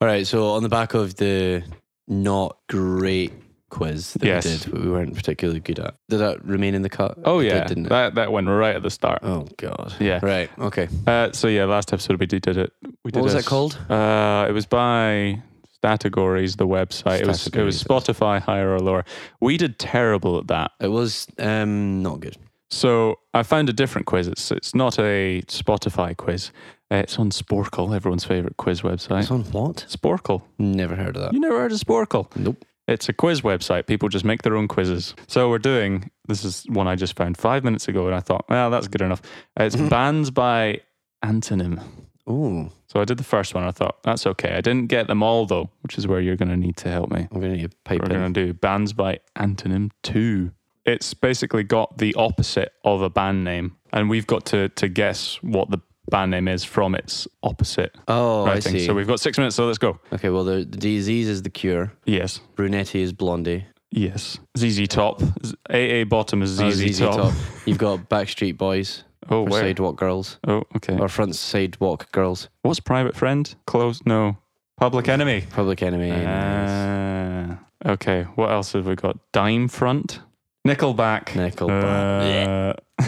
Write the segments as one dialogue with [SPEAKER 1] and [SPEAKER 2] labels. [SPEAKER 1] All right. So on the back of the not great quiz that
[SPEAKER 2] Yes.
[SPEAKER 1] we did, but we weren't particularly good at. Did that remain in the cut?
[SPEAKER 2] Oh
[SPEAKER 1] It
[SPEAKER 2] yeah,
[SPEAKER 1] did, didn't it?
[SPEAKER 2] that that went right at the start.
[SPEAKER 1] oh god.
[SPEAKER 2] Yeah.
[SPEAKER 1] Right. Okay.
[SPEAKER 2] Uh, so yeah, last episode we did it. We did
[SPEAKER 1] What was
[SPEAKER 2] a
[SPEAKER 1] that
[SPEAKER 2] s-
[SPEAKER 1] called?
[SPEAKER 2] Uh, it was by Statagories, the website. It was it was
[SPEAKER 1] Statagories.
[SPEAKER 2] Spotify higher or lower. We did terrible at that.
[SPEAKER 1] It was um not good.
[SPEAKER 2] So I found a different quiz. It's it's not a Spotify quiz. Uh, It's on Sporkle, everyone's favorite quiz
[SPEAKER 1] It's
[SPEAKER 2] website.
[SPEAKER 1] on what?
[SPEAKER 2] Sporkle.
[SPEAKER 1] Never heard of that.
[SPEAKER 2] You never heard of Sporkle?
[SPEAKER 1] Nope.
[SPEAKER 2] It's a quiz website. People just make their own quizzes. So we're doing this is one I just found five minutes ago, and I thought, well, that's good enough. Uh,
[SPEAKER 1] Mm-hmm.
[SPEAKER 2] It's bands by antonym.
[SPEAKER 1] Oh,
[SPEAKER 2] So I did the first one. I thought that's okay. I didn't get them all though, which is where you're going to need to help me.
[SPEAKER 1] I'm gonna need a pipe
[SPEAKER 2] We're
[SPEAKER 1] in.
[SPEAKER 2] going to do bands by antonym two. It's basically got the opposite of a band name, and we've got to to guess what the band name is from its opposite
[SPEAKER 1] Oh, I
[SPEAKER 2] writing.
[SPEAKER 1] see.
[SPEAKER 2] So we've got six minutes. So let's go.
[SPEAKER 1] okay. Well, the, the disease is the cure.
[SPEAKER 2] Yes.
[SPEAKER 1] Brunetti is Blondie.
[SPEAKER 2] Yes. ZZ Top. Z- AA Bottom is ZZ,
[SPEAKER 1] Oh,
[SPEAKER 2] Top.
[SPEAKER 1] You've got Backstreet Boys
[SPEAKER 2] Oh,
[SPEAKER 1] or
[SPEAKER 2] where?
[SPEAKER 1] Sidewalk Girls
[SPEAKER 2] Oh, okay.
[SPEAKER 1] or Front Sidewalk Girls.
[SPEAKER 2] What's Private Friend? Close? No. Public Enemy.
[SPEAKER 1] Public Enemy.
[SPEAKER 2] Ah. okay. What else have we got? Dime Front. Nickelback.
[SPEAKER 1] Nickelback.
[SPEAKER 2] Uh,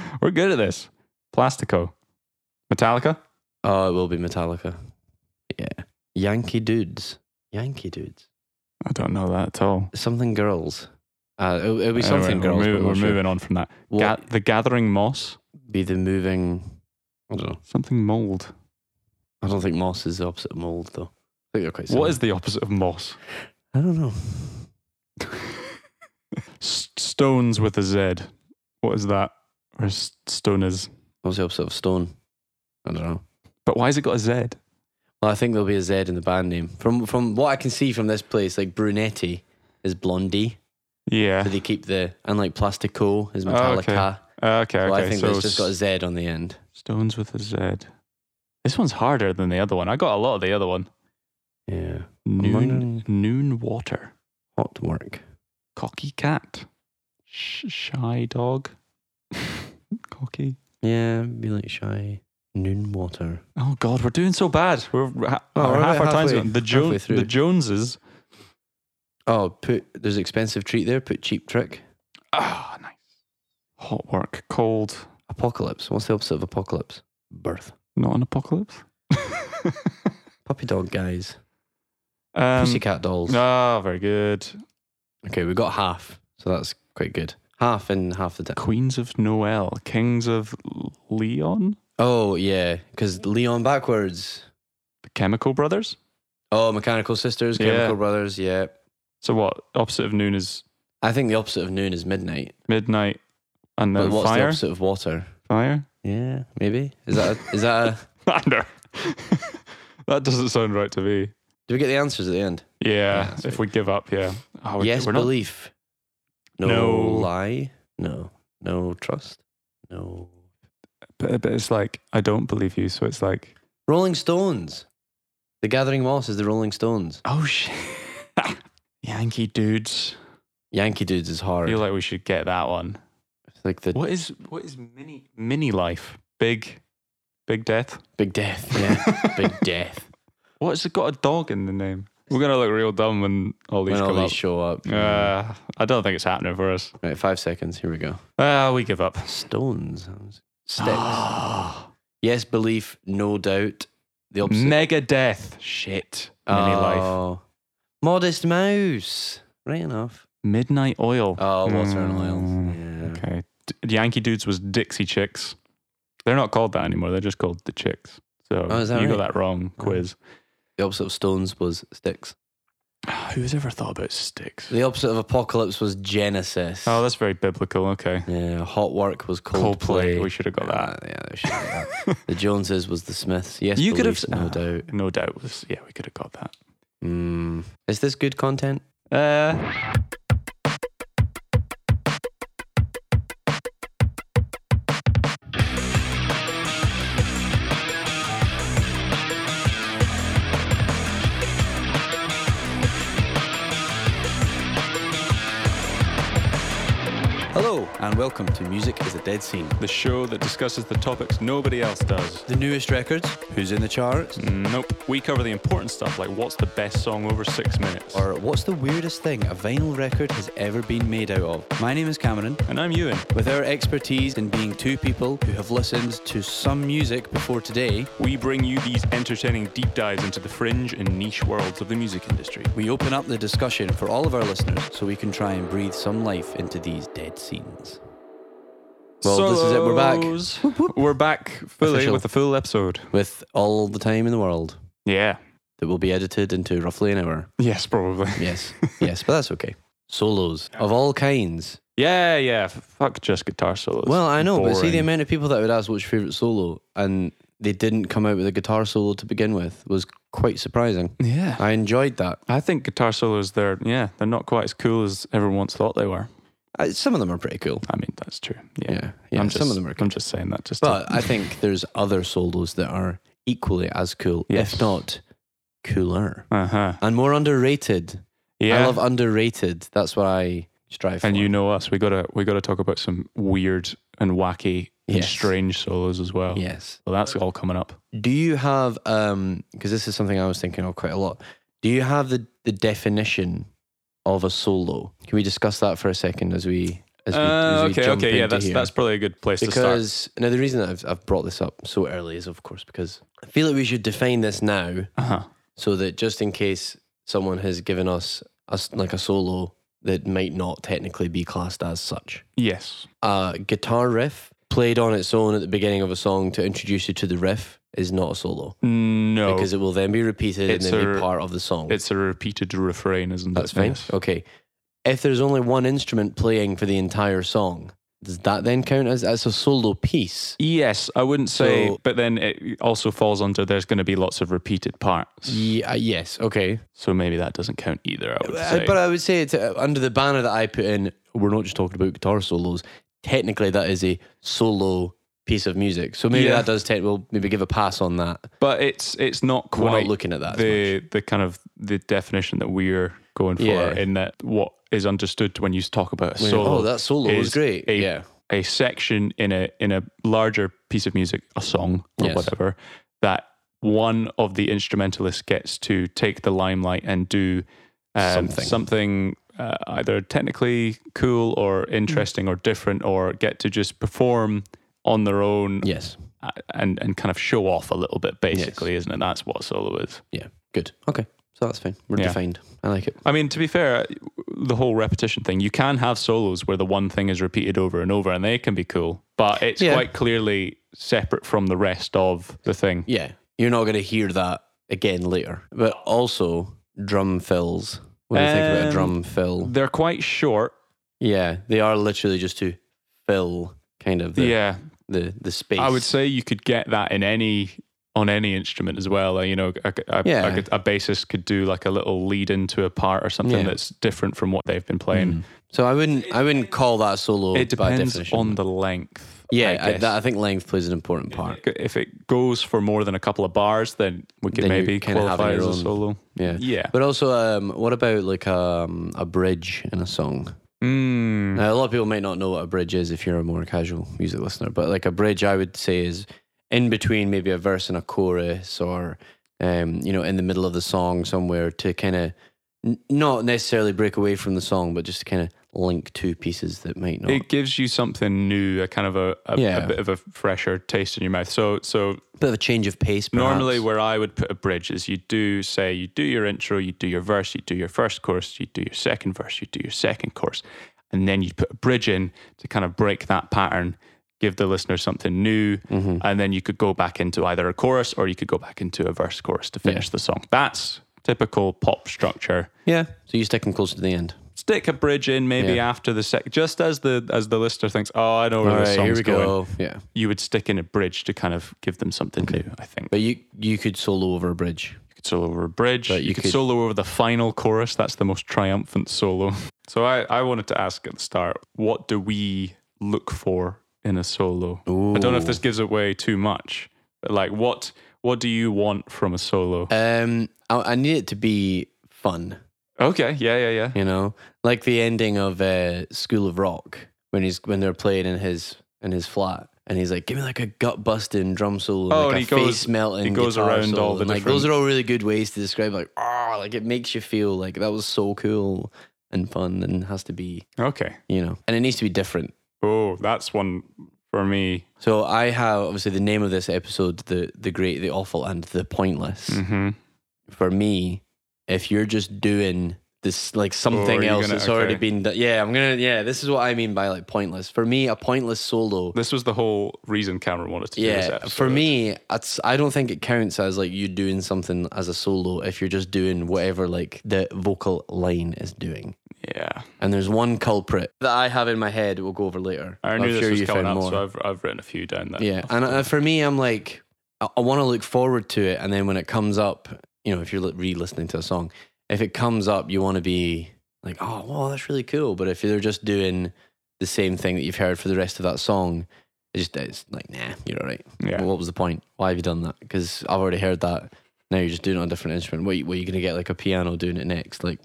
[SPEAKER 2] We're good at this. Plastico. Metallica.
[SPEAKER 1] Oh, it will be Metallica. Yeah. Yankee Dudes. Yankee Dudes.
[SPEAKER 2] I don't know that at all.
[SPEAKER 1] Something Girls. Uh, it'll, it'll be
[SPEAKER 2] Anyway,
[SPEAKER 1] something
[SPEAKER 2] we're
[SPEAKER 1] Girls.
[SPEAKER 2] moving,
[SPEAKER 1] but
[SPEAKER 2] we're
[SPEAKER 1] I'm not sure.
[SPEAKER 2] moving on from that.
[SPEAKER 1] What
[SPEAKER 2] Ga- the Gathering Moss.
[SPEAKER 1] be the moving? I don't know.
[SPEAKER 2] Something mold.
[SPEAKER 1] I don't think Moss is the opposite of mold though. I think they're quite. Similar.
[SPEAKER 2] What is the opposite of moss?
[SPEAKER 1] I don't know.
[SPEAKER 2] S- stones with a Z. What is that? Or s- stoners.
[SPEAKER 1] What's the opposite of stone? I don't know.
[SPEAKER 2] But why has it got a Z?
[SPEAKER 1] Well, I think there'll be a Z in the band name. From from what I can see from this place, like Brunetti is Blondie, so
[SPEAKER 2] Yeah.
[SPEAKER 1] they keep the and like Plastico is
[SPEAKER 2] Oh,
[SPEAKER 1] Metallica.
[SPEAKER 2] okay. Uh, Okay.
[SPEAKER 1] So
[SPEAKER 2] okay.
[SPEAKER 1] I think
[SPEAKER 2] so
[SPEAKER 1] it's just got a Z on the end.
[SPEAKER 2] Stones with a Z. This one's harder than the other one. I got a lot of the other one.
[SPEAKER 1] Yeah,
[SPEAKER 2] Noon,
[SPEAKER 1] wondering-
[SPEAKER 2] noon water.
[SPEAKER 1] hot work.
[SPEAKER 2] Cocky cat. Sh- shy dog. Cocky.
[SPEAKER 1] Yeah, be like shy noon water.
[SPEAKER 2] Oh God, we're doing so bad. We're, ha-
[SPEAKER 1] Well,
[SPEAKER 2] our
[SPEAKER 1] Oh, we're
[SPEAKER 2] half
[SPEAKER 1] about
[SPEAKER 2] our time's
[SPEAKER 1] halfway-
[SPEAKER 2] gone. The,
[SPEAKER 1] halfway
[SPEAKER 2] jo-
[SPEAKER 1] through.
[SPEAKER 2] the Joneses.
[SPEAKER 1] Oh, put there's expensive treat there. Put cheap trick.
[SPEAKER 2] Ah, nice. Hot work. Cold.
[SPEAKER 1] Apocalypse. What's the opposite of apocalypse? Birth.
[SPEAKER 2] Not an apocalypse.
[SPEAKER 1] Puppy dog guys.
[SPEAKER 2] um,
[SPEAKER 1] Pussycat dolls.
[SPEAKER 2] Ah, very good.
[SPEAKER 1] Okay, we got half, so that's quite good. Half in half the time.
[SPEAKER 2] Queens of Noel, Kings of Leon,
[SPEAKER 1] Oh yeah, because Leon backwards.
[SPEAKER 2] the Chemical Brothers.
[SPEAKER 1] Oh, Mechanical Sisters,
[SPEAKER 2] Yeah.
[SPEAKER 1] Chemical Brothers. Yeah,
[SPEAKER 2] So what? Opposite of noon is
[SPEAKER 1] I think the opposite of noon is midnight.
[SPEAKER 2] midnight, and
[SPEAKER 1] But
[SPEAKER 2] then
[SPEAKER 1] what's the
[SPEAKER 2] fire.
[SPEAKER 1] opposite of water?
[SPEAKER 2] Fire.
[SPEAKER 1] Yeah, maybe. Is that a, is that a?
[SPEAKER 2] Thunder. that doesn't sound right to me.
[SPEAKER 1] Do we get the answers at the end?
[SPEAKER 2] Yeah,
[SPEAKER 1] Yeah, that's
[SPEAKER 2] if we give up, yeah. Oh, we're-
[SPEAKER 1] yes,
[SPEAKER 2] we're not-
[SPEAKER 1] belief. No,
[SPEAKER 2] No.
[SPEAKER 1] lie. No, no trust. No.
[SPEAKER 2] but, but it's like I don't believe you, so it's like
[SPEAKER 1] Rolling Stones. The Gathering Moss is the Rolling Stones.
[SPEAKER 2] oh shit. Yankee dudes.
[SPEAKER 1] Yankee Dudes is
[SPEAKER 2] I
[SPEAKER 1] hard.
[SPEAKER 2] feel like we should get that one.
[SPEAKER 1] It's like the
[SPEAKER 2] What is what is mini mini life? Big, big death.
[SPEAKER 1] Big Death. Yeah, Big Death.
[SPEAKER 2] What's it got a dog in the name? We're gonna look real dumb when all these
[SPEAKER 1] When all
[SPEAKER 2] come
[SPEAKER 1] these
[SPEAKER 2] up.
[SPEAKER 1] show up.
[SPEAKER 2] uh, I don't think it's happening for us.
[SPEAKER 1] Right, five seconds. Here we go.
[SPEAKER 2] Ah, we give up.
[SPEAKER 1] Stones. Sticks. yes, belief. No doubt. The opposite.
[SPEAKER 2] Mega death. Shit. Mini life.
[SPEAKER 1] Oh. Modest Mouse. Right enough.
[SPEAKER 2] Midnight oil.
[SPEAKER 1] Oh, water and oils.
[SPEAKER 2] Mm,
[SPEAKER 1] Yeah.
[SPEAKER 2] Okay. D- Yankee Dudes was Dixie Chicks. They're not called that anymore. They're just called the Chicks. So
[SPEAKER 1] Oh, is that
[SPEAKER 2] you got
[SPEAKER 1] right?
[SPEAKER 2] that wrong.
[SPEAKER 1] Oh.
[SPEAKER 2] Quiz.
[SPEAKER 1] The opposite of Stones was Sticks.
[SPEAKER 2] Who's ever thought about sticks?
[SPEAKER 1] The opposite of Apocalypse was Genesis.
[SPEAKER 2] Oh, that's very biblical. Okay.
[SPEAKER 1] yeah, Hot Work was Coldplay.
[SPEAKER 2] We should have got
[SPEAKER 1] Uh,
[SPEAKER 2] that.
[SPEAKER 1] yeah, they should have got that. the Joneses was the Smiths. Yes,
[SPEAKER 2] You
[SPEAKER 1] you
[SPEAKER 2] could
[SPEAKER 1] could
[SPEAKER 2] have-
[SPEAKER 1] no doubt.
[SPEAKER 2] No doubt. Was, yeah, we could have got that.
[SPEAKER 1] Mm. Is this good content?
[SPEAKER 2] Uh,
[SPEAKER 1] Hello, and, and welcome to Music is a Dead Scene.
[SPEAKER 2] The show that discusses the topics nobody else does.
[SPEAKER 1] The newest records, who's in the charts,
[SPEAKER 2] Nope. We cover the important stuff like what's the best song over six minutes.
[SPEAKER 1] or what's the weirdest thing a vinyl record has ever been made out of. My name is Cameron.
[SPEAKER 2] and I'm Ewan.
[SPEAKER 1] With our expertise in being two people who have listened to some music before today,
[SPEAKER 2] We bring you these entertaining deep dives into the fringe and niche worlds of the music industry.
[SPEAKER 1] we open up the discussion for all of our listeners so we can try and breathe some life into these dead scenes. Well, this is it. We're back
[SPEAKER 2] Solos. We're back fully
[SPEAKER 1] Official.
[SPEAKER 2] with a full episode.
[SPEAKER 1] with all the time in the world
[SPEAKER 2] Yeah.
[SPEAKER 1] that will be edited into roughly an hour.
[SPEAKER 2] Yes, probably.
[SPEAKER 1] Yes, yes, but that's okay. Solos of all kinds.
[SPEAKER 2] Yeah, yeah. f- Fuck just guitar solos.
[SPEAKER 1] Well, I know, but see the
[SPEAKER 2] Boring.
[SPEAKER 1] amount of people that would ask what's your favorite solo, and they didn't come out with a guitar solo to begin with was quite surprising.
[SPEAKER 2] Yeah.
[SPEAKER 1] I enjoyed that.
[SPEAKER 2] I think guitar solos, they're, yeah, they're not quite as cool as everyone once thought they were.
[SPEAKER 1] Uh, Some of them are pretty cool.
[SPEAKER 2] I mean, that's true. Yeah.
[SPEAKER 1] Yeah, yeah.
[SPEAKER 2] I'm
[SPEAKER 1] some
[SPEAKER 2] just,
[SPEAKER 1] of them are
[SPEAKER 2] I'm just saying that just
[SPEAKER 1] But I think there's other solos that are equally as cool, if
[SPEAKER 2] Yes.
[SPEAKER 1] not cooler
[SPEAKER 2] to. Uh huh.
[SPEAKER 1] and more underrated.
[SPEAKER 2] Yeah.
[SPEAKER 1] I love underrated. That's what I strive for.
[SPEAKER 2] and you know us. We gotta we gotta talk about some weird and wacky and
[SPEAKER 1] Yes.
[SPEAKER 2] strange solos as well.
[SPEAKER 1] yes.
[SPEAKER 2] Well, that's all coming up.
[SPEAKER 1] Do you have um? Because this is something I was thinking of quite a lot. Do you have the the definition of a solo? Can we discuss that for a second as we as we, as
[SPEAKER 2] Uh,
[SPEAKER 1] we
[SPEAKER 2] okay,
[SPEAKER 1] jump
[SPEAKER 2] okay, yeah,
[SPEAKER 1] into
[SPEAKER 2] that's
[SPEAKER 1] here?
[SPEAKER 2] that's probably a good place to start.
[SPEAKER 1] because now the reason that I've, I've brought this up so early is of course because I feel like we should define this now
[SPEAKER 2] Uh-huh.
[SPEAKER 1] so that just in case someone has given us a s like a solo that might not technically be classed as such.
[SPEAKER 2] Yes.
[SPEAKER 1] A guitar riff played on its own at the beginning of a song to introduce you to the riff is not a solo
[SPEAKER 2] No,
[SPEAKER 1] because it will then be repeated
[SPEAKER 2] It's
[SPEAKER 1] and then be
[SPEAKER 2] a-
[SPEAKER 1] part of the song.
[SPEAKER 2] it's a repeated refrain, isn't
[SPEAKER 1] That's
[SPEAKER 2] it?
[SPEAKER 1] fine.
[SPEAKER 2] Yes.
[SPEAKER 1] Okay. If there's only one instrument playing for the entire song, does that then count as, as a solo piece?
[SPEAKER 2] Yes, I wouldn't say,
[SPEAKER 1] So-
[SPEAKER 2] but then it also falls under there's going to be lots of repeated parts,
[SPEAKER 1] Yeah, uh, yes. Okay.
[SPEAKER 2] so maybe that doesn't count either. I would
[SPEAKER 1] Uh,
[SPEAKER 2] say.
[SPEAKER 1] But I would say it's uh, under the banner that I put in. We're not just talking about guitar solos. Technically, that is a solo piece of music. So maybe
[SPEAKER 2] Yeah.
[SPEAKER 1] that does. Te- we'll maybe give a pass on that.
[SPEAKER 2] But it's it's not
[SPEAKER 1] We're
[SPEAKER 2] quite
[SPEAKER 1] not looking at that. as much.
[SPEAKER 2] the the kind of the definition that we're going for
[SPEAKER 1] Yeah.
[SPEAKER 2] in that what is understood when you talk about a
[SPEAKER 1] When-
[SPEAKER 2] solo.
[SPEAKER 1] oh, that solo was
[SPEAKER 2] is
[SPEAKER 1] great.
[SPEAKER 2] a-
[SPEAKER 1] yeah.
[SPEAKER 2] a section in a in a larger piece of music, a song or
[SPEAKER 1] Yes.
[SPEAKER 2] whatever, that one of the instrumentalists gets to take the limelight and do um,
[SPEAKER 1] Something.
[SPEAKER 2] something, uh, either technically cool or
[SPEAKER 1] Mm.
[SPEAKER 2] interesting or different, or get to just perform on their own
[SPEAKER 1] Yes.
[SPEAKER 2] uh, and and kind of show off a little bit. Basically, isn't it? That's what a solo is.
[SPEAKER 1] Yeah. Good. Okay. So that's fine. We're
[SPEAKER 2] Yeah.
[SPEAKER 1] defined. I like it.
[SPEAKER 2] I mean, to be fair, the whole repetition thing, you can have solos where the one thing is repeated over and over and they can be cool, but it's
[SPEAKER 1] Yeah.
[SPEAKER 2] quite clearly separate from the rest of the thing.
[SPEAKER 1] Yeah. You're not going to hear that again later. But also drum fills. What do you think about a
[SPEAKER 2] Um,
[SPEAKER 1] drum fill?
[SPEAKER 2] They're quite short.
[SPEAKER 1] Yeah, they are literally just to fill kind of the
[SPEAKER 2] yeah.
[SPEAKER 1] the, the space.
[SPEAKER 2] I would say you could get that in any on any instrument as well. Uh, You know, a, a,
[SPEAKER 1] Yeah.
[SPEAKER 2] a, a bassist could do like a little lead into a part or something
[SPEAKER 1] Yeah.
[SPEAKER 2] that's different from what they've been playing.
[SPEAKER 1] So I wouldn't I wouldn't call that solo.
[SPEAKER 2] It
[SPEAKER 1] by
[SPEAKER 2] depends
[SPEAKER 1] definition.
[SPEAKER 2] on the length.
[SPEAKER 1] Yeah,
[SPEAKER 2] I
[SPEAKER 1] I,
[SPEAKER 2] guess.
[SPEAKER 1] that, I think length plays an important part.
[SPEAKER 2] if it goes for more than a couple of bars, then we could
[SPEAKER 1] Then you're
[SPEAKER 2] maybe
[SPEAKER 1] kinda having
[SPEAKER 2] qualify
[SPEAKER 1] your
[SPEAKER 2] as a
[SPEAKER 1] own-
[SPEAKER 2] solo.
[SPEAKER 1] Yeah.
[SPEAKER 2] Yeah.
[SPEAKER 1] But also, um, what about like um, a bridge in a song?
[SPEAKER 2] Mm.
[SPEAKER 1] Now, a lot of people might not know what a bridge is if you're a more casual music listener, but like a bridge, I would say is in between maybe a verse and a chorus, or um, you know, in the middle of the song somewhere to kind of n- not necessarily break away from the song, but just to kind of link two pieces that might not.
[SPEAKER 2] It gives you something new, a kind of a, a,
[SPEAKER 1] Yeah.
[SPEAKER 2] a bit of a fresher taste in your mouth. So so
[SPEAKER 1] bit of a change of pace. Perhaps.
[SPEAKER 2] normally where I would put a bridge is you do say you do your intro, you do your verse, you do your first chorus, you do your second verse, you do your second chorus, and then you put a bridge in to kind of break that pattern, give the listener something new,
[SPEAKER 1] Mm-hmm.
[SPEAKER 2] and then you could go back into either a chorus or you could go back into a verse chorus to finish the song. That's typical pop structure.
[SPEAKER 1] yeah. So you stick them close to the end.
[SPEAKER 2] stick a bridge in maybe
[SPEAKER 1] Yeah.
[SPEAKER 2] after the sec just as the as the listener thinks oh i know where the song's going
[SPEAKER 1] Yeah,
[SPEAKER 2] you would stick in a bridge to kind of give them something new i think
[SPEAKER 1] but you you could solo over a bridge.
[SPEAKER 2] you could solo over a bridge
[SPEAKER 1] But
[SPEAKER 2] you,
[SPEAKER 1] you
[SPEAKER 2] could,
[SPEAKER 1] could-
[SPEAKER 2] solo over the final chorus that's the most triumphant solo so i i wanted to ask at the start what do we look for in a solo i don't know if this gives away too much but like what what do you want from a solo
[SPEAKER 1] Um, I, I need it to be fun.
[SPEAKER 2] okay yeah yeah yeah
[SPEAKER 1] You know, like the ending of uh, School of Rock when he's when they're playing in his in his flat. And he's like, give me like a gut busting drum solo,
[SPEAKER 2] Oh,
[SPEAKER 1] like
[SPEAKER 2] and
[SPEAKER 1] a
[SPEAKER 2] he goes-
[SPEAKER 1] face melting.
[SPEAKER 2] he goes
[SPEAKER 1] guitar
[SPEAKER 2] around
[SPEAKER 1] solo.
[SPEAKER 2] all the
[SPEAKER 1] And, like those
[SPEAKER 2] different-
[SPEAKER 1] are all really good ways to describe like ah, like it makes you feel like that was so cool and fun and has to be
[SPEAKER 2] Okay.
[SPEAKER 1] you know, and it needs to be different.
[SPEAKER 2] Oh, that's one for me.
[SPEAKER 1] So I have obviously the name of this episode, the the great, the awful, and the pointless.
[SPEAKER 2] Mm-hmm.
[SPEAKER 1] For me, if you're just doing this like
[SPEAKER 2] Oh,
[SPEAKER 1] something
[SPEAKER 2] you're
[SPEAKER 1] else
[SPEAKER 2] gonna-
[SPEAKER 1] that's already
[SPEAKER 2] okay.
[SPEAKER 1] been done, yeah, I'm gonna yeah. This is what I mean by like pointless. For me, a pointless solo.
[SPEAKER 2] This was the whole reason Cameron wanted to do this
[SPEAKER 1] Yeah,
[SPEAKER 2] episode.
[SPEAKER 1] for me, it's, I don't think it counts as like you doing something as a solo if you're just doing whatever like the vocal line is doing.
[SPEAKER 2] Yeah.
[SPEAKER 1] And there's one culprit that I have in my head. We'll go over later.
[SPEAKER 2] I
[SPEAKER 1] I'm
[SPEAKER 2] knew
[SPEAKER 1] sure
[SPEAKER 2] this
[SPEAKER 1] you
[SPEAKER 2] was coming
[SPEAKER 1] found
[SPEAKER 2] up,
[SPEAKER 1] more.
[SPEAKER 2] so I've, I've written a few down there.
[SPEAKER 1] Yeah, and uh, for me, I'm like, I, I want to look forward to it, and then when it comes up, you know, if you're li- re-listening to a song, if it comes up, you want to be like, oh, well, that's really cool. But if they're just doing the same thing that you've heard for the rest of that song, it's just it's like, nah, you're all right.
[SPEAKER 2] Yeah.
[SPEAKER 1] What was the point? Why have you done that? Because I've already heard that. Now you're just doing it on a different instrument. What, you- what are you going to get like a piano doing it next? Like,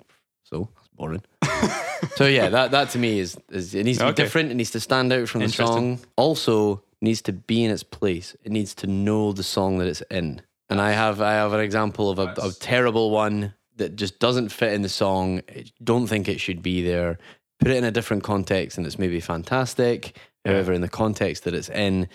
[SPEAKER 1] so that's boring. so yeah, that that to me is, is it needs to be
[SPEAKER 2] Okay.
[SPEAKER 1] different. It needs to stand out from the
[SPEAKER 2] Interesting.
[SPEAKER 1] song. Also needs to be in its place. It needs to know the song that it's in. And I have I have an example of a, a
[SPEAKER 2] That's-
[SPEAKER 1] terrible one that just doesn't fit in the song. I don't think it should be there. Put it in a different context, and it's maybe fantastic.
[SPEAKER 2] Yeah.
[SPEAKER 1] However, in the context that it's in,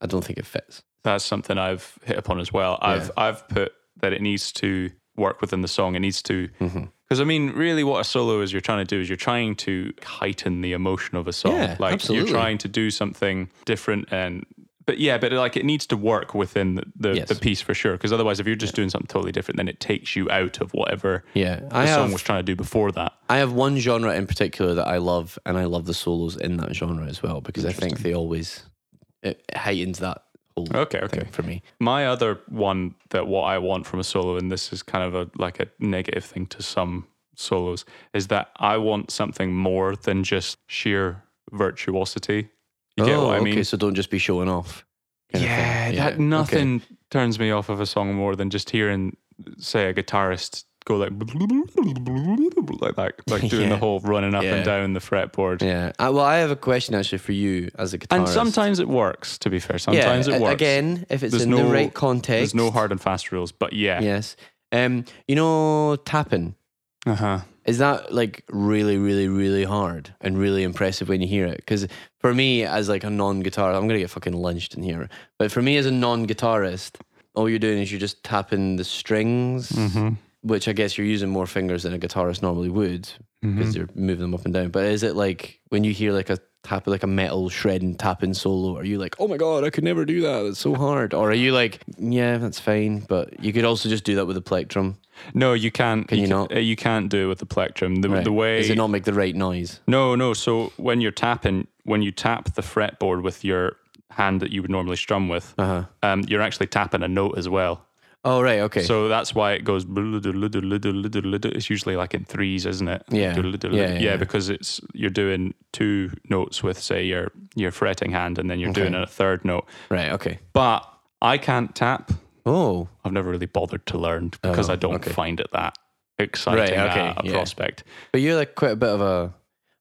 [SPEAKER 1] I don't think it fits.
[SPEAKER 2] That's something I've hit upon as well. I've
[SPEAKER 1] Yeah.
[SPEAKER 2] I've put that it needs to work within the song. It needs to
[SPEAKER 1] Mhm.
[SPEAKER 2] Because I mean, really, what a solo is you're trying to do is you're trying to heighten the emotion of a song.
[SPEAKER 1] Yeah,
[SPEAKER 2] like
[SPEAKER 1] absolutely.
[SPEAKER 2] you're trying to do something different and. But yeah, but like it needs to work within the, the,
[SPEAKER 1] Yes.
[SPEAKER 2] the piece for sure. Because otherwise, if you're just doing something totally different, then it takes you out of whatever
[SPEAKER 1] Yeah,
[SPEAKER 2] the
[SPEAKER 1] I
[SPEAKER 2] song
[SPEAKER 1] have
[SPEAKER 2] was trying to do before that.
[SPEAKER 1] I have one genre in particular that I love, and I love the solos in that genre as well because I think they always it heightens that whole
[SPEAKER 2] Okay, Oh, okay.
[SPEAKER 1] thing for me.
[SPEAKER 2] My other one that what I want from a solo, and this is kind of a like a negative thing to some solos, is that I want something more than just sheer virtuosity. You get what I mean?
[SPEAKER 1] Oh, okay. So don't just be showing off. kind of thing.
[SPEAKER 2] Yeah,
[SPEAKER 1] Yeah,
[SPEAKER 2] that
[SPEAKER 1] okay.
[SPEAKER 2] nothing turns me off of a song more than just hearing, say, a guitarist go like like that, like doing the
[SPEAKER 1] Yeah.
[SPEAKER 2] whole running up
[SPEAKER 1] Yeah.
[SPEAKER 2] and down the fretboard.
[SPEAKER 1] Yeah. Uh, well, I have a question actually for you as a guitarist.
[SPEAKER 2] And sometimes it works. To be fair, sometimes
[SPEAKER 1] yeah,
[SPEAKER 2] it
[SPEAKER 1] a-
[SPEAKER 2] works.
[SPEAKER 1] Again, if it's
[SPEAKER 2] There's
[SPEAKER 1] in
[SPEAKER 2] no-
[SPEAKER 1] the right
[SPEAKER 2] there's
[SPEAKER 1] context.
[SPEAKER 2] no hard and fast rules, but yeah,
[SPEAKER 1] Yes. Um, you know, tapping
[SPEAKER 2] uh huh,
[SPEAKER 1] is that like really, really, really hard and really impressive when you hear it? Because for me, as like a non-guitar, I'm gonna get fucking lynched in here. But for me, as a non-guitarist, all you're doing is you're just tapping the strings,
[SPEAKER 2] Mm-hmm.
[SPEAKER 1] which I guess you're using more fingers than a guitarist normally would
[SPEAKER 2] Mm-hmm.
[SPEAKER 1] because you're moving them up and down. But is it like when you hear like a tap, like a metal shredding tapping solo, are you like, oh my god, I could never do that. That's so hard. Or are you like, yeah, that's fine, but you could also just do that with a plectrum.
[SPEAKER 2] No, you can't.
[SPEAKER 1] Can you
[SPEAKER 2] ca-
[SPEAKER 1] not?
[SPEAKER 2] uh, You can't do it with the plectrum. The,
[SPEAKER 1] Right.
[SPEAKER 2] the way
[SPEAKER 1] does it not make the right noise?
[SPEAKER 2] No, no. So when you're tapping, when you tap the fretboard with your hand that you would normally strum with,
[SPEAKER 1] Uh-huh.
[SPEAKER 2] um, you're actually tapping a note as well.
[SPEAKER 1] Oh right, okay.
[SPEAKER 2] So that's why it goes. It's usually like in threes, isn't it?
[SPEAKER 1] Yeah.
[SPEAKER 2] Yeah,
[SPEAKER 1] Yeah, yeah, yeah.
[SPEAKER 2] because it's you're doing two notes with say your your fretting hand, and then you're doing
[SPEAKER 1] Okay.
[SPEAKER 2] a third note.
[SPEAKER 1] right, okay.
[SPEAKER 2] But I can't tap.
[SPEAKER 1] Oh,
[SPEAKER 2] I've never really bothered to learn because
[SPEAKER 1] Oh,
[SPEAKER 2] I don't
[SPEAKER 1] okay.
[SPEAKER 2] find it that exciting
[SPEAKER 1] Right,
[SPEAKER 2] uh,
[SPEAKER 1] okay,
[SPEAKER 2] a
[SPEAKER 1] yeah.
[SPEAKER 2] prospect.
[SPEAKER 1] but you're like quite a bit of a.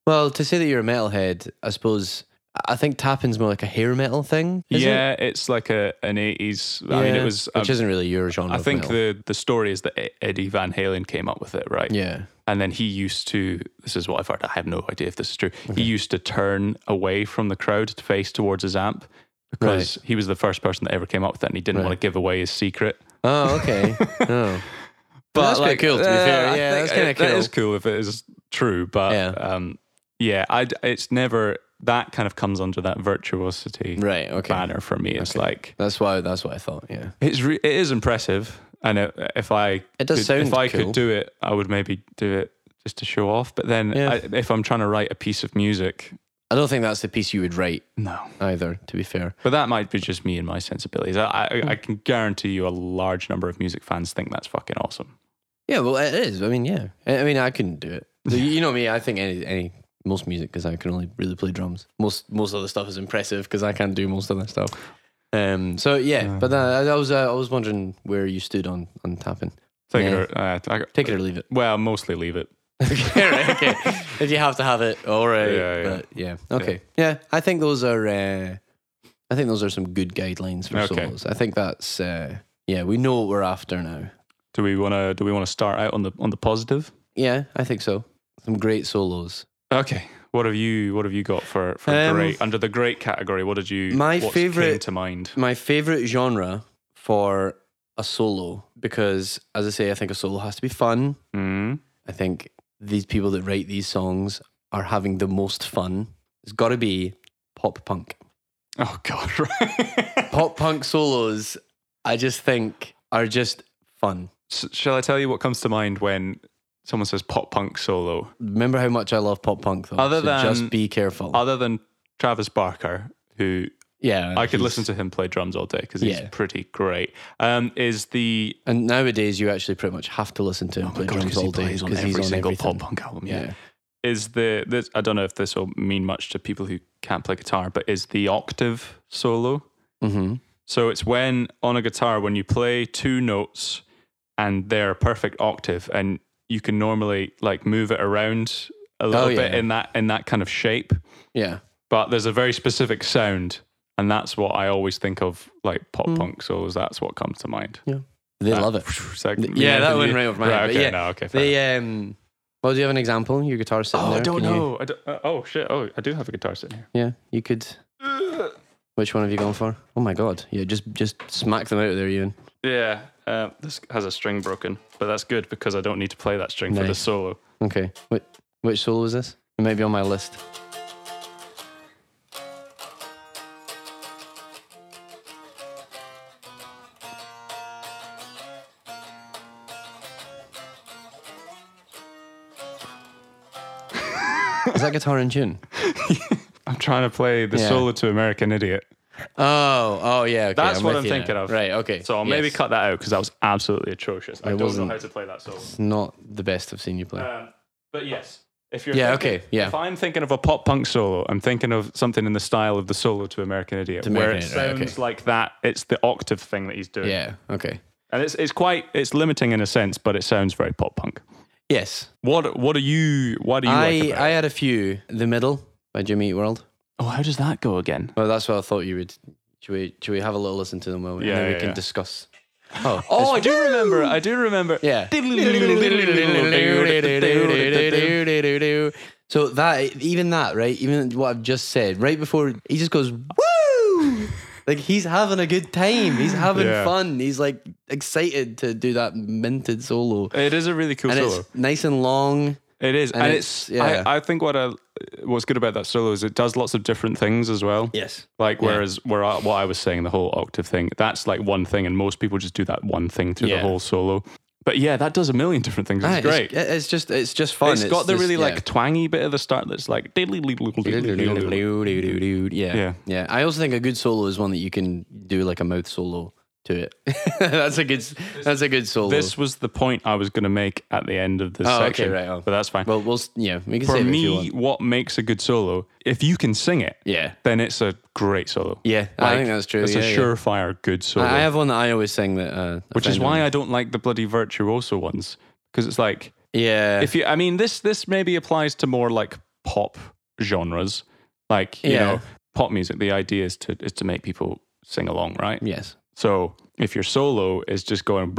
[SPEAKER 1] Well, to say that you're a metalhead, I suppose I think tapping's more like a hair metal thing. isn't it?
[SPEAKER 2] yeah, it's like a an eighties. I mean, it
[SPEAKER 1] Yeah.
[SPEAKER 2] was. um,
[SPEAKER 1] which isn't really your genre.
[SPEAKER 2] I
[SPEAKER 1] of
[SPEAKER 2] think
[SPEAKER 1] metal.
[SPEAKER 2] the the story is that E- Eddie Van Halen came up with it, right?
[SPEAKER 1] yeah,
[SPEAKER 2] And then he used to, this is what I've heard, I have no idea if this is true. He used to turn away from the crowd to face towards his amp because he was the first person that ever came up with it and he didn't want to give away his secret.
[SPEAKER 1] Oh, okay. oh. But
[SPEAKER 2] But,
[SPEAKER 1] that's like,
[SPEAKER 2] like,
[SPEAKER 1] cool to be
[SPEAKER 2] uh,
[SPEAKER 1] fair.
[SPEAKER 2] I
[SPEAKER 1] Yeah,
[SPEAKER 2] think
[SPEAKER 1] that's kind of
[SPEAKER 2] it-
[SPEAKER 1] cool.
[SPEAKER 2] That is cool if it is true. But
[SPEAKER 1] Yeah.
[SPEAKER 2] yeah, um, yeah I'd, it's never, that kind of comes under that virtuosity
[SPEAKER 1] Right. Okay.
[SPEAKER 2] banner for me. It's like,
[SPEAKER 1] That's why. That's what I thought. Yeah.
[SPEAKER 2] it's re- it is impressive. And it, if I
[SPEAKER 1] It does
[SPEAKER 2] could,
[SPEAKER 1] sound
[SPEAKER 2] if I
[SPEAKER 1] cool.
[SPEAKER 2] could do it, I would maybe do it just to show off. But then
[SPEAKER 1] Yeah.
[SPEAKER 2] I, if I'm trying to write a piece of music,
[SPEAKER 1] I don't think that's the piece you would write
[SPEAKER 2] no.
[SPEAKER 1] either. To be fair.
[SPEAKER 2] But that might be just me and my sensibilities. I, I,
[SPEAKER 1] Hmm.
[SPEAKER 2] I can guarantee you a large number of music fans think that's fucking awesome.
[SPEAKER 1] Yeah. Well, it is. I mean, yeah. I I mean, I couldn't do it. So, you know me. I think any any most music because I can only really play drums. Most most other stuff is impressive because I can't do most other stuff. Um. So yeah. But uh, I, I was uh, I was wondering where you stood on on tapping.
[SPEAKER 2] Take,
[SPEAKER 1] Yeah.
[SPEAKER 2] it or, uh, I-
[SPEAKER 1] Take it or leave it.
[SPEAKER 2] well, mostly leave it.
[SPEAKER 1] okay, right, okay. If you have to have it, all right.
[SPEAKER 2] Yeah, yeah.
[SPEAKER 1] But yeah, okay, yeah. I think those are, uh, I think those are some good guidelines for
[SPEAKER 2] Okay.
[SPEAKER 1] solos. I think that's, uh, yeah, we know what we're after now.
[SPEAKER 2] Do we want to? Do we want to start out on the on the positive?
[SPEAKER 1] Yeah, I think so. Some great solos.
[SPEAKER 2] Okay. What have you What have you got for for
[SPEAKER 1] Um,
[SPEAKER 2] great under the great category? What did you?
[SPEAKER 1] my
[SPEAKER 2] what came
[SPEAKER 1] favourite-
[SPEAKER 2] to mind.
[SPEAKER 1] My favorite genre for a solo, because as I say, I think a solo has to be fun.
[SPEAKER 2] Mm.
[SPEAKER 1] I think these people that write these songs are having the most fun. It's got to be pop punk.
[SPEAKER 2] Oh God! Right.
[SPEAKER 1] Pop punk solos, I just think are just fun.
[SPEAKER 2] S- Shall I tell you what comes to mind when someone says pop punk solo?
[SPEAKER 1] Remember how much I love pop punk, though.
[SPEAKER 2] Other
[SPEAKER 1] so
[SPEAKER 2] than-
[SPEAKER 1] just be careful.
[SPEAKER 2] Other than Travis Barker, who
[SPEAKER 1] yeah,
[SPEAKER 2] I could
[SPEAKER 1] he's-
[SPEAKER 2] listen to him play drums all day because he's
[SPEAKER 1] Yeah.
[SPEAKER 2] pretty great. Um, is the
[SPEAKER 1] And nowadays, you actually pretty much have to listen to him
[SPEAKER 2] oh my
[SPEAKER 1] play
[SPEAKER 2] God, 'cause
[SPEAKER 1] drums
[SPEAKER 2] he
[SPEAKER 1] all day
[SPEAKER 2] plays on
[SPEAKER 1] because
[SPEAKER 2] every
[SPEAKER 1] he's on
[SPEAKER 2] single
[SPEAKER 1] everything.
[SPEAKER 2] pop punk album.
[SPEAKER 1] Yeah.
[SPEAKER 2] yeah. is the this I don't know if this will mean much to people who can't play guitar, but is the octave solo.
[SPEAKER 1] hmm
[SPEAKER 2] So it's when on a guitar when you play two notes and they're a perfect octave and you can normally like move it around a little bit
[SPEAKER 1] Oh, yeah.
[SPEAKER 2] in that in that kind of shape.
[SPEAKER 1] Yeah.
[SPEAKER 2] But there's a very specific sound and that's what I always think of like pop
[SPEAKER 1] Hmm.
[SPEAKER 2] punk solos, that's what comes to mind.
[SPEAKER 1] They
[SPEAKER 2] That-
[SPEAKER 1] love it.
[SPEAKER 2] It's like-
[SPEAKER 1] Yeah, that went right over my head. but
[SPEAKER 2] okay,
[SPEAKER 1] yeah,
[SPEAKER 2] no, okay, fair enough.
[SPEAKER 1] they. Um, well, do you have an example? Your guitar sitting
[SPEAKER 2] Oh,
[SPEAKER 1] there.
[SPEAKER 2] I don't
[SPEAKER 1] Can you-
[SPEAKER 2] know. I don't, uh, oh shit! Oh, I do have a guitar sitting here.
[SPEAKER 1] yeah, you could. Which one have you gone for? Oh my god! Yeah, just just smack them out of there, Ian.
[SPEAKER 2] Yeah, uh, this has a string broken, but that's good because I don't need to play that string for
[SPEAKER 1] Nice.
[SPEAKER 2] this solo.
[SPEAKER 1] Okay. Which, which solo is this? It might be on my list. is that guitar in tune?
[SPEAKER 2] I'm trying to play the
[SPEAKER 1] Yeah.
[SPEAKER 2] solo to American Idiot.
[SPEAKER 1] Oh, oh yeah. Okay.
[SPEAKER 2] That's what
[SPEAKER 1] with
[SPEAKER 2] I'm
[SPEAKER 1] you
[SPEAKER 2] thinking
[SPEAKER 1] now.
[SPEAKER 2] of.
[SPEAKER 1] Right. Okay.
[SPEAKER 2] So I'll maybe
[SPEAKER 1] Yes.
[SPEAKER 2] cut that out because that was absolutely atrocious. I
[SPEAKER 1] It
[SPEAKER 2] don't
[SPEAKER 1] wasn't.
[SPEAKER 2] know how to play that solo.
[SPEAKER 1] It's not the best I've seen you play.
[SPEAKER 2] Um, but yes, if you're
[SPEAKER 1] Yeah,
[SPEAKER 2] thinking-
[SPEAKER 1] okay, yeah.
[SPEAKER 2] If I'm thinking of a pop punk solo, I'm thinking of something in the style of the solo to American Idiot,
[SPEAKER 1] To
[SPEAKER 2] where
[SPEAKER 1] American
[SPEAKER 2] it
[SPEAKER 1] Idiot,
[SPEAKER 2] sounds
[SPEAKER 1] okay.
[SPEAKER 2] like that. It's the octave thing that he's doing,
[SPEAKER 1] yeah. Okay.
[SPEAKER 2] and it's it's quite it's limiting in a sense, but it sounds very pop punk.
[SPEAKER 1] Yes.
[SPEAKER 2] What what are you? Why do you
[SPEAKER 1] I
[SPEAKER 2] like about
[SPEAKER 1] I
[SPEAKER 2] it?
[SPEAKER 1] had a few. The middle by Jimmy Eat World.
[SPEAKER 2] Oh, how does that go again?
[SPEAKER 1] Well, that's what I thought you would. Should we should we have a little listen to them while we,
[SPEAKER 2] Yeah,
[SPEAKER 1] and then we
[SPEAKER 2] yeah,
[SPEAKER 1] can
[SPEAKER 2] yeah.
[SPEAKER 1] discuss? Oh,
[SPEAKER 2] Oh, I do remember. I do remember.
[SPEAKER 1] yeah. So that even that right, even what I've just said right before he just goes woo, like he's having a good time. He's having
[SPEAKER 2] Yeah.
[SPEAKER 1] fun. He's like excited to do that minted solo,
[SPEAKER 2] It is a really cool
[SPEAKER 1] and
[SPEAKER 2] solo.
[SPEAKER 1] it's nice and long.
[SPEAKER 2] It is, and, it's.
[SPEAKER 1] it's- yeah.
[SPEAKER 2] I, I think what I, what's good about that solo is it does lots of different things as well.
[SPEAKER 1] Yes.
[SPEAKER 2] Like whereas where I, what I was saying, the whole octave thing, that's like one thing, and most people just do that one thing through
[SPEAKER 1] Yeah.
[SPEAKER 2] the whole solo. But yeah, that does a million different things. It's
[SPEAKER 1] Aye,
[SPEAKER 2] great.
[SPEAKER 1] It's, it's just it's just fun.
[SPEAKER 2] it's got the
[SPEAKER 1] just-
[SPEAKER 2] really
[SPEAKER 1] yeah.
[SPEAKER 2] like twangy bit at the start that's like. Yeah,
[SPEAKER 1] Yeah.
[SPEAKER 2] Yeah.
[SPEAKER 1] yeah. I also think a good solo is one that you can do like a mouth solo to it. that's a good that's a good solo.
[SPEAKER 2] this was the point I was going to make at the end of this
[SPEAKER 1] Oh, okay,
[SPEAKER 2] section.
[SPEAKER 1] right, oh.
[SPEAKER 2] But that's fine.
[SPEAKER 1] well, we'll s- yeah, we can
[SPEAKER 2] For
[SPEAKER 1] save it if you
[SPEAKER 2] me,
[SPEAKER 1] want.
[SPEAKER 2] what makes a good solo? If you can sing it,
[SPEAKER 1] Yeah.
[SPEAKER 2] then it's a great solo.
[SPEAKER 1] Yeah, I
[SPEAKER 2] Like,
[SPEAKER 1] think that's true.
[SPEAKER 2] It's
[SPEAKER 1] yeah,
[SPEAKER 2] a
[SPEAKER 1] yeah.
[SPEAKER 2] surefire good solo,
[SPEAKER 1] I I have one that I always sing that uh
[SPEAKER 2] which is
[SPEAKER 1] offend
[SPEAKER 2] why
[SPEAKER 1] me.
[SPEAKER 2] I don't like the bloody virtuoso ones because it's like
[SPEAKER 1] Yeah.
[SPEAKER 2] if you, I mean, this this maybe applies to more like pop genres, like you
[SPEAKER 1] Yeah.
[SPEAKER 2] know, pop music. The idea is to is to make people sing along, right?
[SPEAKER 1] yes.
[SPEAKER 2] So if your solo is just going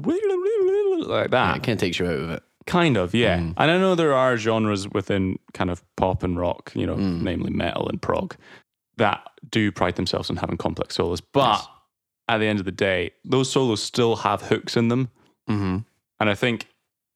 [SPEAKER 2] like
[SPEAKER 1] I
[SPEAKER 2] that,
[SPEAKER 1] can't take you out of it.
[SPEAKER 2] Kind of, yeah.
[SPEAKER 1] Mm.
[SPEAKER 2] And I know there are genres within kind of pop and rock, you know,
[SPEAKER 1] Mm.
[SPEAKER 2] namely metal and prog, that do pride themselves on having complex solos. But
[SPEAKER 1] Yes.
[SPEAKER 2] at the end of the day, those solos still have hooks in them.
[SPEAKER 1] Mhm.
[SPEAKER 2] And I think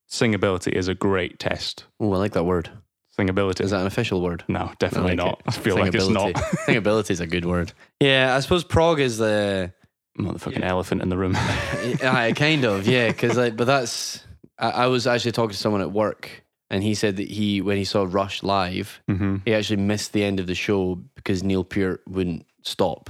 [SPEAKER 2] singability is a great test.
[SPEAKER 1] Oh, I like that word.
[SPEAKER 2] Singability.
[SPEAKER 1] Is that an official word?
[SPEAKER 2] no, definitely
[SPEAKER 1] like
[SPEAKER 2] not.
[SPEAKER 1] it.
[SPEAKER 2] I feel like it's not.
[SPEAKER 1] Singability. Singability is a good word. Yeah, I suppose prog is the
[SPEAKER 2] Motherfucking elephant in the room.
[SPEAKER 1] I kind of yeah, because like, but that's I, I was actually talking to someone at work, and he said that he when he saw Rush live,
[SPEAKER 2] Mhm.
[SPEAKER 1] he actually missed the end of the show because Neil Peart wouldn't stop.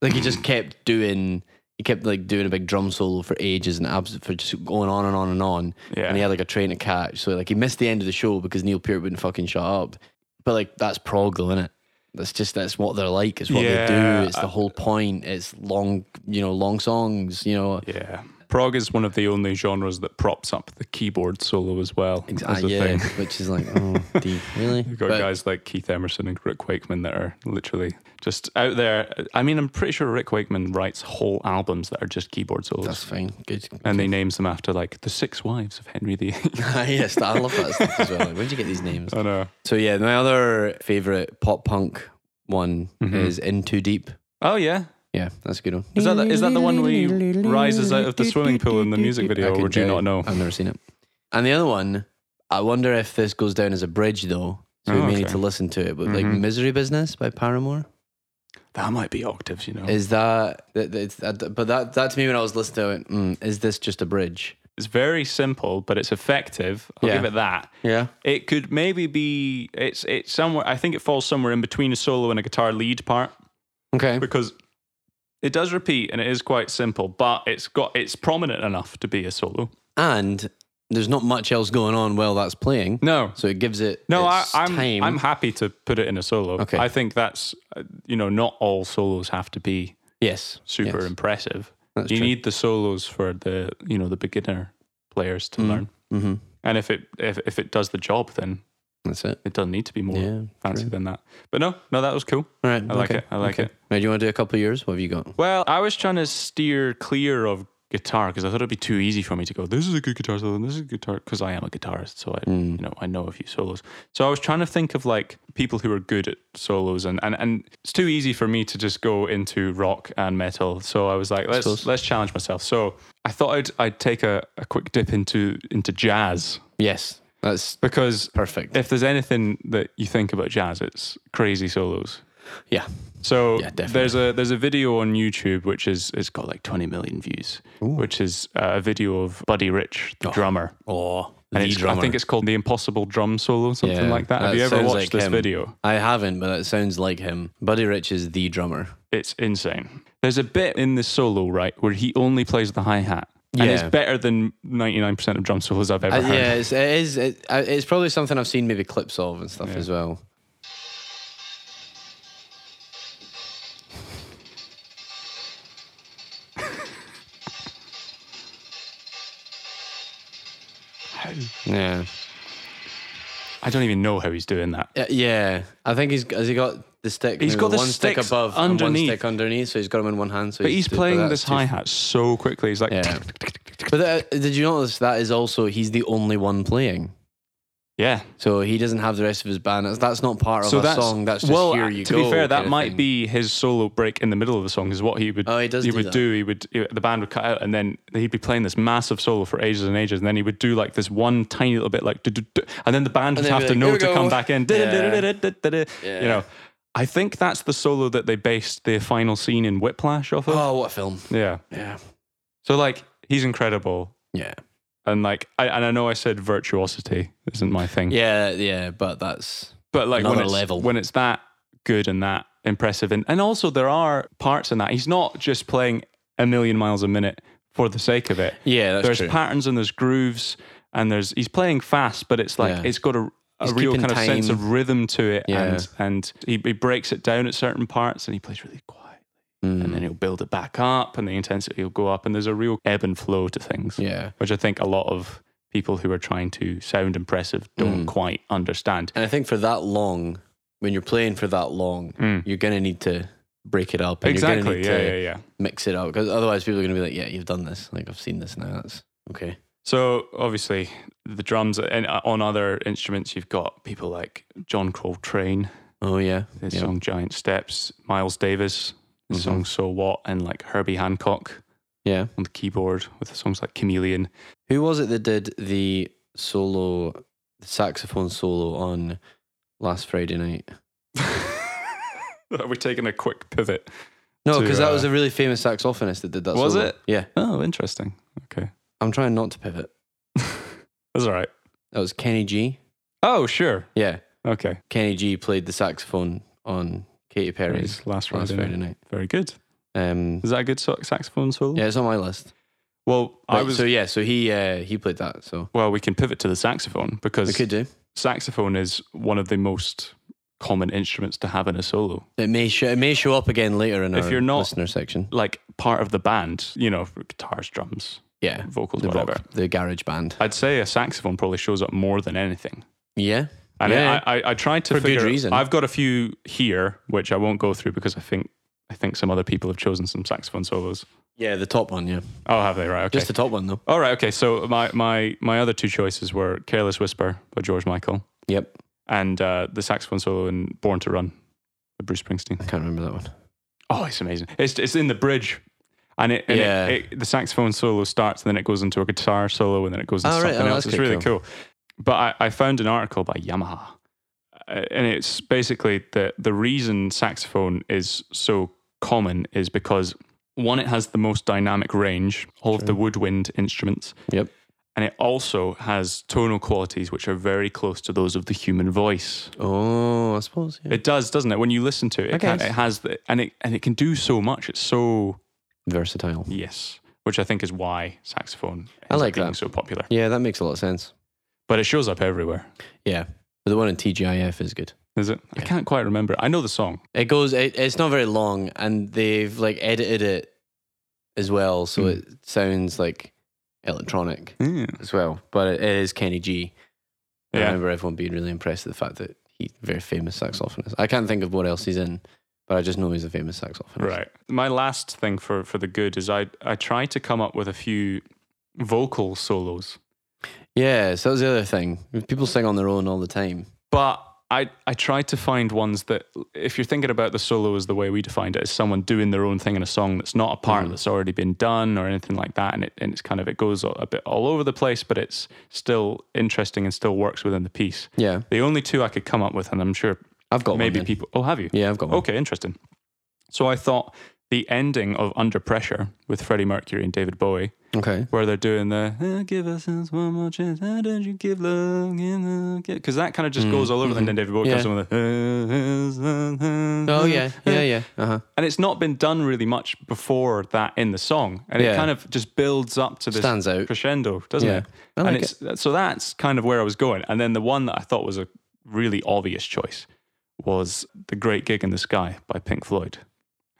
[SPEAKER 1] Like he just kept doing, he kept like doing a big drum solo for ages and abs for just going on and on and on.
[SPEAKER 2] Yeah.
[SPEAKER 1] And he had like a train to catch, so like he missed the end of the show because Neil Peart wouldn't fucking shut up. But like that's prog though, innit? That's just that's what they're like. It's what they
[SPEAKER 2] Yeah,
[SPEAKER 1] do. It's the whole point. It's long, you know, long songs. You know,
[SPEAKER 2] yeah. Prog is one of the only genres that props up the keyboard solo as well. as a
[SPEAKER 1] Exactly. Ah, Yeah,
[SPEAKER 2] thing.
[SPEAKER 1] which is like, oh, D, really?
[SPEAKER 2] You've got
[SPEAKER 1] But-
[SPEAKER 2] guys like Keith Emerson and Rick Wakeman that are literally just out there. I mean, I'm pretty sure Rick Wakeman writes whole albums that are just keyboard solos.
[SPEAKER 1] That's fine. Good.
[SPEAKER 2] and they names them after like the six wives of Henry VIII.
[SPEAKER 1] yes, Ah, I love that stuff as well. Like, where'd you get these names?
[SPEAKER 2] I know.
[SPEAKER 1] So yeah, my other favorite pop punk one
[SPEAKER 2] Mhm.
[SPEAKER 1] is In Too Deep.
[SPEAKER 2] Oh yeah,
[SPEAKER 1] Yeah, that's a good one.
[SPEAKER 2] is that the, is that the one where he rises out of the swimming pool in the music
[SPEAKER 1] I
[SPEAKER 2] video, or
[SPEAKER 1] couldn't
[SPEAKER 2] do you
[SPEAKER 1] tell
[SPEAKER 2] not know?
[SPEAKER 1] I've never seen it. And the other one, I wonder if this goes down as a bridge though. So we
[SPEAKER 2] Oh,
[SPEAKER 1] may need
[SPEAKER 2] okay.
[SPEAKER 1] to listen to it. But like
[SPEAKER 2] Mhm.
[SPEAKER 1] Misery Business by Paramore.
[SPEAKER 2] That might be octaves, you know.
[SPEAKER 1] Is that, that, that- it's, that but that that to me when I was listening to it, I went, mm, is this just a bridge?
[SPEAKER 2] It's very simple, but it's effective. I'll
[SPEAKER 1] Yeah.
[SPEAKER 2] give it that.
[SPEAKER 1] Yeah.
[SPEAKER 2] It could maybe be it's it's somewhere. I think it falls somewhere in between a solo and a guitar lead part.
[SPEAKER 1] Okay.
[SPEAKER 2] because it does repeat and it is quite simple, but it's got it's prominent enough to be a solo.
[SPEAKER 1] And there's not much else going on while that's playing.
[SPEAKER 2] No,
[SPEAKER 1] So it gives it
[SPEAKER 2] no, I,
[SPEAKER 1] its
[SPEAKER 2] I'm
[SPEAKER 1] time.
[SPEAKER 2] I'm happy to put it in a solo.
[SPEAKER 1] Okay.
[SPEAKER 2] I think that's uh, you know not all solos have to be
[SPEAKER 1] yes.
[SPEAKER 2] super
[SPEAKER 1] Yes.
[SPEAKER 2] impressive.
[SPEAKER 1] That's
[SPEAKER 2] you
[SPEAKER 1] true.
[SPEAKER 2] need the solos for the you know the beginner players to learn,
[SPEAKER 1] Mm-hmm.
[SPEAKER 2] and if it if, if it does the job, then
[SPEAKER 1] That's it.
[SPEAKER 2] it doesn't need to be more
[SPEAKER 1] Yeah.
[SPEAKER 2] fancy than that. But no, no, that was cool.
[SPEAKER 1] All right.
[SPEAKER 2] I like it. I like it.
[SPEAKER 1] Now, do you want to do a couple of years? What have you got?
[SPEAKER 2] Well, I was trying to steer clear of guitar because I thought it'd be too easy for me to go. This is a good guitar solo. and This is a guitar because I am a guitarist, so I, you know, I know a few solos. So I was trying to think of like people who are good at solos, and and, and it's too easy for me to just go into rock and metal. So I was like, let's
[SPEAKER 1] suppose.
[SPEAKER 2] let's challenge myself. So I thought I'd I'd take a, a quick dip into into jazz
[SPEAKER 1] Yes. That's
[SPEAKER 2] because
[SPEAKER 1] perfect.
[SPEAKER 2] if there's anything that you think about jazz, it's crazy solos.
[SPEAKER 1] yeah.
[SPEAKER 2] So
[SPEAKER 1] Yeah, definitely.
[SPEAKER 2] there's a there's a video on YouTube which is it's got like 20 million views, which is uh, a video of Buddy Rich, the drummer.
[SPEAKER 1] Oh,
[SPEAKER 2] And it's, I think it's called the Impossible Drum Solo, something
[SPEAKER 1] Yeah,
[SPEAKER 2] like that. Have
[SPEAKER 1] that
[SPEAKER 2] you ever
[SPEAKER 1] sounds
[SPEAKER 2] watched
[SPEAKER 1] like
[SPEAKER 2] this
[SPEAKER 1] him.
[SPEAKER 2] video?
[SPEAKER 1] I haven't, but that sounds like him. Buddy Rich is the drummer.
[SPEAKER 2] It's insane. There's a bit in this solo right where he only plays the hi hat, and it's
[SPEAKER 1] Yeah.
[SPEAKER 2] better than 99% of drum solos I've ever
[SPEAKER 1] Uh,
[SPEAKER 2] heard.
[SPEAKER 1] yeah, it's, it is. It, uh, it's probably something I've seen maybe clips of and stuff as well. Yeah.
[SPEAKER 2] I don't even know how he's doing that.
[SPEAKER 1] Uh, yeah. I think he's has he got the stick.
[SPEAKER 2] He's
[SPEAKER 1] maybe
[SPEAKER 2] got the
[SPEAKER 1] one stick
[SPEAKER 2] sticks
[SPEAKER 1] above and
[SPEAKER 2] underneath.
[SPEAKER 1] one stick underneath, so he's got him in one hand. So
[SPEAKER 2] But he's playing
[SPEAKER 1] but
[SPEAKER 2] this
[SPEAKER 1] that's too-
[SPEAKER 2] hi hat so quickly. He's like,
[SPEAKER 1] Yeah. But uh, did you notice that is also he's the only one playing,
[SPEAKER 2] yeah.
[SPEAKER 1] so he doesn't have the rest of his band. That's, that's not part of a song. That's just
[SPEAKER 2] well, uh,
[SPEAKER 1] here you
[SPEAKER 2] to
[SPEAKER 1] go.
[SPEAKER 2] be fair, that
[SPEAKER 1] kinda
[SPEAKER 2] might
[SPEAKER 1] thing.
[SPEAKER 2] be his solo break in the middle of the song. Is what he would.
[SPEAKER 1] Oh, he does do
[SPEAKER 2] would
[SPEAKER 1] that.
[SPEAKER 2] do. He would. he- the band would cut out, and then he'd be playing this massive solo for ages and ages, and then he would do like this one tiny little bit, like, du-du-du, and then the band would
[SPEAKER 1] then
[SPEAKER 2] have
[SPEAKER 1] be
[SPEAKER 2] to
[SPEAKER 1] like,
[SPEAKER 2] know
[SPEAKER 1] "Here we
[SPEAKER 2] to
[SPEAKER 1] go."
[SPEAKER 2] come back in. Du-du-du-du-du-du-du-du.
[SPEAKER 1] Yeah.
[SPEAKER 2] You know, I think that's the solo that they based the final scene in Whiplash off of.
[SPEAKER 1] Oh, what a film!
[SPEAKER 2] Yeah.
[SPEAKER 1] Yeah,
[SPEAKER 2] So like, he's incredible,
[SPEAKER 1] yeah,
[SPEAKER 2] and like, I, and I know I said virtuosity isn't my thing,
[SPEAKER 1] yeah, yeah. But that's
[SPEAKER 2] but like when
[SPEAKER 1] Another
[SPEAKER 2] it's,
[SPEAKER 1] level.
[SPEAKER 2] when it's that good and that impressive and, and also there are parts in that he's not just playing a million miles a minute for the sake of it
[SPEAKER 1] yeah, that's
[SPEAKER 2] there's
[SPEAKER 1] true.
[SPEAKER 2] patterns and there's grooves and there's he's playing fast but it's like
[SPEAKER 1] Yeah.
[SPEAKER 2] it's got a, a
[SPEAKER 1] He's
[SPEAKER 2] real
[SPEAKER 1] keeping
[SPEAKER 2] kind of sense
[SPEAKER 1] time.
[SPEAKER 2] of rhythm to it
[SPEAKER 1] Yeah.
[SPEAKER 2] and and he, he breaks it down at certain parts and he plays really quiet and
[SPEAKER 1] Mm.
[SPEAKER 2] then he'll build it back up and the intensity will go up and there's a real ebb and flow to things
[SPEAKER 1] yeah,
[SPEAKER 2] which i think a lot of people who are trying to sound impressive don't
[SPEAKER 1] Mm.
[SPEAKER 2] quite understand
[SPEAKER 1] and I think for that long, when you're playing for that long, you're gonna need to break it up. And You're gonna
[SPEAKER 2] exactly
[SPEAKER 1] need
[SPEAKER 2] yeah
[SPEAKER 1] to
[SPEAKER 2] yeah yeah
[SPEAKER 1] Mix it up because otherwise people are gonna be like, yeah, you've done this. Like I've seen this now. That's okay.
[SPEAKER 2] So obviously the drums and uh, on other instruments you've got people like John Coltrane,
[SPEAKER 1] Oh yeah,
[SPEAKER 2] his
[SPEAKER 1] yeah.
[SPEAKER 2] song Giant Steps, Miles Davis, his
[SPEAKER 1] Mhm.
[SPEAKER 2] song So What, and like Herbie Hancock
[SPEAKER 1] yeah.
[SPEAKER 2] on the keyboard with songs like Chameleon.
[SPEAKER 1] Who was it that did the solo, the saxophone solo on last Friday night?
[SPEAKER 2] We're taking a quick pivot.
[SPEAKER 1] No,
[SPEAKER 2] To,
[SPEAKER 1] because that was
[SPEAKER 2] uh,
[SPEAKER 1] a really famous saxophonist that did that.
[SPEAKER 2] Was
[SPEAKER 1] solo.
[SPEAKER 2] it?
[SPEAKER 1] Yeah,
[SPEAKER 2] Oh, interesting. Okay,
[SPEAKER 1] I'm trying not to pivot.
[SPEAKER 2] that's all right.
[SPEAKER 1] That was Kenny G.
[SPEAKER 2] Oh, sure.
[SPEAKER 1] Yeah,
[SPEAKER 2] Okay,
[SPEAKER 1] Kenny G played the saxophone on Katy Perry's
[SPEAKER 2] Nice. last
[SPEAKER 1] last
[SPEAKER 2] Friday.
[SPEAKER 1] Friday
[SPEAKER 2] night.
[SPEAKER 1] night.
[SPEAKER 2] Very good.
[SPEAKER 1] Um,
[SPEAKER 2] Is that a good so- saxophone solo?
[SPEAKER 1] yeah, it's on my list.
[SPEAKER 2] Well, I
[SPEAKER 1] But-
[SPEAKER 2] was.
[SPEAKER 1] so yeah, so he uh, he played that. So
[SPEAKER 2] well, we can pivot to the saxophone because
[SPEAKER 1] we could do.
[SPEAKER 2] saxophone is one of the most common instruments to have in a solo.
[SPEAKER 1] It may show, it may show up again later in
[SPEAKER 2] If
[SPEAKER 1] our
[SPEAKER 2] you're not-
[SPEAKER 1] listener section.
[SPEAKER 2] Like part of the band, you know, for guitars, drums,
[SPEAKER 1] Yeah.
[SPEAKER 2] vocals,
[SPEAKER 1] The
[SPEAKER 2] whatever.
[SPEAKER 1] rock, the garage band.
[SPEAKER 2] I'd say a saxophone probably shows up more than anything.
[SPEAKER 1] Yeah.
[SPEAKER 2] And
[SPEAKER 1] yeah.
[SPEAKER 2] I, I, I tried to
[SPEAKER 1] For good
[SPEAKER 2] figure.
[SPEAKER 1] reason.
[SPEAKER 2] I've got a few here, which I won't go through because I think I think some other people have chosen some saxophone solos.
[SPEAKER 1] yeah, the top one, yeah.
[SPEAKER 2] Oh, have they? Right. Okay.
[SPEAKER 1] Just the top one though.
[SPEAKER 2] All right. Okay. So my my my other two choices were "Careless Whisper" by George Michael
[SPEAKER 1] Yep.
[SPEAKER 2] and uh, the saxophone solo in "Born to Run" by Bruce Springsteen.
[SPEAKER 1] I can't remember that one.
[SPEAKER 2] Oh, it's amazing. It's it's in the bridge. And, it, and it-
[SPEAKER 1] Yeah.
[SPEAKER 2] it, the saxophone solo starts, and then it goes into a guitar solo, and then it goes into
[SPEAKER 1] Oh, right.
[SPEAKER 2] something
[SPEAKER 1] Oh,
[SPEAKER 2] else.
[SPEAKER 1] that's
[SPEAKER 2] It's
[SPEAKER 1] quite
[SPEAKER 2] really cool. But I, I found an article by Yamaha, uh, and it's basically the the reason saxophone is so common is because one, it has the most dynamic range all of the woodwind instruments,
[SPEAKER 1] Yep.
[SPEAKER 2] and it also has tonal qualities which are very close to those of the human voice.
[SPEAKER 1] Oh, I suppose. Yeah.
[SPEAKER 2] It does, doesn't it? When you listen to it,
[SPEAKER 1] I
[SPEAKER 2] it, can,
[SPEAKER 1] guess.
[SPEAKER 2] it has the, and it and it can do so much. It's so
[SPEAKER 1] Versatile.
[SPEAKER 2] Yes, which I think is why saxophone
[SPEAKER 1] I
[SPEAKER 2] is
[SPEAKER 1] like
[SPEAKER 2] being
[SPEAKER 1] that.
[SPEAKER 2] so popular.
[SPEAKER 1] Yeah, that makes a lot of sense.
[SPEAKER 2] But it shows up everywhere.
[SPEAKER 1] Yeah. But the one in TGIF is good.
[SPEAKER 2] Is it? I can't quite remember. I know the song.
[SPEAKER 1] It goes. It, it's not very long, and they've like edited it as well, so
[SPEAKER 2] Mm.
[SPEAKER 1] it sounds like electronic
[SPEAKER 2] Yeah.
[SPEAKER 1] as well. But it, it is Kenny G. I
[SPEAKER 2] Yeah.
[SPEAKER 1] remember everyone being really impressed with the fact that he's a very famous saxophonist. I can't think of what else he's in, but I just know he's a famous saxophonist.
[SPEAKER 2] Right. My last thing for for the good is I I tried to come up with a few vocal solos,
[SPEAKER 1] Yeah. So that's the other thing. People sing on their own all the time.
[SPEAKER 2] but I I tried to find ones that if you're thinking about the solo as the way we defined it as someone doing their own thing in a song that's not a part
[SPEAKER 1] Mhm.
[SPEAKER 2] that's already been done or anything like that, and it and it's kind of it goes a bit all over the place, but it's still interesting and still works within the piece.
[SPEAKER 1] Yeah.
[SPEAKER 2] The only two I could come up with, and I'm sure
[SPEAKER 1] I've got
[SPEAKER 2] maybe
[SPEAKER 1] one. then.
[SPEAKER 2] people. Oh, have you?
[SPEAKER 1] Yeah, I've got one.
[SPEAKER 2] Okay, interesting. So I thought the ending of Under Pressure with Freddie Mercury and David Bowie,
[SPEAKER 1] Okay.
[SPEAKER 2] where they're doing the "Oh, "Give us this one more chance," how did you give love? Because that kind of just
[SPEAKER 1] Mm,
[SPEAKER 2] goes all over. the
[SPEAKER 1] mhm.
[SPEAKER 2] And then David Bowie comes
[SPEAKER 1] Yeah.
[SPEAKER 2] in with the
[SPEAKER 1] Oh yeah. Yeah yeah. Uh huh.
[SPEAKER 2] and it's not been done really much before that in the song, and it
[SPEAKER 1] Yeah.
[SPEAKER 2] kind of just builds up to this
[SPEAKER 1] Stands out.
[SPEAKER 2] crescendo, doesn't
[SPEAKER 1] Yeah.
[SPEAKER 2] it?
[SPEAKER 1] I like
[SPEAKER 2] and it's so that's kind of where I was going. And then the one that I thought was a really obvious choice was The Great Gig in the Sky by Pink Floyd.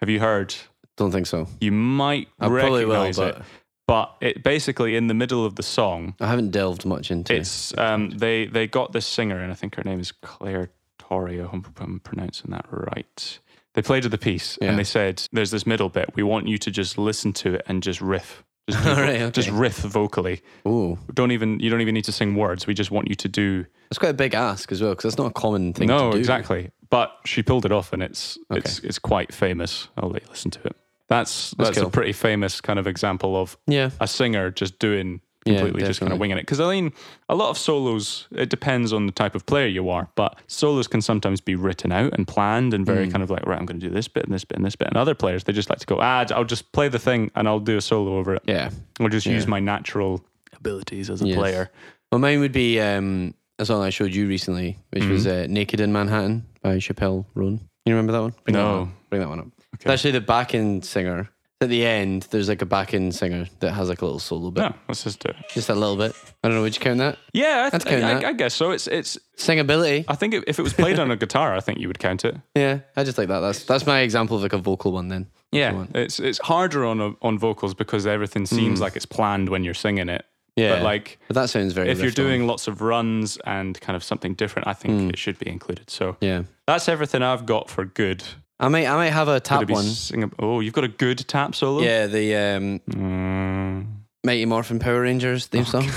[SPEAKER 2] Have you heard?
[SPEAKER 1] Don't think so.
[SPEAKER 2] You might
[SPEAKER 1] I probably will,
[SPEAKER 2] recognize
[SPEAKER 1] but
[SPEAKER 2] it, but it basically in the middle of the song,
[SPEAKER 1] I haven't delved much into it.
[SPEAKER 2] it's um, they they got this singer, and I think her name is Claire Torrio. I'm, I'm pronouncing that right. They played to the piece,
[SPEAKER 1] Yeah.
[SPEAKER 2] and they said, "There's this middle bit. We want you to just listen to it and just riff, just, do vo-
[SPEAKER 1] Right, okay.
[SPEAKER 2] just riff vocally.
[SPEAKER 1] Ooh.
[SPEAKER 2] Don't even you don't even need to sing words. We just want you to do.
[SPEAKER 1] That's quite a big ask as well, because that's not a common thing
[SPEAKER 2] no,
[SPEAKER 1] to do.
[SPEAKER 2] exactly. But she pulled it off, and it's it's it's quite famous. I'll let you listen to it. That's that's,
[SPEAKER 1] That's
[SPEAKER 2] a
[SPEAKER 1] cool.
[SPEAKER 2] pretty famous kind of example of
[SPEAKER 1] Yeah.
[SPEAKER 2] a singer just doing
[SPEAKER 1] Yeah,
[SPEAKER 2] completely just kind of
[SPEAKER 1] definitely.
[SPEAKER 2] winging it. Because I mean, a lot of solos, it depends on the type of player you are, but solos can sometimes be written out and planned and
[SPEAKER 1] Mm.
[SPEAKER 2] very kind of like, right, I'm going to do this bit and this bit and this bit. And other players, they just like to go, ah, I'll just play the thing and I'll do a solo over it.
[SPEAKER 1] Yeah.
[SPEAKER 2] I'll just use my natural abilities as a
[SPEAKER 1] Yes.
[SPEAKER 2] player.
[SPEAKER 1] Well, mine would be um, a song I showed you recently, which was
[SPEAKER 2] Mm-hmm.
[SPEAKER 1] uh, Naked in Manhattan by Chappelle Roan. You remember that one? Bring That
[SPEAKER 2] No.
[SPEAKER 1] one up. Bring that one up. It's actually the backing singer. At the end, there's like a backing singer that has like a little solo bit.
[SPEAKER 2] Yeah, let's just do it.
[SPEAKER 1] Just a little bit. I don't know, would you count that?
[SPEAKER 2] Yeah, I,
[SPEAKER 1] That's
[SPEAKER 2] th-
[SPEAKER 1] kinda
[SPEAKER 2] I,
[SPEAKER 1] that.
[SPEAKER 2] I guess so. It's it's.
[SPEAKER 1] Singability.
[SPEAKER 2] I think if if it was played on a guitar, I think you would count it.
[SPEAKER 1] Yeah, I just like that. That's that's my example of like a vocal one then.
[SPEAKER 2] Yeah, it's it's harder on a, on vocals because everything seems like it's planned when you're singing it.
[SPEAKER 1] Yeah.
[SPEAKER 2] but like
[SPEAKER 1] But that sounds very
[SPEAKER 2] if you're
[SPEAKER 1] riffed on. Hmm.
[SPEAKER 2] doing lots of runs and kind of something different, I think it should be included. So
[SPEAKER 1] Yeah.
[SPEAKER 2] that's everything I've got for good.
[SPEAKER 1] I might I might have a
[SPEAKER 2] Could it
[SPEAKER 1] tap
[SPEAKER 2] be
[SPEAKER 1] one.
[SPEAKER 2] sing- oh, you've got a good tap solo.
[SPEAKER 1] Yeah, the um,
[SPEAKER 2] Mm.
[SPEAKER 1] Mighty Morphin Power Rangers theme song.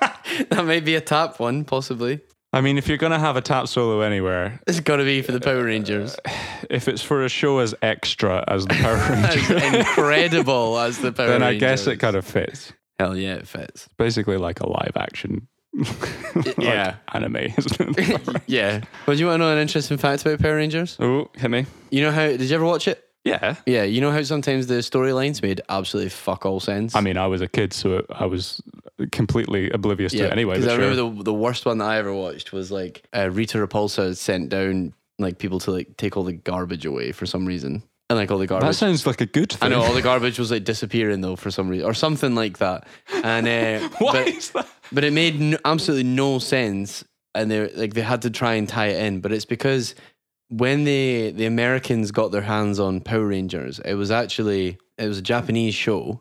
[SPEAKER 1] that might be a tap one, possibly.
[SPEAKER 2] I mean, if you're gonna have a tap solo anywhere,
[SPEAKER 1] It's got to be for the Power Rangers.
[SPEAKER 2] if it's for a show as extra as the Power
[SPEAKER 1] As
[SPEAKER 2] Rangers,
[SPEAKER 1] incredible as the Power
[SPEAKER 2] then I
[SPEAKER 1] Rangers.
[SPEAKER 2] guess it kind of fits.
[SPEAKER 1] Hell yeah, it fits.
[SPEAKER 2] Basically, like a live action, like
[SPEAKER 1] yeah.
[SPEAKER 2] anime. Isn't it?
[SPEAKER 1] Yeah. Well, do you want to know an interesting fact about Power Rangers?
[SPEAKER 2] oh, hit me.
[SPEAKER 1] You know how? Did you ever watch it?
[SPEAKER 2] Yeah.
[SPEAKER 1] Yeah. You know how sometimes the storylines made absolutely fuck all sense.
[SPEAKER 2] I mean, I was a kid, so I was completely oblivious to it anyway.
[SPEAKER 1] Because
[SPEAKER 2] but
[SPEAKER 1] I
[SPEAKER 2] sure.
[SPEAKER 1] remember the, the worst one that I ever watched was like uh, Rita Repulsa had sent down like people to like take all the garbage away for some reason, and like all the garbage.
[SPEAKER 2] that sounds like a good thing.
[SPEAKER 1] I know all the garbage was like disappearing though for some reason or something like that, and uh,
[SPEAKER 2] Why
[SPEAKER 1] but
[SPEAKER 2] is that?
[SPEAKER 1] but it made no, absolutely no sense, and they like they had to try and tie it in, but it's because when the the Americans got their hands on Power Rangers, it was actually it was a Japanese show,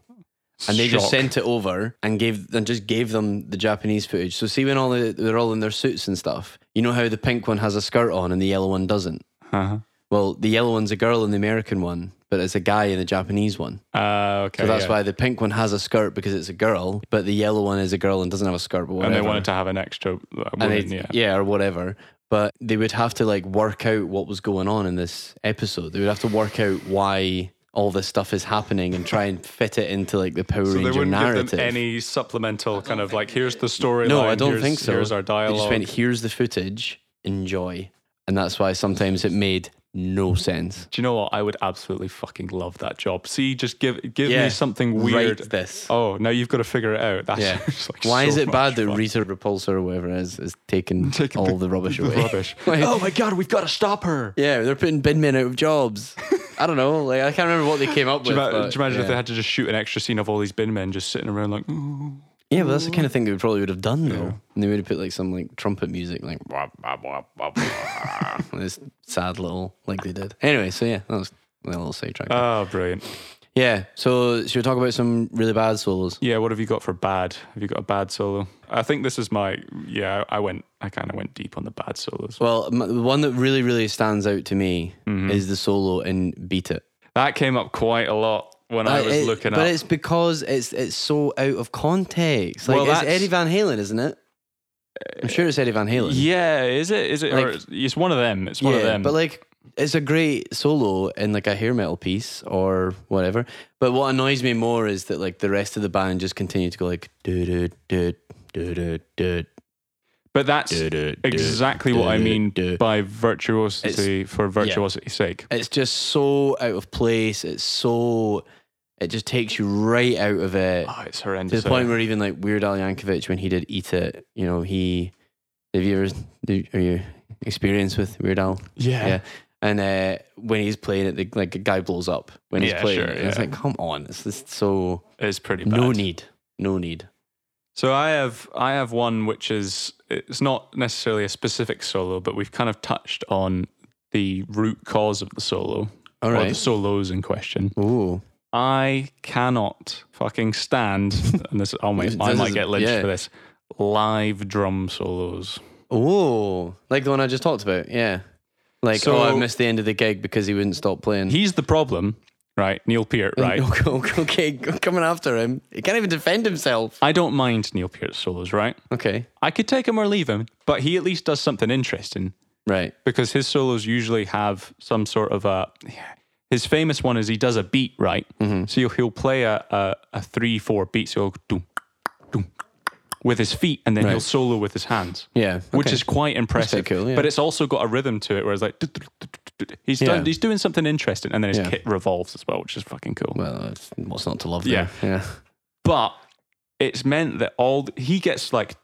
[SPEAKER 1] and they just
[SPEAKER 2] Shock.
[SPEAKER 1] sent it over and gave and just gave them the Japanese footage. So see when all the, they're all in their suits and stuff, you know how the pink one has a skirt on and the yellow one doesn't.
[SPEAKER 2] Uh-huh.
[SPEAKER 1] Well, the yellow one's a girl in the American one, but it's a guy in the Japanese one.
[SPEAKER 2] Uh, okay.
[SPEAKER 1] So that's
[SPEAKER 2] yeah.
[SPEAKER 1] why the pink one has a skirt because it's a girl, but the yellow one is a girl and doesn't have a skirt. But
[SPEAKER 2] And
[SPEAKER 1] whatever.
[SPEAKER 2] they wanted to have an extra uh,
[SPEAKER 1] And
[SPEAKER 2] woman,
[SPEAKER 1] they'd-
[SPEAKER 2] yeah.
[SPEAKER 1] yeah, or whatever. But they would have to like work out what was going on in this episode. They would have to work out why all this stuff is happening and try and fit it into like the Power
[SPEAKER 2] So they
[SPEAKER 1] Ranger
[SPEAKER 2] wouldn't
[SPEAKER 1] narrative.
[SPEAKER 2] give them any supplemental kind of like, here's the storyline.
[SPEAKER 1] no, I don't
[SPEAKER 2] here's-
[SPEAKER 1] think so.
[SPEAKER 2] Here's our
[SPEAKER 1] They just
[SPEAKER 2] dialogue.
[SPEAKER 1] went, here's the footage, enjoy, and that's why sometimes it made no sense.
[SPEAKER 2] Do you know what? I would absolutely fucking love that job. See, just give give
[SPEAKER 1] Yeah,
[SPEAKER 2] me something weird.
[SPEAKER 1] Write this.
[SPEAKER 2] Oh, now you've got to figure it out. That's
[SPEAKER 1] Yeah.
[SPEAKER 2] just, like,
[SPEAKER 1] Why
[SPEAKER 2] so
[SPEAKER 1] is it
[SPEAKER 2] much
[SPEAKER 1] bad that
[SPEAKER 2] fun.
[SPEAKER 1] Rita Repulsor or whatever it is is taking
[SPEAKER 2] Taking
[SPEAKER 1] all
[SPEAKER 2] pic-
[SPEAKER 1] the rubbish
[SPEAKER 2] the
[SPEAKER 1] away?
[SPEAKER 2] rubbish?
[SPEAKER 1] Like-
[SPEAKER 2] oh my god, we've got to stop her.
[SPEAKER 1] Yeah, they're putting bin men out of jobs. I don't know. Like I can't remember what they came up
[SPEAKER 2] Do
[SPEAKER 1] with.
[SPEAKER 2] you, ima-
[SPEAKER 1] but,
[SPEAKER 2] do you imagine
[SPEAKER 1] yeah.
[SPEAKER 2] if they had to just shoot an extra scene of all these bin men just sitting around like, "Mm,
[SPEAKER 1] Yeah, but that's the kind of thing they probably would have done though. And they would have put like some like trumpet music, like
[SPEAKER 2] blah, blah, blah, blah, blah."
[SPEAKER 1] this sad little like they did. Anyway, so yeah, that was a little sidetrack. track.
[SPEAKER 2] oh, brilliant.
[SPEAKER 1] yeah, so should we talk about some really bad solos?
[SPEAKER 2] Yeah, what have you got for bad? Have you got a bad solo? I think this is my yeah. I went. I kind of went deep on the bad solos.
[SPEAKER 1] Well, m- the one that really really stands out to me
[SPEAKER 2] Mm-hmm.
[SPEAKER 1] is the solo in "Beat It."
[SPEAKER 2] That came up quite a lot when I
[SPEAKER 1] Uh,
[SPEAKER 2] was
[SPEAKER 1] it-
[SPEAKER 2] looking
[SPEAKER 1] but
[SPEAKER 2] up.
[SPEAKER 1] it's because it's it's so out of context. Like
[SPEAKER 2] Well,
[SPEAKER 1] it's
[SPEAKER 2] that's-
[SPEAKER 1] Eddie Van Halen, isn't it? I'm sure it's Eddie Van Halen.
[SPEAKER 2] Yeah, is it? Is it?
[SPEAKER 1] Like-
[SPEAKER 2] or it's- it's one of them. It's one of them.
[SPEAKER 1] But like, it's a great solo in like a hair metal piece or whatever. But what annoys me more is that like the rest of the band just continue to go like do do do do do do
[SPEAKER 2] But that's
[SPEAKER 1] do do.
[SPEAKER 2] exactly what I mean by virtuosity for virtuosity's sake.
[SPEAKER 1] It's just so out of place. It's so it just takes you right out of it
[SPEAKER 2] Oh, it's
[SPEAKER 1] to
[SPEAKER 2] horrendous.
[SPEAKER 1] the point where even like Weird Al Yankovic when he did Eat It, you know, he have you ever do, are you experienced with Weird Al?
[SPEAKER 2] yeah.
[SPEAKER 1] yeah. And uh, when he's playing it, the, like a guy blows up when he's
[SPEAKER 2] Yeah,
[SPEAKER 1] playing.
[SPEAKER 2] sure,
[SPEAKER 1] it. And It's
[SPEAKER 2] yeah.
[SPEAKER 1] like, come on, it's just so
[SPEAKER 2] it's pretty bad.
[SPEAKER 1] no need, no need.
[SPEAKER 2] So I have I have one which is it's not necessarily a specific solo, but we've kind of touched on the root cause of the solo
[SPEAKER 1] All
[SPEAKER 2] or the
[SPEAKER 1] right.
[SPEAKER 2] solos in question.
[SPEAKER 1] Ooh,
[SPEAKER 2] I cannot fucking stand, and this oh my,
[SPEAKER 1] This
[SPEAKER 2] I might
[SPEAKER 1] is-
[SPEAKER 2] get lynched
[SPEAKER 1] yeah.
[SPEAKER 2] for this. Live drum solos.
[SPEAKER 1] oh, like the one I just talked about. Yeah. Like,
[SPEAKER 2] So-
[SPEAKER 1] oh, I missed the end of the gig because he wouldn't stop playing.
[SPEAKER 2] He's the problem, right? Neil Peart,
[SPEAKER 1] Oh,
[SPEAKER 2] right?
[SPEAKER 1] okay, coming after him. He can't even defend himself.
[SPEAKER 2] I don't mind Neil Peart's solos, right?
[SPEAKER 1] Okay.
[SPEAKER 2] I could take him or leave him, but he at least does something interesting
[SPEAKER 1] Right.
[SPEAKER 2] because his solos usually have some sort of a. His famous one is he does a beat, right?
[SPEAKER 1] Mm-hmm.
[SPEAKER 2] So he'll, he'll play a, a, a three, four beat. So he'll go doom, doom, with his feet and then he'll
[SPEAKER 1] Right.
[SPEAKER 2] solo with his hands.
[SPEAKER 1] Yeah.
[SPEAKER 2] Which
[SPEAKER 1] okay.
[SPEAKER 2] is quite impressive,
[SPEAKER 1] cool, yeah.
[SPEAKER 2] but it's also got a rhythm to it where it's like "Dut, dut, dut, dut, dut." he's done,
[SPEAKER 1] Yeah.
[SPEAKER 2] he's doing something interesting, and then his
[SPEAKER 1] Yeah.
[SPEAKER 2] kit revolves as well, which is fucking cool.
[SPEAKER 1] well, it's, what's not to love?
[SPEAKER 2] Yeah.
[SPEAKER 1] There? Yeah.
[SPEAKER 2] but it's meant that all he gets like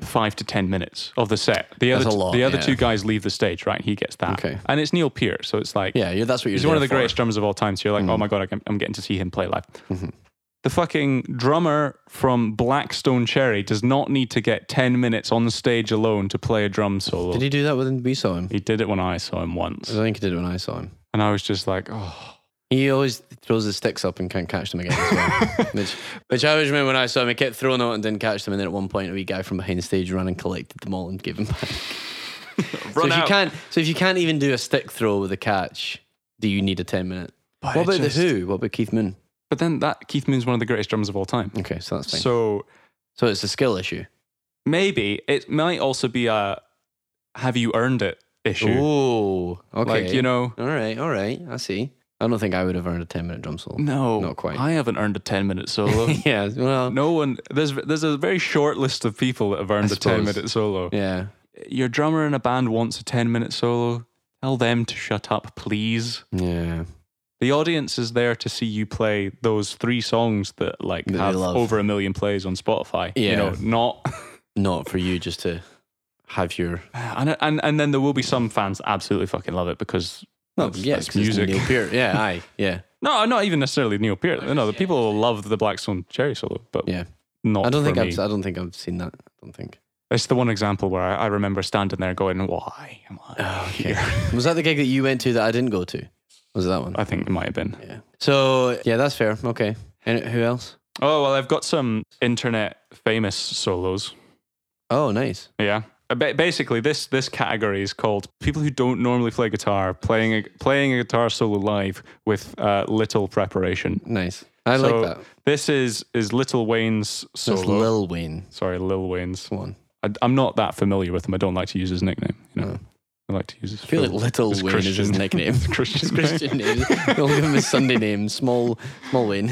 [SPEAKER 2] five to ten minutes of the set. The
[SPEAKER 1] That's
[SPEAKER 2] other
[SPEAKER 1] a lot,
[SPEAKER 2] the other
[SPEAKER 1] yeah.
[SPEAKER 2] two guys leave the stage, right? He gets that,
[SPEAKER 1] Okay.
[SPEAKER 2] and it's Neil Peart, so it's like
[SPEAKER 1] Yeah. You're, that's what you're.
[SPEAKER 2] he's one of the
[SPEAKER 1] there for. Mm.
[SPEAKER 2] greatest drummers of all time. So you're like, oh my god, I can- I'm getting to see him play live.
[SPEAKER 1] Mm-hmm.
[SPEAKER 2] The fucking drummer from Blackstone Cherry does not need to get ten minutes on stage alone to play a drum solo.
[SPEAKER 1] Did he do that when we saw him?
[SPEAKER 2] He did it when I saw him
[SPEAKER 1] I
[SPEAKER 2] once,
[SPEAKER 1] think he did it when I saw him.
[SPEAKER 2] and I was just like, oh,
[SPEAKER 1] He always throws his sticks up and can't catch them again. As well. which, which I always remember when I saw him, he kept throwing out and didn't catch them. And then at one point, a wee guy from behind the stage ran and collected them all and gave them back. so
[SPEAKER 2] run
[SPEAKER 1] if you
[SPEAKER 2] out.
[SPEAKER 1] can't, so if you can't even do a stick throw with a catch, do you need a ten minute?
[SPEAKER 2] But
[SPEAKER 1] What
[SPEAKER 2] it
[SPEAKER 1] about
[SPEAKER 2] just-
[SPEAKER 1] the Who? What about Keith Moon?
[SPEAKER 2] But then that Keith Moon's one of the greatest drummers of all time.
[SPEAKER 1] Okay, so that's fine. So,
[SPEAKER 2] So
[SPEAKER 1] it's a skill issue.
[SPEAKER 2] maybe it might also be a have you earned it issue.
[SPEAKER 1] Oh, okay.
[SPEAKER 2] Like, you know,
[SPEAKER 1] all right, all right. I see. I don't think I would have earned a ten minute drum solo.
[SPEAKER 2] no,
[SPEAKER 1] Not quite.
[SPEAKER 2] I haven't earned a 10 minute solo.
[SPEAKER 1] yeah. Well.
[SPEAKER 2] no one, there's, there's a very short list of people that have earned a 10
[SPEAKER 1] suppose.
[SPEAKER 2] minute solo.
[SPEAKER 1] Yeah.
[SPEAKER 2] Your drummer in a band wants a 10 minute solo. Tell them to shut up, please.
[SPEAKER 1] Yeah.
[SPEAKER 2] The audience is there to see you play those three songs that like
[SPEAKER 1] That they
[SPEAKER 2] have
[SPEAKER 1] love.
[SPEAKER 2] over a million plays on Spotify. You
[SPEAKER 1] Yeah.
[SPEAKER 2] know, not
[SPEAKER 1] Not for you, just to have your
[SPEAKER 2] and, and and then there will be some fans that absolutely fucking love it because
[SPEAKER 1] Well,
[SPEAKER 2] that's,
[SPEAKER 1] yeah,
[SPEAKER 2] that's
[SPEAKER 1] 'cause it's
[SPEAKER 2] music.
[SPEAKER 1] Neil Peart. Yeah, aye, yeah.
[SPEAKER 2] No, not even necessarily Neil Peart. No, the people love the Blackstone Cherry solo, but
[SPEAKER 1] Yeah.
[SPEAKER 2] not.
[SPEAKER 1] I don't think
[SPEAKER 2] for
[SPEAKER 1] I've,
[SPEAKER 2] me.
[SPEAKER 1] I don't think I've seen that. I don't think.
[SPEAKER 2] It's the one example where I, I remember standing there going, "Why am I
[SPEAKER 1] Oh,
[SPEAKER 2] here?"
[SPEAKER 1] Was that the gig that you went to that I didn't go to? Was it that one?
[SPEAKER 2] I think it might have been.
[SPEAKER 1] Yeah. So yeah, that's fair. Okay. And who else?
[SPEAKER 2] Oh well, I've got some internet famous solos.
[SPEAKER 1] Oh, nice.
[SPEAKER 2] Yeah. Uh, ba- Basically, this this category is called people who don't normally play guitar playing a, playing a guitar solo live with uh, little preparation.
[SPEAKER 1] Nice. I
[SPEAKER 2] So,
[SPEAKER 1] like that.
[SPEAKER 2] This is is Little Wayne's solo.
[SPEAKER 1] That's Lil Wayne.
[SPEAKER 2] Sorry, Lil Wayne's.
[SPEAKER 1] One.
[SPEAKER 2] I, I'm not that familiar with him. I don't like to use his nickname. You know,
[SPEAKER 1] No.
[SPEAKER 2] I like to use his.
[SPEAKER 1] Oh. I feel like Little
[SPEAKER 2] It's
[SPEAKER 1] Wayne is his
[SPEAKER 2] Christian.
[SPEAKER 1] nickname.
[SPEAKER 2] It's Christian
[SPEAKER 1] His Christian name. We'll give him his Sunday name, Small Small Wayne.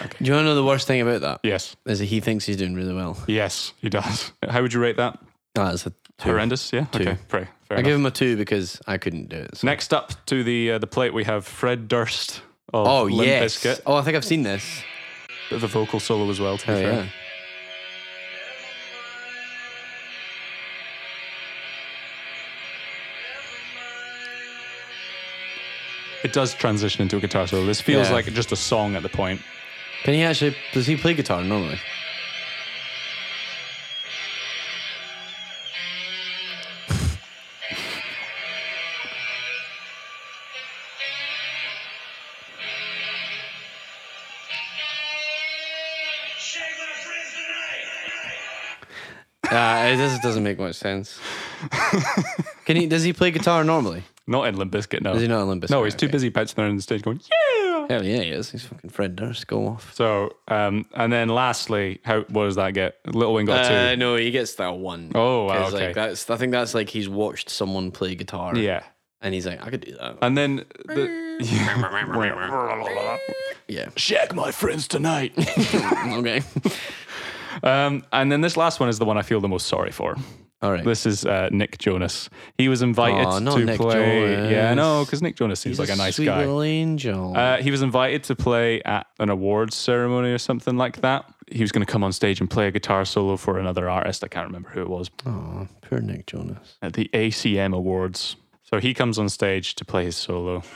[SPEAKER 1] Do you want to know the worst thing about that?
[SPEAKER 2] yes,
[SPEAKER 1] Is that he thinks he's doing really well.
[SPEAKER 2] yes, he does. How would you rate that?
[SPEAKER 1] Ah, that's a two.
[SPEAKER 2] Horrendous. Yeah.
[SPEAKER 1] Two.
[SPEAKER 2] Okay. Pray. Fair
[SPEAKER 1] I
[SPEAKER 2] enough.
[SPEAKER 1] give him a two because I couldn't do it. so-
[SPEAKER 2] Next up to the uh, the plate, we have Fred Durst of
[SPEAKER 1] Oh
[SPEAKER 2] Limp
[SPEAKER 1] yes.
[SPEAKER 2] Bizkit.
[SPEAKER 1] Oh, I think I've seen this.
[SPEAKER 2] Bit of a vocal solo as well. To be
[SPEAKER 1] Oh
[SPEAKER 2] fair.
[SPEAKER 1] yeah.
[SPEAKER 2] It does transition into a guitar solo. This feels
[SPEAKER 1] Yeah.
[SPEAKER 2] like just a song at the point.
[SPEAKER 1] Can he actually? Does he play guitar normally?
[SPEAKER 3] Shake my friends tonight.
[SPEAKER 1] Uh, it just doesn't make much sense. Can he? Does he play guitar normally?
[SPEAKER 2] Not in Limp Bizkit. No.
[SPEAKER 1] Is he not Olympus?
[SPEAKER 2] no, he's too busy pouncing around on the stage going yeah.
[SPEAKER 1] Hell yeah, he is. He's fucking Fred Durst. Go off.
[SPEAKER 2] So um, and then lastly, how what does that get? Little Wing got two.
[SPEAKER 1] Uh, no, he gets that one.
[SPEAKER 2] Oh, wow,
[SPEAKER 1] 'Cause,
[SPEAKER 2] okay.
[SPEAKER 1] Like, that's, I think that's like he's watched someone play guitar.
[SPEAKER 2] Yeah. Uh,
[SPEAKER 1] And he's like, I could do that.
[SPEAKER 2] And then the
[SPEAKER 1] Yeah.
[SPEAKER 2] Shag my friends tonight.
[SPEAKER 1] okay.
[SPEAKER 2] um, and then this last one is the one I feel the most sorry for.
[SPEAKER 1] All right.
[SPEAKER 2] This is uh, Nick Jonas. He was invited
[SPEAKER 1] Aw, not
[SPEAKER 2] to
[SPEAKER 1] Nick
[SPEAKER 2] play. Yeah,
[SPEAKER 1] Jonas.
[SPEAKER 2] no, because Nick Jonas seems
[SPEAKER 1] He's
[SPEAKER 2] like a, nice
[SPEAKER 1] sweet
[SPEAKER 2] guy.
[SPEAKER 1] little angel.
[SPEAKER 2] Uh, he was invited to play at an awards ceremony or something like that. He was going to come on stage and play a guitar solo for another artist. I can't remember who it was.
[SPEAKER 1] Aw, poor Nick Jonas.
[SPEAKER 2] At the ACM Awards. So he comes on stage to play his solo.
[SPEAKER 3] Get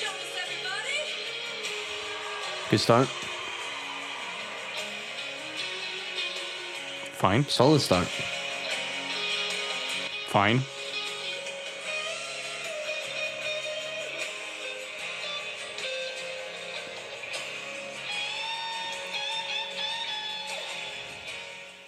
[SPEAKER 3] Jonas, everybody.
[SPEAKER 1] Good start.
[SPEAKER 2] Fine,
[SPEAKER 1] Solid start.
[SPEAKER 2] fine.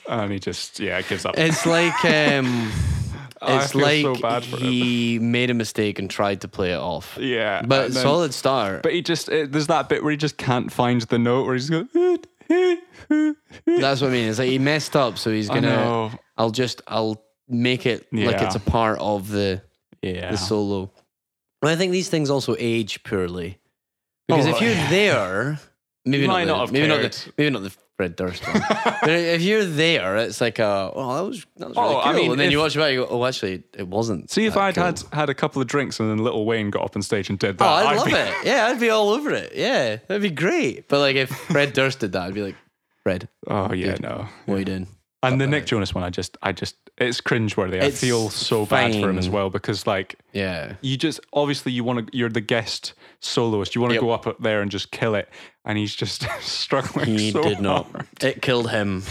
[SPEAKER 2] And Um, he just, yeah, gives up.
[SPEAKER 1] It's like um,
[SPEAKER 2] I
[SPEAKER 1] it's
[SPEAKER 2] feel
[SPEAKER 1] like
[SPEAKER 2] so bad for him.
[SPEAKER 1] he made a mistake and tried to play it off.
[SPEAKER 2] Yeah,
[SPEAKER 1] But
[SPEAKER 2] and then-
[SPEAKER 1] solid start.
[SPEAKER 2] But he just it, there's that bit where he just can't find the note where he's going. "Eh, eh, eh, eh."
[SPEAKER 1] That's what I mean. It's like he messed up, so he's
[SPEAKER 2] I
[SPEAKER 1] gonna.
[SPEAKER 2] know.
[SPEAKER 1] I'll just I'll make it like
[SPEAKER 2] Yeah.
[SPEAKER 1] it's a part of the
[SPEAKER 2] Yeah.
[SPEAKER 1] the solo. But I think these things also age poorly because
[SPEAKER 2] Oh,
[SPEAKER 1] if you're
[SPEAKER 2] yeah.
[SPEAKER 1] there, maybe
[SPEAKER 2] You
[SPEAKER 1] not,
[SPEAKER 2] might
[SPEAKER 1] the,
[SPEAKER 2] not have
[SPEAKER 1] maybe not
[SPEAKER 2] cared.
[SPEAKER 1] the maybe not the Fred Durst one. but if you're there, it's like a oh that was that was really
[SPEAKER 2] Oh,
[SPEAKER 1] cool.
[SPEAKER 2] I mean,
[SPEAKER 1] and then you
[SPEAKER 2] if-
[SPEAKER 1] watch it back, you go oh actually it wasn't.
[SPEAKER 2] See if
[SPEAKER 1] that
[SPEAKER 2] I'd
[SPEAKER 1] cool.
[SPEAKER 2] had had a couple of drinks and then Little Wayne got up on stage and did that.
[SPEAKER 1] Oh, I'd,
[SPEAKER 2] I'd
[SPEAKER 1] love
[SPEAKER 2] be-
[SPEAKER 1] it. Yeah, I'd be all over it. Yeah, that'd be great. But like if Fred Durst did that, I'd be like, Fred,
[SPEAKER 2] Oh yeah, no.
[SPEAKER 1] what are you doing?
[SPEAKER 2] And the Nick Jonas one, I just, I just, it's cringeworthy. I
[SPEAKER 1] It's
[SPEAKER 2] feel so bad for him as
[SPEAKER 1] fine.
[SPEAKER 2] well because like
[SPEAKER 1] Yeah.
[SPEAKER 2] you just obviously you want to, you're the guest soloist. You want to
[SPEAKER 1] Yep.
[SPEAKER 2] go up there and just kill it, and he's just struggling.
[SPEAKER 1] He
[SPEAKER 2] so
[SPEAKER 1] did not.
[SPEAKER 2] hard.
[SPEAKER 1] It killed him.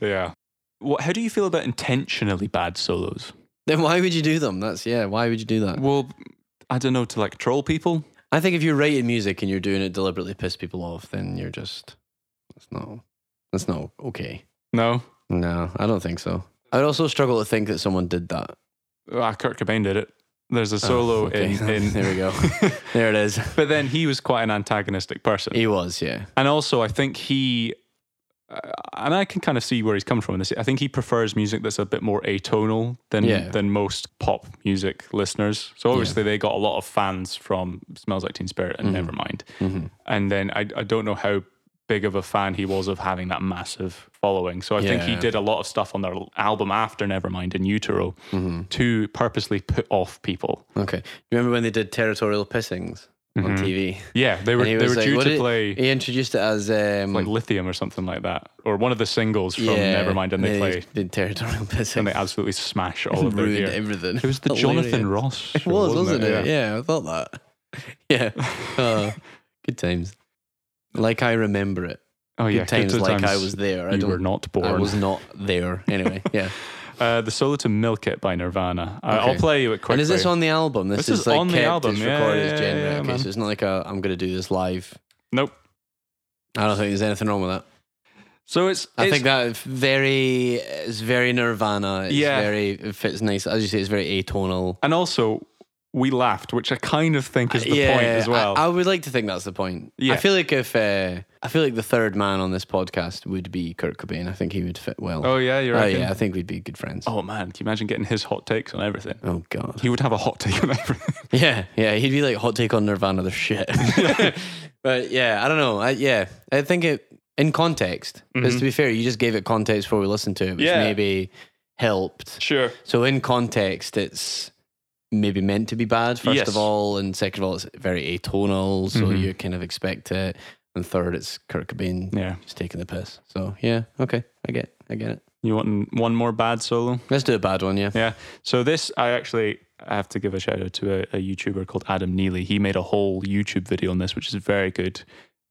[SPEAKER 2] Yeah. What? How do you feel about intentionally bad solos?
[SPEAKER 1] Then why would you do them? That's yeah. Why would you do that?
[SPEAKER 2] Well, I don't know to like troll people.
[SPEAKER 1] I think if you're writing music and you're doing it deliberately to piss people off, then you're just that's not that's not okay.
[SPEAKER 2] No,
[SPEAKER 1] No, I don't think so. I'd also struggle to think that someone did that.
[SPEAKER 2] ah, Kurt Cobain did it. There's a solo
[SPEAKER 1] Oh, okay.
[SPEAKER 2] in. in
[SPEAKER 1] there we go. there it is.
[SPEAKER 2] but then he was quite an antagonistic person,
[SPEAKER 1] He was, yeah.
[SPEAKER 2] and also I think he, uh, and I can kind of see where he's coming from in this. I think he prefers music that's a bit more atonal than
[SPEAKER 1] Yeah.
[SPEAKER 2] than most pop music listeners. So obviously they got a lot of fans from Smells Like Teen Spirit
[SPEAKER 1] Mm-hmm.
[SPEAKER 2] and Nevermind,
[SPEAKER 1] Mhm.
[SPEAKER 2] and then I I don't know how big of a fan he was of having that massive following. So I think he
[SPEAKER 1] Yeah.
[SPEAKER 2] did a lot of stuff on their album after Nevermind and Utero
[SPEAKER 1] Mm-hmm.
[SPEAKER 2] to purposely put off people.
[SPEAKER 1] Okay. You remember when they did territorial pissings on TV?
[SPEAKER 2] Yeah, Mm-hmm. they were
[SPEAKER 1] And he
[SPEAKER 2] they
[SPEAKER 1] was
[SPEAKER 2] were
[SPEAKER 1] like,
[SPEAKER 2] due
[SPEAKER 1] what
[SPEAKER 2] to
[SPEAKER 1] did-
[SPEAKER 2] play
[SPEAKER 1] He introduced it as um,
[SPEAKER 2] like Lithium or something like that, or one of the singles from
[SPEAKER 1] yeah,
[SPEAKER 2] Nevermind, and they play
[SPEAKER 1] did territorial pissing.
[SPEAKER 2] and they absolutely smash all of their
[SPEAKER 1] ruined
[SPEAKER 2] gear.
[SPEAKER 1] everything.
[SPEAKER 2] It was the
[SPEAKER 1] Hilarious.
[SPEAKER 2] Jonathan Ross.
[SPEAKER 1] It was, wasn't it? Yeah. I thought Oh, that. Yeah. Uh, good times. Like I remember it.
[SPEAKER 2] Oh yeah,
[SPEAKER 1] Good times
[SPEAKER 2] Good
[SPEAKER 1] like I
[SPEAKER 2] Times.
[SPEAKER 1] was there. I
[SPEAKER 2] You
[SPEAKER 1] don't,
[SPEAKER 2] were not born.
[SPEAKER 1] I was not there. Anyway, yeah.
[SPEAKER 2] Uh, the solo to "Milk It" by Nirvana. I I'll
[SPEAKER 1] Okay.
[SPEAKER 2] play you it quickly.
[SPEAKER 1] And is this on the album? This,
[SPEAKER 2] This
[SPEAKER 1] is,
[SPEAKER 2] is
[SPEAKER 1] like
[SPEAKER 2] on the
[SPEAKER 1] kept,
[SPEAKER 2] album.
[SPEAKER 1] It's
[SPEAKER 2] Yeah,
[SPEAKER 1] recorded
[SPEAKER 2] yeah,
[SPEAKER 1] as Gen
[SPEAKER 2] yeah,
[SPEAKER 1] Rec.
[SPEAKER 2] man.
[SPEAKER 1] So it's not like a, I'm going to do this live.
[SPEAKER 2] Nope.
[SPEAKER 1] I don't think there's anything wrong with that.
[SPEAKER 2] So it's.
[SPEAKER 1] I
[SPEAKER 2] it's-
[SPEAKER 1] think that very it's very Nirvana. It's
[SPEAKER 2] Yeah.
[SPEAKER 1] very it fits nice. As you say, it's very atonal.
[SPEAKER 2] and also we laughed, which I kind of think is the
[SPEAKER 1] Uh, yeah,
[SPEAKER 2] point as well.
[SPEAKER 1] I, I would like to think that's the point.
[SPEAKER 2] Yeah.
[SPEAKER 1] I feel like if uh, I feel like the third man on this podcast would be Kurt Cobain. I think he would fit well.
[SPEAKER 2] oh yeah, you're
[SPEAKER 1] Oh,
[SPEAKER 2] right.
[SPEAKER 1] yeah, I think we'd be good friends.
[SPEAKER 2] Oh man, can you imagine getting his hot takes on everything?
[SPEAKER 1] Oh, god.
[SPEAKER 2] He would have a hot take on everything.
[SPEAKER 1] Yeah, yeah. He'd be like hot take on Nirvana. They're shit. but yeah, I don't know. I, yeah, I think it in context. Because to be fair, you just gave it context before we listened to it, which
[SPEAKER 2] Mm-hmm. Yeah.
[SPEAKER 1] maybe helped.
[SPEAKER 2] Sure.
[SPEAKER 1] So in context, it's maybe meant to be bad, first
[SPEAKER 2] Yes.
[SPEAKER 1] of all, and second of all, it's very atonal, so
[SPEAKER 2] Mhm.
[SPEAKER 1] you kind of expect it. And third, it's Kurt Cobain
[SPEAKER 2] Yeah.
[SPEAKER 1] just taking the piss. So yeah, okay, I get, I get it.
[SPEAKER 2] You want one more bad solo?
[SPEAKER 1] Let's do a bad one, yeah.
[SPEAKER 2] Yeah. So this, I actually I have to give a shout out to a, a YouTuber called Adam Neely. He made a whole YouTube video on this, which is very good.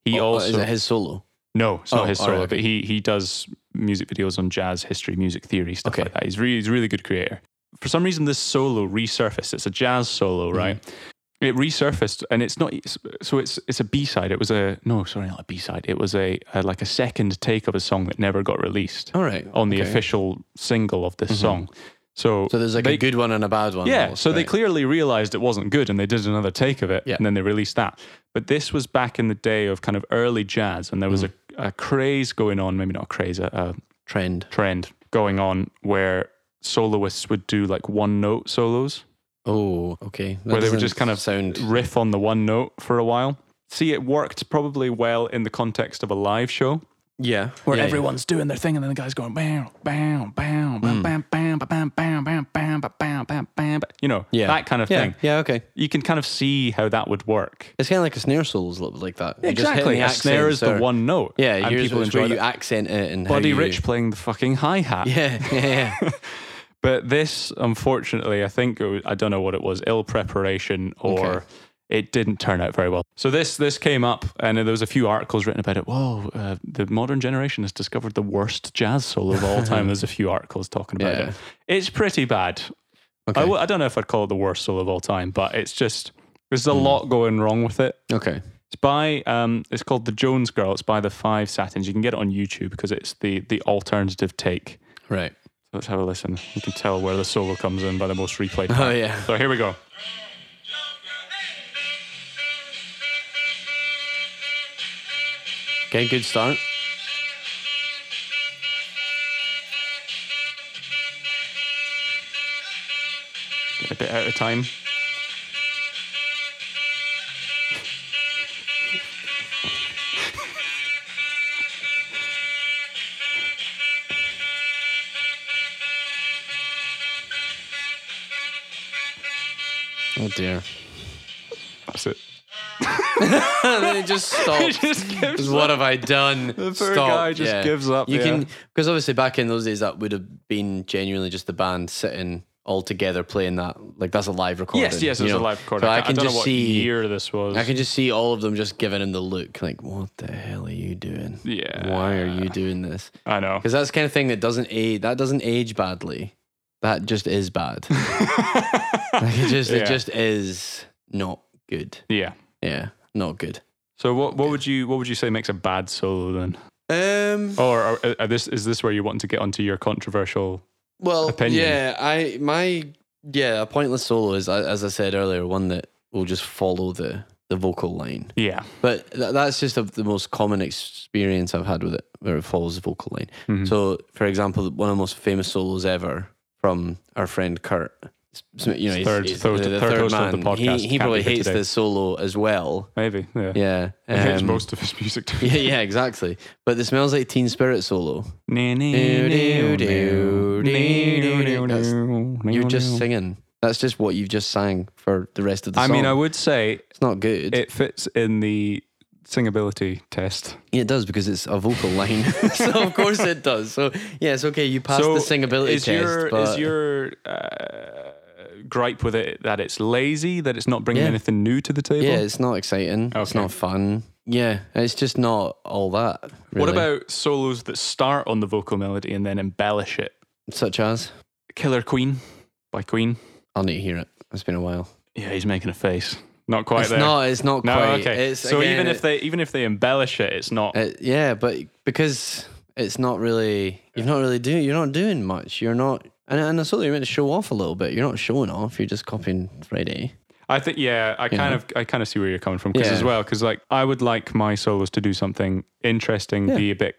[SPEAKER 2] He
[SPEAKER 1] Oh,
[SPEAKER 2] also
[SPEAKER 1] is it his solo?
[SPEAKER 2] no, it's
[SPEAKER 1] Oh,
[SPEAKER 2] not his
[SPEAKER 1] all right,
[SPEAKER 2] solo,
[SPEAKER 1] okay.
[SPEAKER 2] but he he does music videos on jazz history, music theory, stuff
[SPEAKER 1] Okay.
[SPEAKER 2] like that. He's really he's a really good creator. For some reason, this solo resurfaced. It's a jazz solo,
[SPEAKER 1] Mm-hmm.
[SPEAKER 2] right? It resurfaced, and it's not it's- so. It's it's a B side. It was a no, sorry, not a B side. It was a, a like a second take of a song that never got released
[SPEAKER 1] All right.
[SPEAKER 2] on the
[SPEAKER 1] okay. Mm-hmm.
[SPEAKER 2] official single of this song. So
[SPEAKER 1] So there's like a
[SPEAKER 2] they-
[SPEAKER 1] good one and a bad one.
[SPEAKER 2] yeah,
[SPEAKER 1] almost,
[SPEAKER 2] so they
[SPEAKER 1] right?
[SPEAKER 2] clearly realized it wasn't good and they did another take of it
[SPEAKER 1] Yeah.
[SPEAKER 2] and then they released that. But this was back in the day of kind of early jazz and there was
[SPEAKER 1] Mm-hmm.
[SPEAKER 2] a, a craze going on, maybe not a craze, a, a
[SPEAKER 1] trend.
[SPEAKER 2] trend going on where soloists would do like one note solos
[SPEAKER 1] Oh, okay. That
[SPEAKER 2] where they would
[SPEAKER 1] doesn't
[SPEAKER 2] just kind of
[SPEAKER 1] sound.
[SPEAKER 2] riff on the one note for a while. See, it worked probably well in the context of a live show
[SPEAKER 1] Yeah,
[SPEAKER 2] where everyone's doing their thing and then the guy's going bam bam bam bam bam bam bam bam bam bam bam bam bam you know
[SPEAKER 1] Yeah.
[SPEAKER 2] that kind of
[SPEAKER 1] yeah.
[SPEAKER 2] thing
[SPEAKER 1] Yeah, okay.
[SPEAKER 2] you can kind of see how that would work.
[SPEAKER 1] It's kind of like a snare solo's little like that. You're just hitting
[SPEAKER 2] Exactly.
[SPEAKER 1] the
[SPEAKER 2] A snare is
[SPEAKER 1] accents
[SPEAKER 2] the
[SPEAKER 1] or-
[SPEAKER 2] one note.
[SPEAKER 1] Yeah,
[SPEAKER 2] and
[SPEAKER 1] here's
[SPEAKER 2] people
[SPEAKER 1] what's where
[SPEAKER 2] enjoy
[SPEAKER 1] you
[SPEAKER 2] that.
[SPEAKER 1] accent it and how
[SPEAKER 2] Buddy
[SPEAKER 1] you-
[SPEAKER 2] Rich playing the fucking hi hat.
[SPEAKER 1] Yeah, yeah, yeah.
[SPEAKER 2] But this, unfortunately, I think it was, I don't know what it was, ill preparation or
[SPEAKER 1] Okay.
[SPEAKER 2] it didn't turn out very well. So this this came up and there was a few articles written about it. Whoa, uh, the modern generation has discovered the worst jazz solo of all time. There's a few articles talking about
[SPEAKER 1] Yeah.
[SPEAKER 2] it. It's pretty bad.
[SPEAKER 1] Okay.
[SPEAKER 2] I w- I don't know if I'd call it the worst solo of all time, but it's just there's a
[SPEAKER 1] Hmm.
[SPEAKER 2] lot going wrong with it.
[SPEAKER 1] okay.
[SPEAKER 2] It's by um, it's called the Jones Girl. It's by the Five Satins. You can get it on YouTube because it's the the alternative take.
[SPEAKER 1] Right.
[SPEAKER 2] So let's have a listen. You can tell where the solo comes in by the most replayed.
[SPEAKER 1] Oh
[SPEAKER 2] part.
[SPEAKER 1] yeah.
[SPEAKER 2] So here we go.
[SPEAKER 1] Okay. Good start.
[SPEAKER 2] Get a bit out of time.
[SPEAKER 1] Oh dear.
[SPEAKER 2] That's it.
[SPEAKER 1] and then it just stops.
[SPEAKER 2] Just gives
[SPEAKER 1] Just what have I done? The
[SPEAKER 2] poor guy just gives up,
[SPEAKER 1] You
[SPEAKER 2] yeah.
[SPEAKER 1] can because obviously back in those days that would have been genuinely just the band sitting all together playing that. Like that's a live recording.
[SPEAKER 2] Yes, yes,
[SPEAKER 1] you
[SPEAKER 2] it was a
[SPEAKER 1] know?
[SPEAKER 2] live recording.
[SPEAKER 1] So
[SPEAKER 2] I,
[SPEAKER 1] I can
[SPEAKER 2] don't
[SPEAKER 1] just
[SPEAKER 2] know what
[SPEAKER 1] see.
[SPEAKER 2] year this was.
[SPEAKER 1] I can just see all of them just giving him the look, like, "What the hell are you doing?
[SPEAKER 2] Yeah.
[SPEAKER 1] Why are you doing this?"
[SPEAKER 2] I know.
[SPEAKER 1] Because that's the kind of thing that doesn't age. That doesn't age badly. That just is bad. like it just,
[SPEAKER 2] Yeah.
[SPEAKER 1] it just is not good.
[SPEAKER 2] Yeah.
[SPEAKER 1] Yeah, not good.
[SPEAKER 2] So what what would you what would you say makes a bad solo then?
[SPEAKER 1] Um.
[SPEAKER 2] Or are, are this is this where you want to get onto your controversial?
[SPEAKER 1] well,
[SPEAKER 2] opinion.
[SPEAKER 1] yeah. I my yeah. A pointless solo is, a- as I said earlier, one that will just follow the the vocal line.
[SPEAKER 2] Yeah.
[SPEAKER 1] But th- that's just of the most common experience I've had with it, where it follows the vocal line.
[SPEAKER 2] Mhm.
[SPEAKER 1] So, for example, one of the most famous solos ever from our friend Kurt. S- You know, he's,
[SPEAKER 2] Third-
[SPEAKER 1] he's
[SPEAKER 2] third-
[SPEAKER 1] the, the
[SPEAKER 2] third
[SPEAKER 1] third,
[SPEAKER 2] host of
[SPEAKER 1] man.
[SPEAKER 2] the podcast.
[SPEAKER 1] He, he
[SPEAKER 2] Can't
[SPEAKER 1] probably
[SPEAKER 2] be here
[SPEAKER 1] hates
[SPEAKER 2] today.
[SPEAKER 1] this solo as well.
[SPEAKER 2] Maybe. Yeah.
[SPEAKER 1] Yeah,
[SPEAKER 2] He hates
[SPEAKER 1] um,
[SPEAKER 2] most of his music.
[SPEAKER 1] Yeah, yeah, exactly. But the smells like Teen Spirit solo. That's- You're
[SPEAKER 2] You're
[SPEAKER 1] just singing. That's just what you've just sang for the rest of the
[SPEAKER 2] I
[SPEAKER 1] song.
[SPEAKER 2] mean, I would say
[SPEAKER 1] it's not good. It,
[SPEAKER 2] it fits in the singability test.
[SPEAKER 1] does because it's a vocal line. so of course it does. So yeah, it's okay. You passed the singability
[SPEAKER 2] is
[SPEAKER 1] test.
[SPEAKER 2] Your,
[SPEAKER 1] but
[SPEAKER 2] Is your uh, gripe with it that it's lazy, that it's not bringing
[SPEAKER 1] Yeah.
[SPEAKER 2] anything new to the table?
[SPEAKER 1] yeah, it's not exciting. It's
[SPEAKER 2] Okay.
[SPEAKER 1] not fun. yeah, it's just not all that.
[SPEAKER 2] What
[SPEAKER 1] really.
[SPEAKER 2] about solos that start on the vocal melody and then embellish it?
[SPEAKER 1] such as?
[SPEAKER 2] Killer Queen by Queen.
[SPEAKER 1] I'll need to hear it. It's been a while.
[SPEAKER 2] Yeah, he's making a face. Not quite
[SPEAKER 1] it's
[SPEAKER 2] there.
[SPEAKER 1] not. It's not
[SPEAKER 2] no,
[SPEAKER 1] quite.
[SPEAKER 2] okay.
[SPEAKER 1] It's,
[SPEAKER 2] so
[SPEAKER 1] again,
[SPEAKER 2] even
[SPEAKER 1] it-
[SPEAKER 2] if they even if they embellish it, it's not.
[SPEAKER 1] Uh, yeah, but because it's not really, you're not really doing, you're not doing much. You're not, and, and that's what you're meant to show off a little bit. You're not showing off. You're just copying Friday.
[SPEAKER 2] I think yeah, I kind of I kind of see where you're coming from 'cause
[SPEAKER 1] Yeah.
[SPEAKER 2] as well because like I would like my solos to do something interesting,
[SPEAKER 1] Yeah.
[SPEAKER 2] be a bit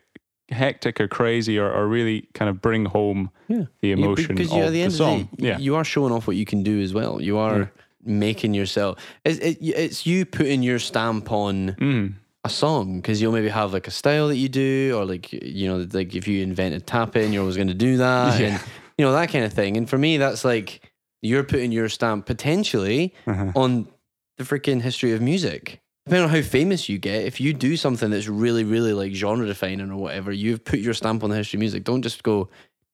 [SPEAKER 2] hectic or crazy or, or really kind of bring home
[SPEAKER 1] Yeah.
[SPEAKER 2] the
[SPEAKER 1] You-
[SPEAKER 2] emotion
[SPEAKER 1] because
[SPEAKER 2] of
[SPEAKER 1] you-
[SPEAKER 2] the,
[SPEAKER 1] at the end
[SPEAKER 2] song.
[SPEAKER 1] of the day,
[SPEAKER 2] yeah,
[SPEAKER 1] you are showing off what you can do as well. You are making yourself. It's, it, it's you putting your stamp on
[SPEAKER 2] mm.
[SPEAKER 1] a song because you'll maybe have like a style that you do, or like you know, like if you invented tapping, you're always going to do that,
[SPEAKER 2] Yeah.
[SPEAKER 1] and you know that kind of thing. And for me, that's like you're putting your stamp potentially
[SPEAKER 2] Uh-huh.
[SPEAKER 1] on the freaking history of music. Depending on how famous you get, if you do something that's really, really like genre defining or whatever, you've put your stamp on the history of music. Don't just go.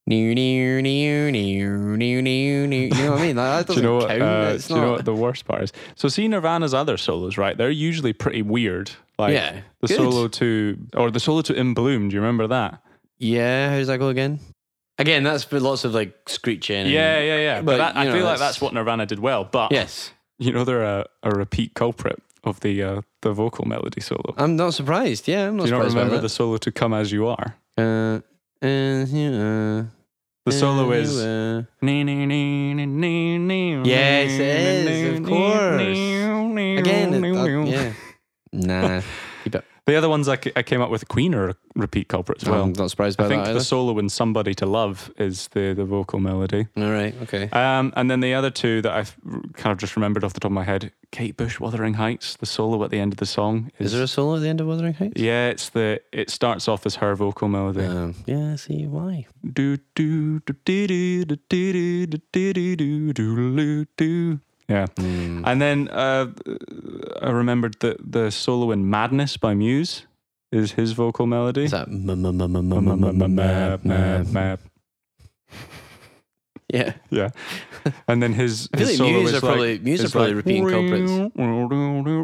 [SPEAKER 1] Near, near, near, near, near, near, near. You know what I mean? That, that
[SPEAKER 2] Do you
[SPEAKER 1] doesn't
[SPEAKER 2] know what?
[SPEAKER 1] count.
[SPEAKER 2] uh,
[SPEAKER 1] it's
[SPEAKER 2] do
[SPEAKER 1] not.
[SPEAKER 2] you know what the worst part is? So see Nirvana's other solos, right? They're usually pretty weird. Like
[SPEAKER 1] Yeah,
[SPEAKER 2] the
[SPEAKER 1] good.
[SPEAKER 2] solo to or the solo to In Bloom. Do you remember that?
[SPEAKER 1] yeah, how does that go again? Again, that's with lots of like screeching. and-
[SPEAKER 2] Yeah, yeah, yeah. But,
[SPEAKER 1] But,
[SPEAKER 2] that, I
[SPEAKER 1] you
[SPEAKER 2] feel
[SPEAKER 1] know,
[SPEAKER 2] like
[SPEAKER 1] that's-
[SPEAKER 2] that's what Nirvana did well. But
[SPEAKER 1] Yes.
[SPEAKER 2] you know, they're a, a repeat culprit of the uh, the vocal melody solo.
[SPEAKER 1] I'm not surprised. Yeah, I'm not
[SPEAKER 2] Do you not
[SPEAKER 1] surprised. by
[SPEAKER 2] remember the
[SPEAKER 1] that.
[SPEAKER 2] solo to "Come as You Are"?
[SPEAKER 1] Uh, and you, uh,
[SPEAKER 2] The solo
[SPEAKER 1] and
[SPEAKER 2] is.
[SPEAKER 1] you, uh,
[SPEAKER 2] Yes,
[SPEAKER 1] Yes, it is, of course. again. It, uh, yeah. Nah. Keep it.
[SPEAKER 2] The other ones I, c- I came up with Queen are repeat culprits. as
[SPEAKER 1] Well,
[SPEAKER 2] Well,
[SPEAKER 1] I'm not surprised by
[SPEAKER 2] I think
[SPEAKER 1] that
[SPEAKER 2] the solo in "Somebody to Love" is the the vocal melody.
[SPEAKER 1] either. All right. Okay.
[SPEAKER 2] Um, and then the other two that I've r- kind of just remembered off the top of my head: Kate Bush, "Wuthering Heights." The solo at the end of the song
[SPEAKER 1] Is there a solo at the end of Wuthering Heights?
[SPEAKER 2] Yeah, it's the it starts off as her vocal melody.
[SPEAKER 1] Um, yeah. See why?
[SPEAKER 2] Do do do do do do do do do do do do. Yeah,
[SPEAKER 1] Mm.
[SPEAKER 2] and then uh, I remembered the the solo in "Madness" by Muse is his vocal melody.
[SPEAKER 1] Is that ma- ma- ma- ma- ma- ma- ma- ma- ma- ma- ma-
[SPEAKER 2] Yeah, and then his
[SPEAKER 1] I feel
[SPEAKER 2] his
[SPEAKER 1] like
[SPEAKER 2] solo
[SPEAKER 1] Muse
[SPEAKER 2] is
[SPEAKER 1] are
[SPEAKER 2] like
[SPEAKER 1] probably- Muse are
[SPEAKER 2] is
[SPEAKER 1] probably
[SPEAKER 2] like,
[SPEAKER 1] repeating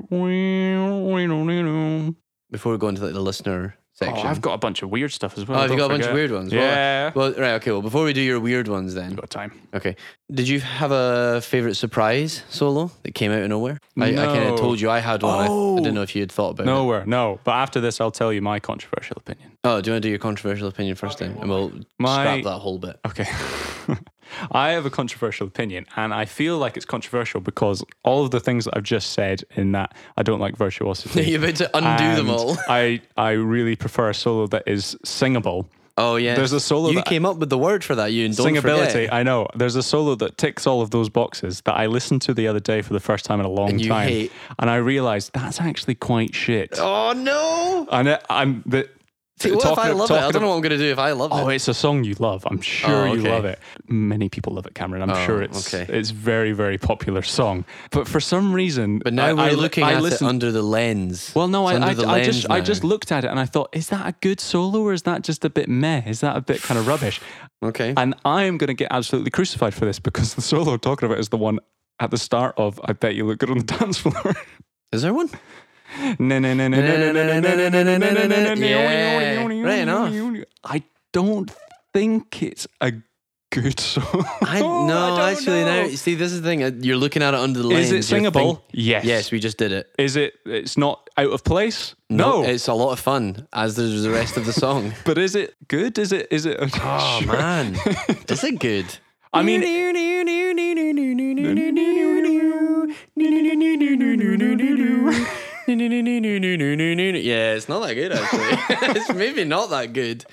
[SPEAKER 2] culprits.
[SPEAKER 1] Before we go into like the listener section.
[SPEAKER 2] Oh, I've got a bunch of weird stuff as well.
[SPEAKER 1] Oh, have you
[SPEAKER 2] don't
[SPEAKER 1] got a bunch of
[SPEAKER 2] forget.
[SPEAKER 1] weird ones? Well,
[SPEAKER 2] Yeah,
[SPEAKER 1] Well, right. Okay. Well, before we do your weird ones,
[SPEAKER 2] we've
[SPEAKER 1] then.
[SPEAKER 2] got time.
[SPEAKER 1] Okay. Did you have a favorite surprise solo that came out of nowhere? I, I kind
[SPEAKER 2] No.
[SPEAKER 1] of told you I had one. I- I,
[SPEAKER 2] Oh.
[SPEAKER 1] didn't know if you had thought about it.
[SPEAKER 2] Nowhere, no. But after this, I'll tell you my controversial opinion.
[SPEAKER 1] Oh, do you want to do your controversial opinion first then? And we'll
[SPEAKER 2] My-
[SPEAKER 1] scrap that whole bit.
[SPEAKER 2] Okay. I have a controversial opinion, and I feel like it's controversial because all of the things that I've just said in that I don't like virtuosity.
[SPEAKER 1] You're about to undo them
[SPEAKER 2] and
[SPEAKER 1] all.
[SPEAKER 2] I, I really prefer a solo that is singable.
[SPEAKER 1] Oh, yeah.
[SPEAKER 2] There's a solo
[SPEAKER 1] You
[SPEAKER 2] that-
[SPEAKER 1] came up with the word for that, you and don't
[SPEAKER 2] Singability,
[SPEAKER 1] forget.
[SPEAKER 2] I know. There's a solo that ticks all of those boxes that I listened to the other day for the first time in a long
[SPEAKER 1] And you
[SPEAKER 2] time.
[SPEAKER 1] hate.
[SPEAKER 2] And I realized that's actually quite shit.
[SPEAKER 1] Oh, no.
[SPEAKER 2] And I, I'm the.
[SPEAKER 1] See, what if I
[SPEAKER 2] talking-
[SPEAKER 1] love it? I
[SPEAKER 2] talking
[SPEAKER 1] don't know
[SPEAKER 2] of-
[SPEAKER 1] what I'm going to do if I love
[SPEAKER 2] Oh,
[SPEAKER 1] it.
[SPEAKER 2] it's a song you love. I'm sure
[SPEAKER 1] Oh,
[SPEAKER 2] you
[SPEAKER 1] okay.
[SPEAKER 2] love it. Many people love it, Cameron. I'm
[SPEAKER 1] Oh,
[SPEAKER 2] sure it's
[SPEAKER 1] okay.
[SPEAKER 2] it's very very popular song. But for some reason,
[SPEAKER 1] But now
[SPEAKER 2] I,
[SPEAKER 1] we're
[SPEAKER 2] I li-
[SPEAKER 1] looking
[SPEAKER 2] I
[SPEAKER 1] at
[SPEAKER 2] listened-
[SPEAKER 1] it under the lens.
[SPEAKER 2] well, no,
[SPEAKER 1] It's
[SPEAKER 2] I, I,
[SPEAKER 1] under the
[SPEAKER 2] I
[SPEAKER 1] lens
[SPEAKER 2] just I
[SPEAKER 1] now.
[SPEAKER 2] just looked at it and I thought, is that a good solo or is that just a bit meh? Is that a bit kind of rubbish?
[SPEAKER 1] Okay.
[SPEAKER 2] And I am going to get absolutely crucified for this because the solo I'm talking about is the one at the start of "I Bet You Look Good on the Dance Floor."
[SPEAKER 1] Is there one? Yeah, right enough.
[SPEAKER 2] I don't think it's a good song.
[SPEAKER 1] I, no,
[SPEAKER 2] Oh, don't
[SPEAKER 1] actually,
[SPEAKER 2] know.
[SPEAKER 1] now, see, this is the thing. uh, You're looking at it under the lens.
[SPEAKER 2] Is
[SPEAKER 1] you're
[SPEAKER 2] it singable?
[SPEAKER 1] think-
[SPEAKER 2] yes.
[SPEAKER 1] yes, we just did it.
[SPEAKER 2] Is it? It's not out of place. No.
[SPEAKER 1] It's a lot of fun, as is the rest of the song.
[SPEAKER 2] but is it good? Is it? Is it? I'm not
[SPEAKER 1] Oh
[SPEAKER 2] sure.
[SPEAKER 1] man, is it good?
[SPEAKER 2] I mean-
[SPEAKER 1] yeah, it's not that good actually. it's maybe not that good.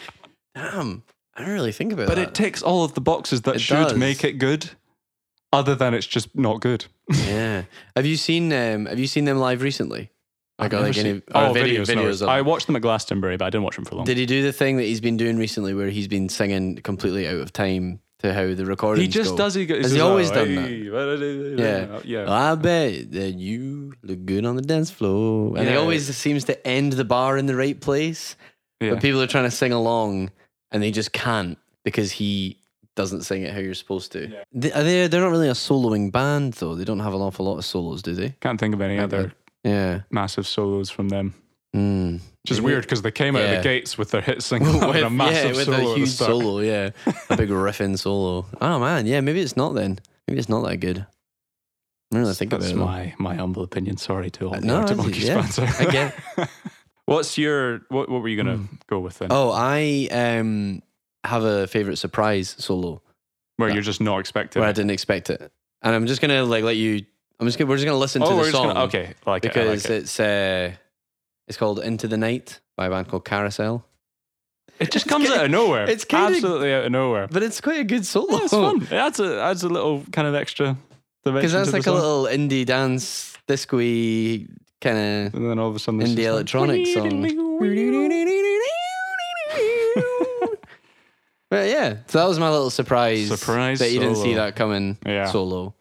[SPEAKER 1] Damn, I didn't really think about
[SPEAKER 2] But
[SPEAKER 1] that.
[SPEAKER 2] it ticks all of the boxes that
[SPEAKER 1] It
[SPEAKER 2] should
[SPEAKER 1] does.
[SPEAKER 2] make it good. Other than it's just not good.
[SPEAKER 1] yeah, have you seen um, have you seen them live recently? Like, are
[SPEAKER 2] I've never
[SPEAKER 1] like any
[SPEAKER 2] seen-
[SPEAKER 1] or
[SPEAKER 2] oh,
[SPEAKER 1] video,
[SPEAKER 2] videos. no.
[SPEAKER 1] videos of
[SPEAKER 2] I
[SPEAKER 1] it?
[SPEAKER 2] watched them at Glastonbury, but I didn't watch them for long.
[SPEAKER 1] Did he do the thing that he's been doing recently, where he's been singing completely out of time to how the recording?
[SPEAKER 2] he just
[SPEAKER 1] go?
[SPEAKER 2] does. He goes.
[SPEAKER 1] Has he
[SPEAKER 2] says,
[SPEAKER 1] always
[SPEAKER 2] "Oh,
[SPEAKER 1] done
[SPEAKER 2] hey,
[SPEAKER 1] Yeah.
[SPEAKER 2] Yeah.
[SPEAKER 1] I bet that you look good on the dance floor. And he
[SPEAKER 2] Yeah.
[SPEAKER 1] always seems to end the bar in the right place.
[SPEAKER 2] Yeah.
[SPEAKER 1] But people are trying to sing along and they just can't because he doesn't sing it how you're supposed to. They, are they, they're not really a soloing band, though. They don't have an awful lot of solos, do they?
[SPEAKER 2] Can't think of any
[SPEAKER 1] Like
[SPEAKER 2] other
[SPEAKER 1] that. Yeah.
[SPEAKER 2] massive solos from them.
[SPEAKER 1] Mm.
[SPEAKER 2] Which is
[SPEAKER 1] It-
[SPEAKER 2] weird because they came out of
[SPEAKER 1] Yeah.
[SPEAKER 2] the gates with their hit single
[SPEAKER 1] with,
[SPEAKER 2] and a massive
[SPEAKER 1] yeah, with
[SPEAKER 2] solo.
[SPEAKER 1] a
[SPEAKER 2] at the
[SPEAKER 1] huge
[SPEAKER 2] start.
[SPEAKER 1] solo, yeah, a big riffing solo. Oh man, yeah, maybe it's not then. Maybe it's not that good. I really think
[SPEAKER 2] That's
[SPEAKER 1] about it.
[SPEAKER 2] my, my humble opinion. Sorry to all
[SPEAKER 1] Uh,
[SPEAKER 2] the
[SPEAKER 1] no,
[SPEAKER 2] Arctic
[SPEAKER 1] that's-
[SPEAKER 2] Monkeys
[SPEAKER 1] yeah,
[SPEAKER 2] fans.
[SPEAKER 1] I get
[SPEAKER 2] What's your what? What were you gonna go with then?
[SPEAKER 1] Oh, I um have a favorite surprise solo
[SPEAKER 2] Where you're just not
[SPEAKER 1] uh,
[SPEAKER 2] expecting.
[SPEAKER 1] where I
[SPEAKER 2] it.
[SPEAKER 1] didn't expect it, and I'm just gonna like let you. I'm just gonna, we're just gonna listen to
[SPEAKER 2] Oh,
[SPEAKER 1] the
[SPEAKER 2] we're just
[SPEAKER 1] song.
[SPEAKER 2] gonna okay. I Like it, I like
[SPEAKER 1] because
[SPEAKER 2] it.
[SPEAKER 1] it's uh, it's called Into the Night by a band called Carousel.
[SPEAKER 2] It just
[SPEAKER 1] It's
[SPEAKER 2] comes
[SPEAKER 1] kinda-
[SPEAKER 2] out of nowhere.
[SPEAKER 1] it's kinda-
[SPEAKER 2] absolutely out of nowhere.
[SPEAKER 1] But it's quite a good solo.
[SPEAKER 2] Yeah, it's fun. It adds a adds a little kind of extra dimension.
[SPEAKER 1] because
[SPEAKER 2] to
[SPEAKER 1] that's
[SPEAKER 2] the
[SPEAKER 1] like a
[SPEAKER 2] song.
[SPEAKER 1] little indie dance disco kind of
[SPEAKER 2] And then all of a sudden, it's
[SPEAKER 1] indie
[SPEAKER 2] just like-
[SPEAKER 1] electronic song. But yeah, so that was my little surprise.
[SPEAKER 2] Surprise
[SPEAKER 1] that you didn't see
[SPEAKER 2] solo.
[SPEAKER 1] that coming.
[SPEAKER 2] Yeah.
[SPEAKER 1] Solo.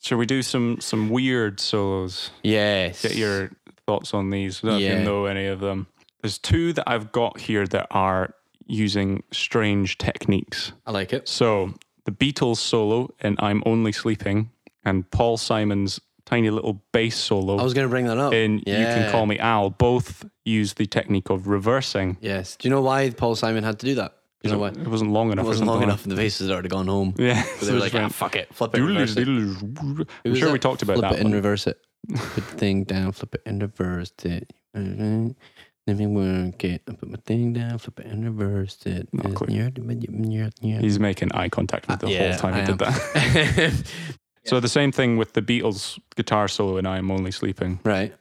[SPEAKER 2] Should we do some some weird solos?
[SPEAKER 1] Yes.
[SPEAKER 2] Get your thoughts on these. I don't know if
[SPEAKER 1] Yeah.
[SPEAKER 2] you know any of them. There's two that I've got here that are using strange techniques.
[SPEAKER 1] I like it.
[SPEAKER 2] So the Beatles solo in "I'm Only Sleeping" and Paul Simon's tiny little bass solo
[SPEAKER 1] I was gonna bring that up.
[SPEAKER 2] in "You Can
[SPEAKER 1] Yeah.
[SPEAKER 2] Call Me Al" both use the technique of reversing.
[SPEAKER 1] Yes. Do you know why Paul Simon had to do that? Do you know why?
[SPEAKER 2] It wasn't long enough.
[SPEAKER 1] It
[SPEAKER 2] or
[SPEAKER 1] wasn't long
[SPEAKER 2] something.
[SPEAKER 1] enough, and the faces had already gone home.
[SPEAKER 2] Yeah.
[SPEAKER 1] But they were like, ah, fuck it, flip it, reverse it.
[SPEAKER 2] I'm
[SPEAKER 1] was
[SPEAKER 2] sure
[SPEAKER 1] that?
[SPEAKER 2] we talked about
[SPEAKER 1] flip
[SPEAKER 2] that.
[SPEAKER 1] it and
[SPEAKER 2] one.
[SPEAKER 1] reverse it. Put the thing down, flip it and reverse it. Let me work it. I put my thing down, flip it and reverse it.
[SPEAKER 2] Not
[SPEAKER 1] It's
[SPEAKER 2] clear.
[SPEAKER 1] near the mid- near- near-
[SPEAKER 2] He's making eye contact with the
[SPEAKER 1] Yeah,
[SPEAKER 2] whole time
[SPEAKER 1] I
[SPEAKER 2] he
[SPEAKER 1] am.
[SPEAKER 2] did that. So the same thing with the Beatles guitar solo in "I Am Only Sleeping."
[SPEAKER 1] right.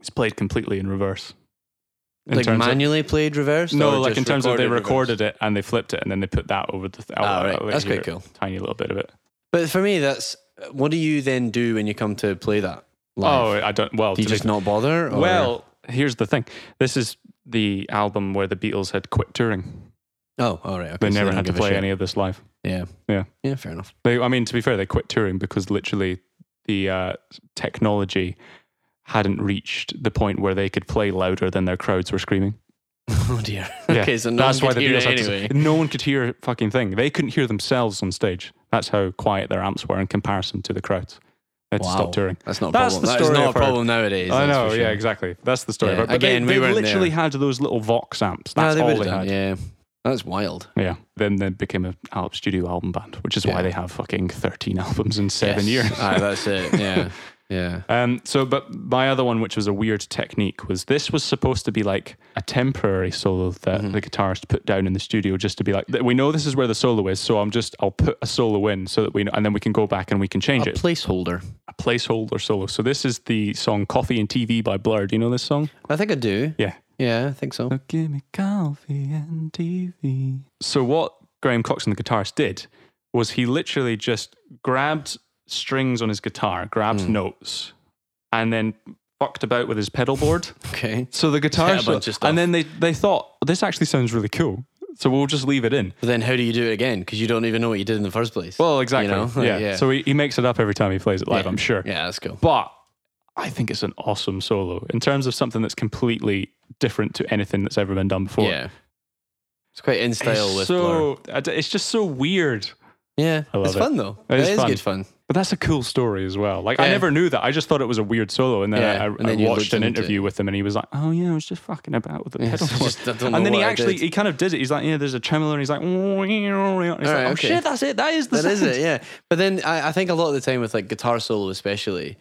[SPEAKER 2] It's played completely in reverse. In
[SPEAKER 1] like
[SPEAKER 2] terms of-
[SPEAKER 1] manually played reverse?
[SPEAKER 2] no,
[SPEAKER 1] or
[SPEAKER 2] like
[SPEAKER 1] just
[SPEAKER 2] in terms of they
[SPEAKER 1] reverse?
[SPEAKER 2] recorded it and they flipped it and then they put that over the. Th- I'll-
[SPEAKER 1] Ah, right.
[SPEAKER 2] I'll let
[SPEAKER 1] That's
[SPEAKER 2] you hear
[SPEAKER 1] quite cool.
[SPEAKER 2] a Tiny little bit of it.
[SPEAKER 1] But for me, that's what do you then do when you come to play that? Live?
[SPEAKER 2] Oh, I don't. Well,
[SPEAKER 1] do you
[SPEAKER 2] to be
[SPEAKER 1] just not Oh, bother? Or?
[SPEAKER 2] Well, here's the thing. This is the album where the Beatles had quit touring.
[SPEAKER 1] oh, all right. Okay,
[SPEAKER 2] They
[SPEAKER 1] so
[SPEAKER 2] never
[SPEAKER 1] don't
[SPEAKER 2] had to
[SPEAKER 1] give a
[SPEAKER 2] play
[SPEAKER 1] shit.
[SPEAKER 2] any of this live.
[SPEAKER 1] Yeah.
[SPEAKER 2] Yeah.
[SPEAKER 1] Yeah, fair enough.
[SPEAKER 2] They, I mean, to be fair, they quit touring because literally the uh, technology hadn't reached the point where they could play louder than their crowds were screaming.
[SPEAKER 1] Oh, dear.
[SPEAKER 2] Yeah,
[SPEAKER 1] okay, so no
[SPEAKER 2] that's
[SPEAKER 1] one
[SPEAKER 2] why
[SPEAKER 1] could
[SPEAKER 2] the
[SPEAKER 1] hear
[SPEAKER 2] Beatles
[SPEAKER 1] it
[SPEAKER 2] had to-
[SPEAKER 1] anyway.
[SPEAKER 2] no one could hear a fucking thing. They couldn't hear themselves on stage. That's how quiet their amps were in comparison to the crowds. They had to
[SPEAKER 1] Wow.
[SPEAKER 2] stop touring.
[SPEAKER 1] That's not a
[SPEAKER 2] That's
[SPEAKER 1] problem.
[SPEAKER 2] the
[SPEAKER 1] That is
[SPEAKER 2] story
[SPEAKER 1] not a
[SPEAKER 2] I've heard.
[SPEAKER 1] problem nowadays.
[SPEAKER 2] I
[SPEAKER 1] that's
[SPEAKER 2] know,
[SPEAKER 1] for sure.
[SPEAKER 2] yeah, exactly. That's the story.
[SPEAKER 1] Yeah.
[SPEAKER 2] But, but
[SPEAKER 1] Again, we
[SPEAKER 2] they, they
[SPEAKER 1] weren't
[SPEAKER 2] literally
[SPEAKER 1] there.
[SPEAKER 2] had those little Vox amps.
[SPEAKER 1] no,
[SPEAKER 2] That's
[SPEAKER 1] they
[SPEAKER 2] all
[SPEAKER 1] would
[SPEAKER 2] they had.
[SPEAKER 1] have done. Yeah, that's wild.
[SPEAKER 2] Yeah. Then they became a Alp studio album band, which is
[SPEAKER 1] Yeah.
[SPEAKER 2] why they have fucking 13 albums in seven
[SPEAKER 1] Yes.
[SPEAKER 2] years.
[SPEAKER 1] Aye, that's it. Yeah, yeah.
[SPEAKER 2] Um, so, but my other one, which was a weird technique, was this was supposed to be like a temporary solo that the guitarist put down in the studio, just to be like, we know this is where the solo is, so I'm just I'll put a solo in so that we know, and then we can go back and we can change
[SPEAKER 1] A
[SPEAKER 2] it.
[SPEAKER 1] placeholder.
[SPEAKER 2] A placeholder solo. So this is the song "Coffee and TV" by Blur. Do you know this song?
[SPEAKER 1] I think I do.
[SPEAKER 2] Yeah.
[SPEAKER 1] Yeah, I think so.
[SPEAKER 2] So give me coffee and TV. So what Graham Coxon, the guitarist, did was he literally just grabbed strings on his guitar, grabbed
[SPEAKER 1] Hmm.
[SPEAKER 2] notes, and then fucked about with his pedal board.
[SPEAKER 1] Okay.
[SPEAKER 2] so the guitar,
[SPEAKER 1] a
[SPEAKER 2] solo-
[SPEAKER 1] bunch of stuff.
[SPEAKER 2] and then they they thought this actually sounds really cool. So we'll just leave it in.
[SPEAKER 1] But then how do you do it again? Because you don't even know what you did in the first place.
[SPEAKER 2] Well, exactly.
[SPEAKER 1] know?
[SPEAKER 2] yeah.
[SPEAKER 1] Yeah.
[SPEAKER 2] So he, he makes it up every time he plays it live. I'm sure.
[SPEAKER 1] yeah, let's go.
[SPEAKER 2] But I think it's an awesome solo in terms of something that's completely different to anything that's ever been done before.
[SPEAKER 1] Yeah. It's quite in style with
[SPEAKER 2] It's
[SPEAKER 1] Blur.
[SPEAKER 2] so I d- it's just so weird.
[SPEAKER 1] Yeah,
[SPEAKER 2] I love
[SPEAKER 1] it's
[SPEAKER 2] it.
[SPEAKER 1] fun though.
[SPEAKER 2] It is
[SPEAKER 1] is
[SPEAKER 2] fun.
[SPEAKER 1] good fun.
[SPEAKER 2] But that's a cool story as well. Like I
[SPEAKER 1] Yeah.
[SPEAKER 2] never knew that. I just thought it was a weird solo, and then
[SPEAKER 1] Yeah,
[SPEAKER 2] I, I,
[SPEAKER 1] and then
[SPEAKER 2] I
[SPEAKER 1] you looked
[SPEAKER 2] watched an
[SPEAKER 1] into
[SPEAKER 2] interview with him, and he was like, "Oh yeah, I was just fucking about with the
[SPEAKER 1] Yeah,
[SPEAKER 2] pedal
[SPEAKER 1] so
[SPEAKER 2] board."
[SPEAKER 1] just- I don't know
[SPEAKER 2] and then he
[SPEAKER 1] what I
[SPEAKER 2] actually
[SPEAKER 1] did.
[SPEAKER 2] he kind of did it. He's like, "Yeah, there's a tremolo," and he's like, "And he's like,
[SPEAKER 1] Alright,
[SPEAKER 2] "Oh
[SPEAKER 1] okay.
[SPEAKER 2] shit, that's it. That is the
[SPEAKER 1] That is
[SPEAKER 2] sound."
[SPEAKER 1] it, yeah. But then I, I think a lot of the time with like guitar solo, especially,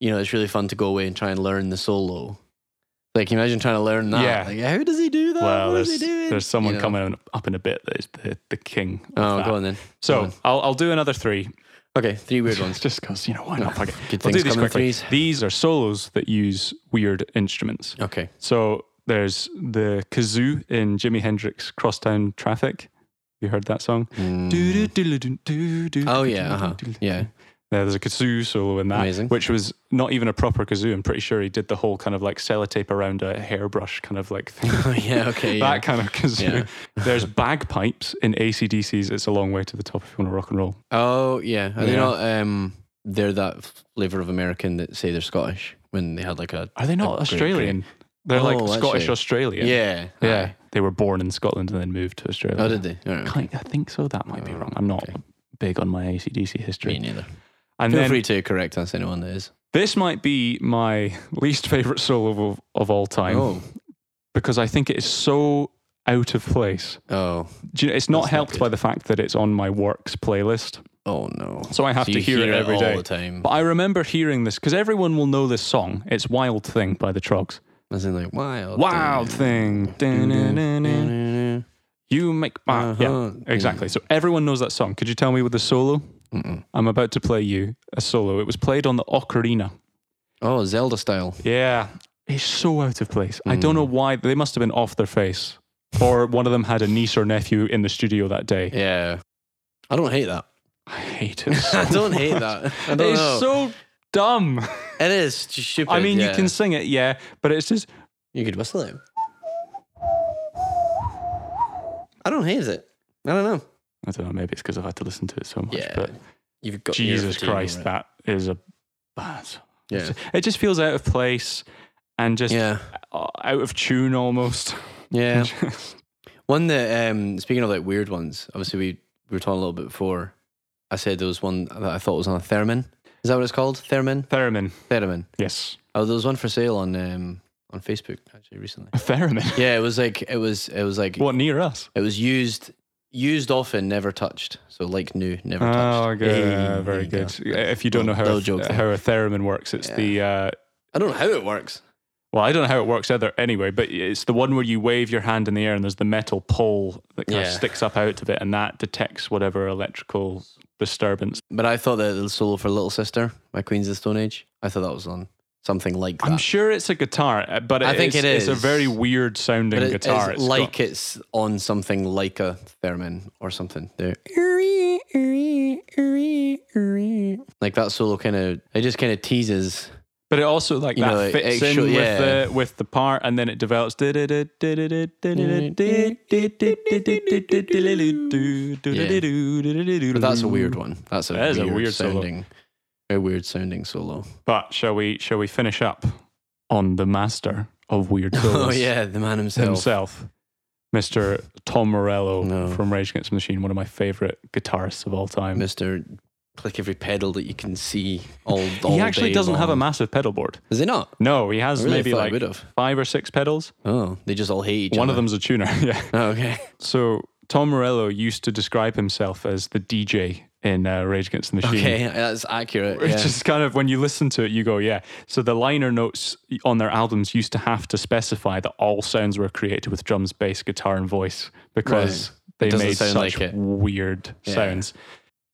[SPEAKER 1] you know, it's really fun to go away and try and learn the solo. Like, can you imagine trying to learn that.
[SPEAKER 2] Yeah.
[SPEAKER 1] Like, how does he do that?
[SPEAKER 2] Well,
[SPEAKER 1] what is he
[SPEAKER 2] there's,
[SPEAKER 1] doing?
[SPEAKER 2] there's someone
[SPEAKER 1] You know?
[SPEAKER 2] coming on- up in a bit that is the, the king. of
[SPEAKER 1] Oh,
[SPEAKER 2] that.
[SPEAKER 1] go on then. Go
[SPEAKER 2] So
[SPEAKER 1] on.
[SPEAKER 2] I'll, I'll do another three.
[SPEAKER 1] okay, three weird ones.
[SPEAKER 2] just because you know why not? Fuck it.
[SPEAKER 1] Good
[SPEAKER 2] I'll do
[SPEAKER 1] things
[SPEAKER 2] these
[SPEAKER 1] come in
[SPEAKER 2] quickly.
[SPEAKER 1] threes.
[SPEAKER 2] These are solos that use weird instruments.
[SPEAKER 1] Okay.
[SPEAKER 2] So there's the kazoo in Jimi Hendrix Crosstown Traffic. You heard that song?
[SPEAKER 1] Oh
[SPEAKER 2] Oh
[SPEAKER 1] yeah, uh-huh. yeah.
[SPEAKER 2] There's a kazoo solo in that,
[SPEAKER 1] Amazing.
[SPEAKER 2] which was not even a proper kazoo. I'm pretty sure he did the whole kind of like sellotape around a hairbrush kind of like thing.
[SPEAKER 1] Oh yeah, okay. Yeah.
[SPEAKER 2] that kind of kazoo. There's bagpipes in ACDC's It's a Long Way to the Top if you want to rock and roll.
[SPEAKER 1] oh yeah. Are they
[SPEAKER 2] Yeah.
[SPEAKER 1] not um they're that flavor of American that say they're Scottish when they had like a
[SPEAKER 2] Are they not
[SPEAKER 1] great,
[SPEAKER 2] Australian? They're
[SPEAKER 1] Oh,
[SPEAKER 2] like
[SPEAKER 1] actually.
[SPEAKER 2] Scottish Australian.
[SPEAKER 1] Yeah.
[SPEAKER 2] Yeah. They were born in Scotland and then moved to Australia.
[SPEAKER 1] Oh did they? All right.
[SPEAKER 2] I, I think so. That might be wrong. I'm not
[SPEAKER 1] Oh, okay.
[SPEAKER 2] big on my ACDC
[SPEAKER 1] Me
[SPEAKER 2] history.
[SPEAKER 1] neither.
[SPEAKER 2] And
[SPEAKER 1] Feel
[SPEAKER 2] then
[SPEAKER 1] free to correct us anyone that is.
[SPEAKER 2] this might be my least favorite solo of, of all time.
[SPEAKER 1] Oh.
[SPEAKER 2] because I think it is so out of place.
[SPEAKER 1] Oh,
[SPEAKER 2] Do you know, it's not
[SPEAKER 1] That's not
[SPEAKER 2] helped
[SPEAKER 1] good.
[SPEAKER 2] by the fact that it's on my works playlist.
[SPEAKER 1] oh no.
[SPEAKER 2] So I have
[SPEAKER 1] So
[SPEAKER 2] to
[SPEAKER 1] you
[SPEAKER 2] hear, it every
[SPEAKER 1] all
[SPEAKER 2] day.
[SPEAKER 1] the time.
[SPEAKER 2] But I remember hearing this because everyone will know this song. It's Wild Thing by the Trogs.
[SPEAKER 1] As in like wild.
[SPEAKER 2] Wild Thing. Dun-dun-dun-dun.
[SPEAKER 1] thing.
[SPEAKER 2] You make my.
[SPEAKER 1] Uh-huh.
[SPEAKER 2] Yeah, exactly. So everyone knows that song. Could you tell me with the solo? I'm about to play you a solo. It was played on the ocarina.
[SPEAKER 1] Oh, Zelda style.
[SPEAKER 2] Yeah. It's so out of place. I don't know
[SPEAKER 1] Mm.
[SPEAKER 2] why. They must have been off their face. Or one of them had a niece or nephew in the studio that day.
[SPEAKER 1] Yeah. I don't hate that.
[SPEAKER 2] I hate it.
[SPEAKER 1] I
[SPEAKER 2] so
[SPEAKER 1] don't hate
[SPEAKER 2] much.
[SPEAKER 1] that. I don't
[SPEAKER 2] It's
[SPEAKER 1] know.
[SPEAKER 2] so dumb.
[SPEAKER 1] it is stupid.
[SPEAKER 2] I mean, you
[SPEAKER 1] yeah.
[SPEAKER 2] can sing it, yeah, but it's just
[SPEAKER 1] You could whistle it. I don't hate it. I don't know.
[SPEAKER 2] I don't know. Maybe it's because I've had to listen to it so much.
[SPEAKER 1] Yeah.
[SPEAKER 2] But
[SPEAKER 1] You've got ear
[SPEAKER 2] Jesus
[SPEAKER 1] fatigue,
[SPEAKER 2] Christ,
[SPEAKER 1] right?
[SPEAKER 2] that is a bad.
[SPEAKER 1] Yeah.
[SPEAKER 2] It just feels out of place and just
[SPEAKER 1] Yeah.
[SPEAKER 2] uh, out of tune almost.
[SPEAKER 1] Yeah. One that um speaking of like weird ones, obviously we, we were talking a little bit before. I said there was one that I thought was on a theremin. Is that what it's called? Theremin?
[SPEAKER 2] Theremin.
[SPEAKER 1] Theremin.
[SPEAKER 2] Yes.
[SPEAKER 1] Oh, there was one for sale on um on Facebook actually recently.
[SPEAKER 2] A theremin.
[SPEAKER 1] Yeah, it was like it was it was like
[SPEAKER 2] what near us?
[SPEAKER 1] it was used used often, never touched. So like new, never touched.
[SPEAKER 2] Oh, good.
[SPEAKER 1] Hey,
[SPEAKER 2] Yeah,
[SPEAKER 1] there
[SPEAKER 2] very
[SPEAKER 1] you go.
[SPEAKER 2] good. If you don't know
[SPEAKER 1] Little-
[SPEAKER 2] how
[SPEAKER 1] little
[SPEAKER 2] a,
[SPEAKER 1] joke there.
[SPEAKER 2] how a theremin works, it's
[SPEAKER 1] Yeah.
[SPEAKER 2] the uh,
[SPEAKER 1] I don't know how it works.
[SPEAKER 2] well, I don't know how it works either. Anyway, but it's the one where you wave your hand in the air and there's the metal pole that kind
[SPEAKER 1] Yeah.
[SPEAKER 2] of sticks up out of it, and that detects whatever electrical disturbance.
[SPEAKER 1] But I thought that the solo for Little Sister by Queens of the Stone Age, I thought that was on something like that.
[SPEAKER 2] I'm sure it's a guitar, uh, but
[SPEAKER 1] I
[SPEAKER 2] it
[SPEAKER 1] think
[SPEAKER 2] is-
[SPEAKER 1] it
[SPEAKER 2] It's a
[SPEAKER 1] is.
[SPEAKER 2] very weird sounding
[SPEAKER 1] but it-
[SPEAKER 2] guitar.
[SPEAKER 1] it's
[SPEAKER 2] got-
[SPEAKER 1] like it's on something like a theremin or something. There. Like that solo kind of, it just kind of teases.
[SPEAKER 2] but it also like
[SPEAKER 1] you
[SPEAKER 2] that
[SPEAKER 1] know, it-
[SPEAKER 2] fits
[SPEAKER 1] it
[SPEAKER 2] in
[SPEAKER 1] should-
[SPEAKER 2] with
[SPEAKER 1] yeah.
[SPEAKER 2] the with the part, and then it develops.
[SPEAKER 1] But that's a weird one. That's a
[SPEAKER 2] That is a
[SPEAKER 1] weird,
[SPEAKER 2] weird solo.
[SPEAKER 1] sounding, a weird sounding solo.
[SPEAKER 2] But shall we shall we finish up on the master of weird solos
[SPEAKER 1] Oh yeah, the man himself.
[SPEAKER 2] himself, Mr. Tom Morello
[SPEAKER 1] No.
[SPEAKER 2] from Rage Against the Machine, one of my favorite guitarists of all time.
[SPEAKER 1] Mister, click every pedal that you can see all. all
[SPEAKER 2] he actually
[SPEAKER 1] day
[SPEAKER 2] doesn't have a
[SPEAKER 1] long.
[SPEAKER 2] massive pedal board.
[SPEAKER 1] Is he not?
[SPEAKER 2] No, he
[SPEAKER 1] I
[SPEAKER 2] has
[SPEAKER 1] really
[SPEAKER 2] maybe
[SPEAKER 1] thought I
[SPEAKER 2] like
[SPEAKER 1] would have.
[SPEAKER 2] five or six pedals.
[SPEAKER 1] Oh, they just all hate each
[SPEAKER 2] One of
[SPEAKER 1] other.
[SPEAKER 2] them's a tuner. yeah.
[SPEAKER 1] Oh, okay.
[SPEAKER 2] So Tom Morello used to describe himself as the DJ in uh, Rage Against the Machine.
[SPEAKER 1] Okay, that's accurate. yeah.
[SPEAKER 2] It's just kind of when you listen to it, you go, yeah. So the liner notes on their albums used to have to specify that all sounds were created with drums, bass, guitar, and voice because they
[SPEAKER 1] doesn't
[SPEAKER 2] made
[SPEAKER 1] sound
[SPEAKER 2] such
[SPEAKER 1] like it.
[SPEAKER 2] weird
[SPEAKER 1] Yeah.
[SPEAKER 2] sounds.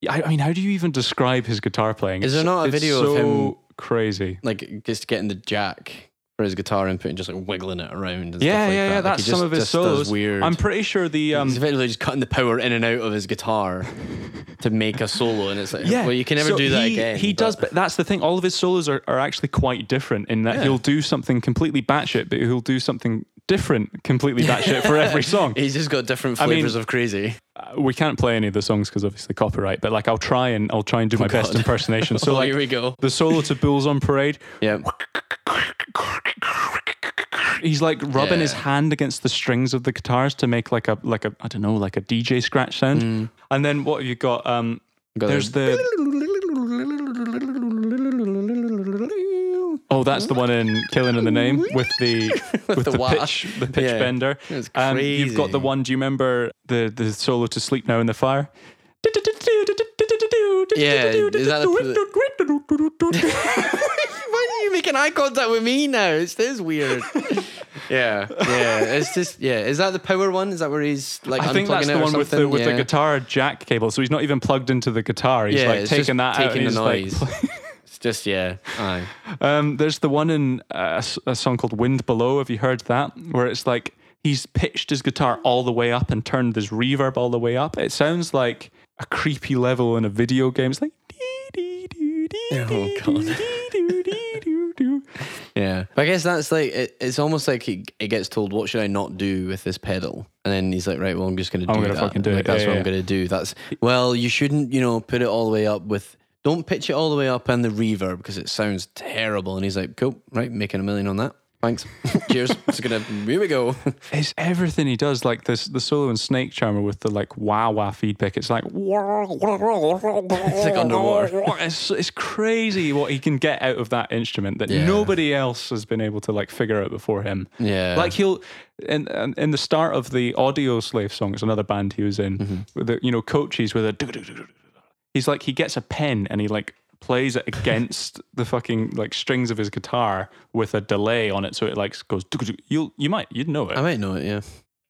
[SPEAKER 2] I, I mean, how do you even describe his guitar playing?
[SPEAKER 1] Is there
[SPEAKER 2] It's-
[SPEAKER 1] not a
[SPEAKER 2] it's
[SPEAKER 1] video of
[SPEAKER 2] so
[SPEAKER 1] him-
[SPEAKER 2] Crazy.
[SPEAKER 1] like just getting the jack for his guitar input and just like wiggling it around. And
[SPEAKER 2] Yeah,
[SPEAKER 1] stuff like that.
[SPEAKER 2] yeah, yeah.
[SPEAKER 1] Like,
[SPEAKER 2] That's
[SPEAKER 1] he
[SPEAKER 2] some
[SPEAKER 1] just-
[SPEAKER 2] of his
[SPEAKER 1] just does
[SPEAKER 2] solos.
[SPEAKER 1] Weird.
[SPEAKER 2] I'm pretty sure the um,
[SPEAKER 1] He's effectively just cutting the power in and out of his guitar to make a solo, and it's like,
[SPEAKER 2] Yeah.
[SPEAKER 1] well, you can never
[SPEAKER 2] So
[SPEAKER 1] do that
[SPEAKER 2] he,
[SPEAKER 1] again.
[SPEAKER 2] He does, but that's the thing. All of his solos are, are actually quite different in that
[SPEAKER 1] Yeah.
[SPEAKER 2] he'll do something completely batshit, but he'll do something different, completely batshit for every song.
[SPEAKER 1] He's just got different
[SPEAKER 2] I mean-
[SPEAKER 1] flavors of crazy.
[SPEAKER 2] Uh, we can't play any of the songs because obviously copyright, but like I'll try and I'll try and do my best
[SPEAKER 1] Oh God.
[SPEAKER 2] impersonation. So
[SPEAKER 1] oh,
[SPEAKER 2] like
[SPEAKER 1] here we go.
[SPEAKER 2] the solo to Bulls on Parade,
[SPEAKER 1] Yeah,
[SPEAKER 2] he's like rubbing his
[SPEAKER 1] Yeah.
[SPEAKER 2] hand against the strings of the guitars to make like a like a I don't know like a DJ scratch sound. And then what have you got? Um,
[SPEAKER 1] Mm. Got
[SPEAKER 2] there's the Oh, that's the one in Killing in the Name with the with,
[SPEAKER 1] the
[SPEAKER 2] the,
[SPEAKER 1] wah.
[SPEAKER 2] pitch the pitch
[SPEAKER 1] Yeah.
[SPEAKER 2] bender. Um,
[SPEAKER 1] That's
[SPEAKER 2] you've got
[SPEAKER 1] crazy.
[SPEAKER 2] the one. Do you remember the the solo to Sleep Now in the Fire?
[SPEAKER 1] Yeah, is that Why are you making eye contact with me now? It's this weird. yeah, yeah. It's just yeah. Is that the power one? Is that where he's like?
[SPEAKER 2] I think
[SPEAKER 1] unplugging
[SPEAKER 2] that's the
[SPEAKER 1] it or
[SPEAKER 2] one with the
[SPEAKER 1] something?
[SPEAKER 2] with the
[SPEAKER 1] Yeah.
[SPEAKER 2] guitar jack cable. So he's not even plugged into the guitar. He's
[SPEAKER 1] Yeah,
[SPEAKER 2] like
[SPEAKER 1] it's just
[SPEAKER 2] taking that out. and
[SPEAKER 1] taking the
[SPEAKER 2] he's, like,
[SPEAKER 1] noise. it's just yeah. Aye.
[SPEAKER 2] Um, there's the one in uh, a s- a song called Wind Below. Have you heard that? Where it's like he's pitched his guitar all the way up and turned his reverb all the way up. It sounds like a creepy level in a video game. It's like.
[SPEAKER 1] Oh, God. Yeah. But I guess that's like it, it's almost like he, he gets told, "What should I not do with this pedal?" And then he's like, "Right, well, I'm just going to do
[SPEAKER 2] gonna
[SPEAKER 1] that.
[SPEAKER 2] fucking do
[SPEAKER 1] like,
[SPEAKER 2] it.
[SPEAKER 1] That's
[SPEAKER 2] Yeah,
[SPEAKER 1] what
[SPEAKER 2] yeah.
[SPEAKER 1] I'm going to do. That's well, you shouldn't, you know, put it all the way up with. Don't pitch it all the way up and the reverb because it sounds terrible." And he's like, "Cool, right, making a million on that." Thanks. Cheers. It's gonna. Here we go.
[SPEAKER 2] It's everything he does, like this the solo in Snake Charmer with the like wah wah feedback. It's like it's
[SPEAKER 1] like "Oh, underwater.
[SPEAKER 2] It's, it's crazy what he can get out of that instrument that
[SPEAKER 1] Yeah.
[SPEAKER 2] nobody else has been able to like figure out before him.
[SPEAKER 1] Yeah.
[SPEAKER 2] Like he'll in, in in the start of the Audio Slave song, it's another band he was in.
[SPEAKER 1] Mm-hmm.
[SPEAKER 2] With the you know Coaches with a he's like he gets a pen and he like plays it against the fucking like strings of his guitar with a delay on it, so it like goes. You'll you might you'd know it.
[SPEAKER 1] I might know it. Yeah.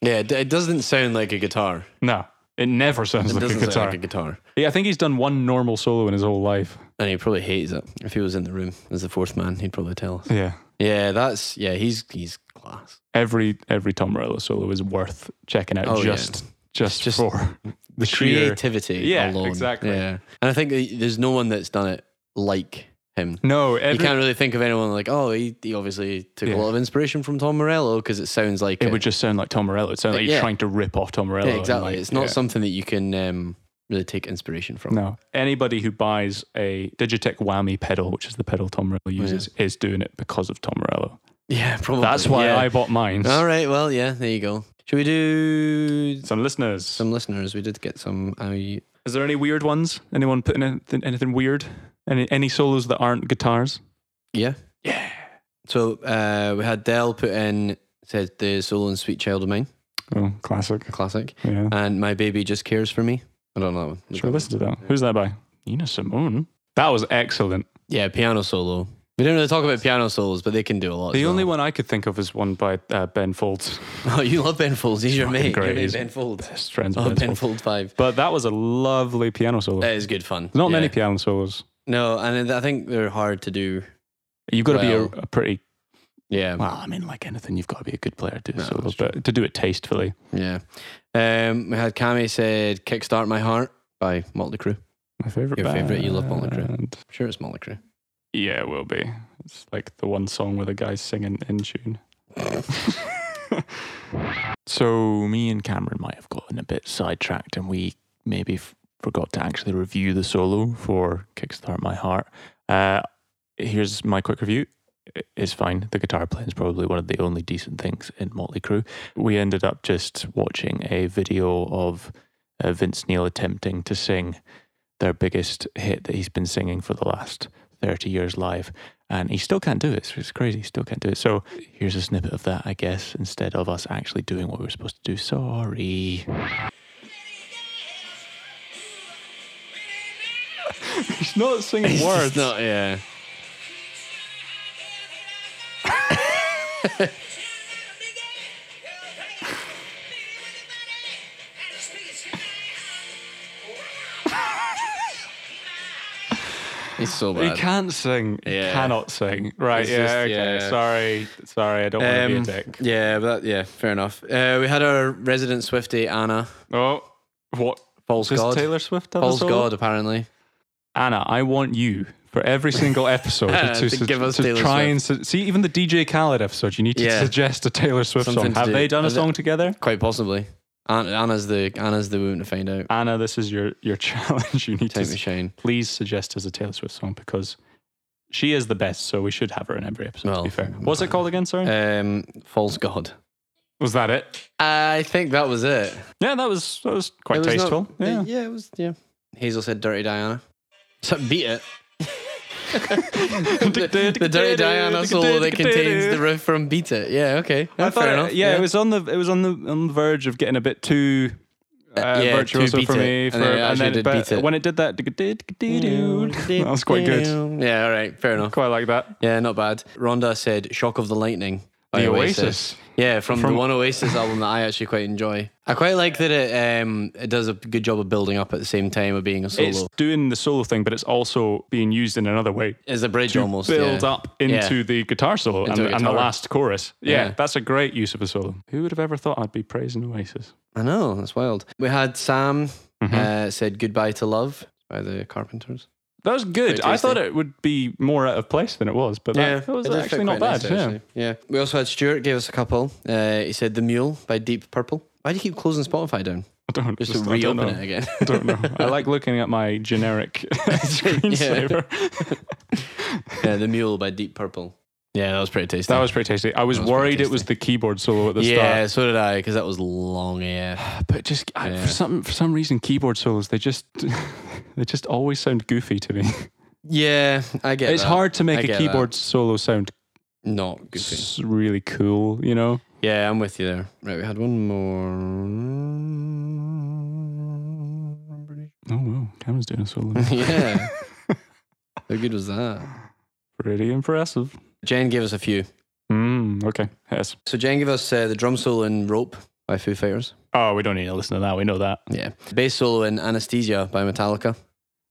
[SPEAKER 1] Yeah. It it doesn't sound like a guitar.
[SPEAKER 2] No, it never sounds
[SPEAKER 1] It
[SPEAKER 2] like a
[SPEAKER 1] doesn't
[SPEAKER 2] guitar.
[SPEAKER 1] sound like a guitar.
[SPEAKER 2] yeah, I think he's done one normal solo in his whole life.
[SPEAKER 1] And he probably hates it. If he was in the room as the fourth man, he'd probably tell us.
[SPEAKER 2] Yeah.
[SPEAKER 1] Yeah, that's yeah. He's he's class.
[SPEAKER 2] Every every Tom Morello solo is worth checking out
[SPEAKER 1] Oh, yeah.
[SPEAKER 2] just just,
[SPEAKER 1] just
[SPEAKER 2] for the sheer-
[SPEAKER 1] Creativity
[SPEAKER 2] Yeah,
[SPEAKER 1] alone.
[SPEAKER 2] exactly.
[SPEAKER 1] Yeah, and I think that there's no one that's done it like him.
[SPEAKER 2] No,
[SPEAKER 1] You
[SPEAKER 2] every,
[SPEAKER 1] can't really think of anyone like, oh, he, he obviously took
[SPEAKER 2] Yeah.
[SPEAKER 1] a lot of inspiration from Tom Morello because it sounds like
[SPEAKER 2] it would just sound like Tom Morello. It sounds like you're
[SPEAKER 1] Yeah.
[SPEAKER 2] trying to rip off Tom Morello.
[SPEAKER 1] Yeah,
[SPEAKER 2] and,
[SPEAKER 1] exactly.
[SPEAKER 2] like,
[SPEAKER 1] it's not
[SPEAKER 2] yeah.
[SPEAKER 1] something that you can um, really take inspiration from.
[SPEAKER 2] No. Anybody who buys a Digitech Whammy pedal, which is the pedal Tom Morello uses, is doing it because of Tom Morello.
[SPEAKER 1] Yeah, probably.
[SPEAKER 2] That's why
[SPEAKER 1] yeah.
[SPEAKER 2] I bought mine.
[SPEAKER 1] All right. Well, yeah. There you go. Should we do
[SPEAKER 2] Some listeners.
[SPEAKER 1] some listeners? We did get some. I
[SPEAKER 2] is there any weird ones? Anyone putting anything, anything weird? Any any solos that aren't guitars?
[SPEAKER 1] yeah.
[SPEAKER 2] Yeah.
[SPEAKER 1] So uh, we had Dell put in said the solo and Sweet Child of Mine,
[SPEAKER 2] Oh, classic.
[SPEAKER 1] a classic,
[SPEAKER 2] Yeah.
[SPEAKER 1] and My Baby Just Cares for Me. I don't know that one.
[SPEAKER 2] Should we listen to that? Who's that by? Nina Simone. That was excellent.
[SPEAKER 1] Yeah, piano solo. We didn't really talk about piano solos, but they can do a lot.
[SPEAKER 2] The
[SPEAKER 1] as
[SPEAKER 2] only
[SPEAKER 1] well.
[SPEAKER 2] one I could think of is one by uh, Ben Folds.
[SPEAKER 1] Oh, you love Ben Folds. He's your
[SPEAKER 2] fucking
[SPEAKER 1] mate.
[SPEAKER 2] great.
[SPEAKER 1] Your mate
[SPEAKER 2] He's
[SPEAKER 1] Ben Folds.
[SPEAKER 2] best friends with
[SPEAKER 1] Oh,
[SPEAKER 2] Ben
[SPEAKER 1] Ben
[SPEAKER 2] Folds.
[SPEAKER 1] Folds Five.
[SPEAKER 2] But that was a lovely piano solo.
[SPEAKER 1] That is good fun.
[SPEAKER 2] Not many
[SPEAKER 1] Yeah.
[SPEAKER 2] piano solos.
[SPEAKER 1] No, and I think they're hard to do.
[SPEAKER 2] You've got to be
[SPEAKER 1] Well-
[SPEAKER 2] a, a pretty
[SPEAKER 1] Yeah.
[SPEAKER 2] Well, I mean, like anything, you've got to be a good player to do
[SPEAKER 1] No,
[SPEAKER 2] solos,
[SPEAKER 1] that's
[SPEAKER 2] but to do it tastefully.
[SPEAKER 1] Yeah. Um, we had Cammy said "Kickstart My Heart" by Motley Crue. I'm
[SPEAKER 2] My favorite.
[SPEAKER 1] Your favourite, you love Motley Crue.
[SPEAKER 2] band.
[SPEAKER 1] sure it's Motley Crue.
[SPEAKER 2] Yeah, it will be. It's like the one song where the guy's singing in tune. so me and Cameron might have gotten a bit sidetracked, and we maybe f- forgot to actually review the solo for "Kickstart My Heart." Uh, here's my quick review. I- It's fine. The guitar playing is probably one of the only decent things in Motley Crue. We ended up just watching a video of uh, Vince Neil attempting to sing their biggest hit that he's been singing for the last 30 years live. And he still can't do it. So it's crazy. He still can't do it. So here's a snippet of that, I guess, instead of us actually doing what we were supposed to do. Sorry. He's not singing
[SPEAKER 1] It's not. Yeah. It's so
[SPEAKER 2] He
[SPEAKER 1] bad.
[SPEAKER 2] can't sing.
[SPEAKER 1] Yeah.
[SPEAKER 2] He cannot sing. Right.
[SPEAKER 1] It's
[SPEAKER 2] yeah.
[SPEAKER 1] just-
[SPEAKER 2] okay.
[SPEAKER 1] yeah.
[SPEAKER 2] Sorry. Sorry. I don't want
[SPEAKER 1] Um,
[SPEAKER 2] to be a dick.
[SPEAKER 1] yeah, but that, yeah, fair enough. Uh, we had our resident Swifty Anna,
[SPEAKER 2] Oh, what?
[SPEAKER 1] Paul's
[SPEAKER 2] Does
[SPEAKER 1] God,
[SPEAKER 2] Taylor Swift have a
[SPEAKER 1] Paul's
[SPEAKER 2] solo?
[SPEAKER 1] God, apparently.
[SPEAKER 2] Anna, I want you for every single episode to,
[SPEAKER 1] To
[SPEAKER 2] su-
[SPEAKER 1] give us
[SPEAKER 2] to
[SPEAKER 1] Taylor
[SPEAKER 2] try and su- see even the DJ Khaled episode. You need to
[SPEAKER 1] Yeah.
[SPEAKER 2] suggest a Taylor Swift
[SPEAKER 1] Something
[SPEAKER 2] song.
[SPEAKER 1] to
[SPEAKER 2] Have
[SPEAKER 1] do.
[SPEAKER 2] they done a
[SPEAKER 1] Have they-
[SPEAKER 2] song together?
[SPEAKER 1] Quite possibly. An- Anna's the Anna's the woman to find out.
[SPEAKER 2] Anna, this is your your challenge. You need
[SPEAKER 1] Time
[SPEAKER 2] to
[SPEAKER 1] to
[SPEAKER 2] s-
[SPEAKER 1] shine.
[SPEAKER 2] please suggest us a Taylor Swift song because she is the best. So we should have her in every episode. to
[SPEAKER 1] Well,
[SPEAKER 2] be fair. What's it called again? Sorry,
[SPEAKER 1] Um, false God.
[SPEAKER 2] was that it?
[SPEAKER 1] I think that was it.
[SPEAKER 2] Yeah, that was that was quite
[SPEAKER 1] It was not-
[SPEAKER 2] tasteful. yeah.
[SPEAKER 1] uh, yeah, it was. Yeah. Hazel said, "Dirty Diana." So beat it. the, the Dirty Diana solo that contains the riff from "Beat It." Yeah. Okay.
[SPEAKER 2] I
[SPEAKER 1] Yeah,
[SPEAKER 2] thought,
[SPEAKER 1] fair enough.
[SPEAKER 2] yeah, it was on the it was on the on the verge of getting a bit too uh,
[SPEAKER 1] yeah, too
[SPEAKER 2] virtuoso
[SPEAKER 1] beat
[SPEAKER 2] for
[SPEAKER 1] it,
[SPEAKER 2] me.
[SPEAKER 1] and
[SPEAKER 2] For,
[SPEAKER 1] then it actually did
[SPEAKER 2] but
[SPEAKER 1] beat it.
[SPEAKER 2] when it did that, that was quite good.
[SPEAKER 1] Yeah. All right. Fair enough.
[SPEAKER 2] Quite like that.
[SPEAKER 1] Yeah. Not bad. Rhonda said, "Shock of the Lightning." by
[SPEAKER 2] The Oasis.
[SPEAKER 1] Yeah, from,
[SPEAKER 2] From-
[SPEAKER 1] the one Oasis album that I actually quite enjoy. I quite like that it um it does a good job of building up at the same time of being a solo.
[SPEAKER 2] It's doing the solo thing, but it's also being used in another way.
[SPEAKER 1] It's a bridge
[SPEAKER 2] to
[SPEAKER 1] almost.
[SPEAKER 2] build
[SPEAKER 1] yeah.
[SPEAKER 2] up into
[SPEAKER 1] Yeah.
[SPEAKER 2] the guitar solo and,
[SPEAKER 1] Into a
[SPEAKER 2] and the
[SPEAKER 1] guitar.
[SPEAKER 2] last chorus. Yeah,
[SPEAKER 1] Yeah.
[SPEAKER 2] that's a great use of a solo. Who would have ever thought I'd be praising Oasis?
[SPEAKER 1] I know that's wild. We had Sam
[SPEAKER 2] Mm-hmm.
[SPEAKER 1] uh, said goodbye to love by the Carpenters.
[SPEAKER 2] That was good.
[SPEAKER 1] Pretty
[SPEAKER 2] I
[SPEAKER 1] tasty.
[SPEAKER 2] thought it would be more out of place than it was, but that, that was
[SPEAKER 1] it did
[SPEAKER 2] actually
[SPEAKER 1] fit
[SPEAKER 2] not
[SPEAKER 1] quite
[SPEAKER 2] bad.
[SPEAKER 1] nice,
[SPEAKER 2] yeah.
[SPEAKER 1] actually. yeah, We also had Stuart gave us a couple. Uh, he said the Mule by Deep Purple. Why do you keep closing Spotify down?
[SPEAKER 2] I don't
[SPEAKER 1] Just,
[SPEAKER 2] just-
[SPEAKER 1] to
[SPEAKER 2] I don't
[SPEAKER 1] reopen
[SPEAKER 2] know.
[SPEAKER 1] it again.
[SPEAKER 2] I don't know. I like looking at my generic screensaver.
[SPEAKER 1] yeah, the Mule by Deep Purple. Yeah, that was pretty tasty.
[SPEAKER 2] That was pretty tasty. I was,
[SPEAKER 1] That was pretty
[SPEAKER 2] worried it was the keyboard solo at the
[SPEAKER 1] yeah,
[SPEAKER 2] start,
[SPEAKER 1] so did I because that was long AF.
[SPEAKER 2] but just I,
[SPEAKER 1] Yeah.
[SPEAKER 2] for some for some reason keyboard solos they just they just always sound goofy to me.
[SPEAKER 1] Yeah, I get
[SPEAKER 2] it's
[SPEAKER 1] that.
[SPEAKER 2] hard to
[SPEAKER 1] I
[SPEAKER 2] make a
[SPEAKER 1] get
[SPEAKER 2] keyboard solo sound
[SPEAKER 1] Not goofy.
[SPEAKER 2] s- really cool, you know.
[SPEAKER 1] Yeah, I'm with you there. Right, we had one more.
[SPEAKER 2] Oh wow, Cameron's doing a solo.
[SPEAKER 1] yeah. How good was that?
[SPEAKER 2] Pretty impressive.
[SPEAKER 1] Jen gave us a few. Hmm,
[SPEAKER 2] Mm, okay. Yes.
[SPEAKER 1] So Jen gave us uh, the drum solo in Rope by Foo Fighters.
[SPEAKER 2] Oh, we don't need to listen to that. We know that.
[SPEAKER 1] Yeah. Bass solo in Anesthesia by Metallica.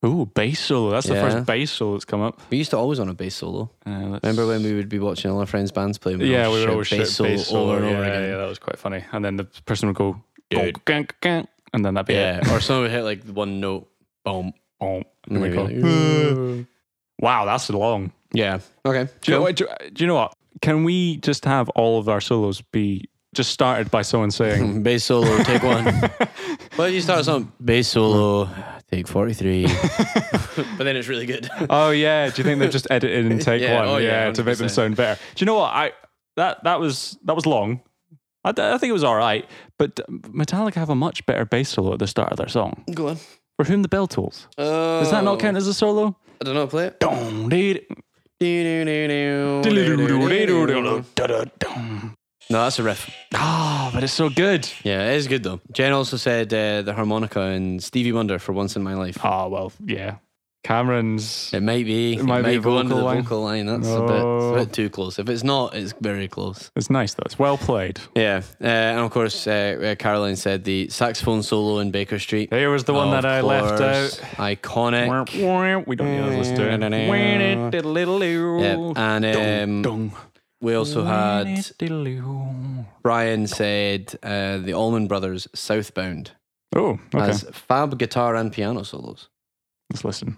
[SPEAKER 2] Ooh, bass solo. That's the
[SPEAKER 1] Yeah.
[SPEAKER 2] first bass solo that's come up.
[SPEAKER 1] We used to always on a bass solo.
[SPEAKER 2] Uh, let's-
[SPEAKER 1] Remember when we would be watching all our friends' bands play? and
[SPEAKER 2] Yeah,
[SPEAKER 1] all
[SPEAKER 2] we
[SPEAKER 1] shout
[SPEAKER 2] were always
[SPEAKER 1] bass solo over and over
[SPEAKER 2] yeah,
[SPEAKER 1] again.
[SPEAKER 2] Yeah, that was quite funny. And then the person would go,
[SPEAKER 1] Dude.
[SPEAKER 2] "Gonk, gonk, gonk," and then that'd be
[SPEAKER 1] Yeah,
[SPEAKER 2] it.
[SPEAKER 1] or someone would hit like one note, boom.
[SPEAKER 2] Bonk. And we'd
[SPEAKER 1] Maybe
[SPEAKER 2] go, wow, that's long.
[SPEAKER 1] Yeah. Okay.
[SPEAKER 2] Do you, know,
[SPEAKER 1] cool.
[SPEAKER 2] what- do, do you know what? Can we just have all of our solos be just started by someone saying,
[SPEAKER 1] Bass solo, take one. well, you start something. Bass solo, take 43. but then it's really good.
[SPEAKER 2] oh, yeah, do you think they've just edited and take
[SPEAKER 1] Yeah,
[SPEAKER 2] one?
[SPEAKER 1] oh, yeah,
[SPEAKER 2] yeah, to make them
[SPEAKER 1] 100%.
[SPEAKER 2] sound better. Do you know what? I That that was that was long. I, I think it was all right, but Metallica have a much better bass solo at the start of their song.
[SPEAKER 1] go on.
[SPEAKER 2] For whom the bell tolls.
[SPEAKER 1] Oh,
[SPEAKER 2] Does that not count as a solo?
[SPEAKER 1] I don't know, play it.
[SPEAKER 2] Dong, dee,
[SPEAKER 1] No,
[SPEAKER 2] Oh,
[SPEAKER 1] that's a riff.
[SPEAKER 2] but it's so good.
[SPEAKER 1] Yeah, it is good though. Jen also said uh, the harmonica and Stevie Wonder for once in my life.
[SPEAKER 2] Oh, well, yeah. Cameron's.
[SPEAKER 1] It might be. Ah. It might,
[SPEAKER 2] might be
[SPEAKER 1] go under the
[SPEAKER 2] vocal line.
[SPEAKER 1] vocal line. That's a, bit, it's a
[SPEAKER 2] No.
[SPEAKER 1] bit too close. If it's not, it's very close.
[SPEAKER 2] It's nice, though. It's well played.
[SPEAKER 1] Yeah. Uh, and of course, uh, uh, Caroline said the saxophone solo in Baker Street.
[SPEAKER 2] Here was the one
[SPEAKER 1] Of
[SPEAKER 2] that I left
[SPEAKER 1] course.
[SPEAKER 2] out.
[SPEAKER 1] Iconic.
[SPEAKER 2] We don't need to listen to
[SPEAKER 1] Yeah.
[SPEAKER 2] it.
[SPEAKER 1] And um,
[SPEAKER 2] Dong.
[SPEAKER 1] we also had Brian said uh, the Allman Brothers Southbound
[SPEAKER 2] Oh, okay.
[SPEAKER 1] has fab guitar and piano solos.
[SPEAKER 2] Let's listen.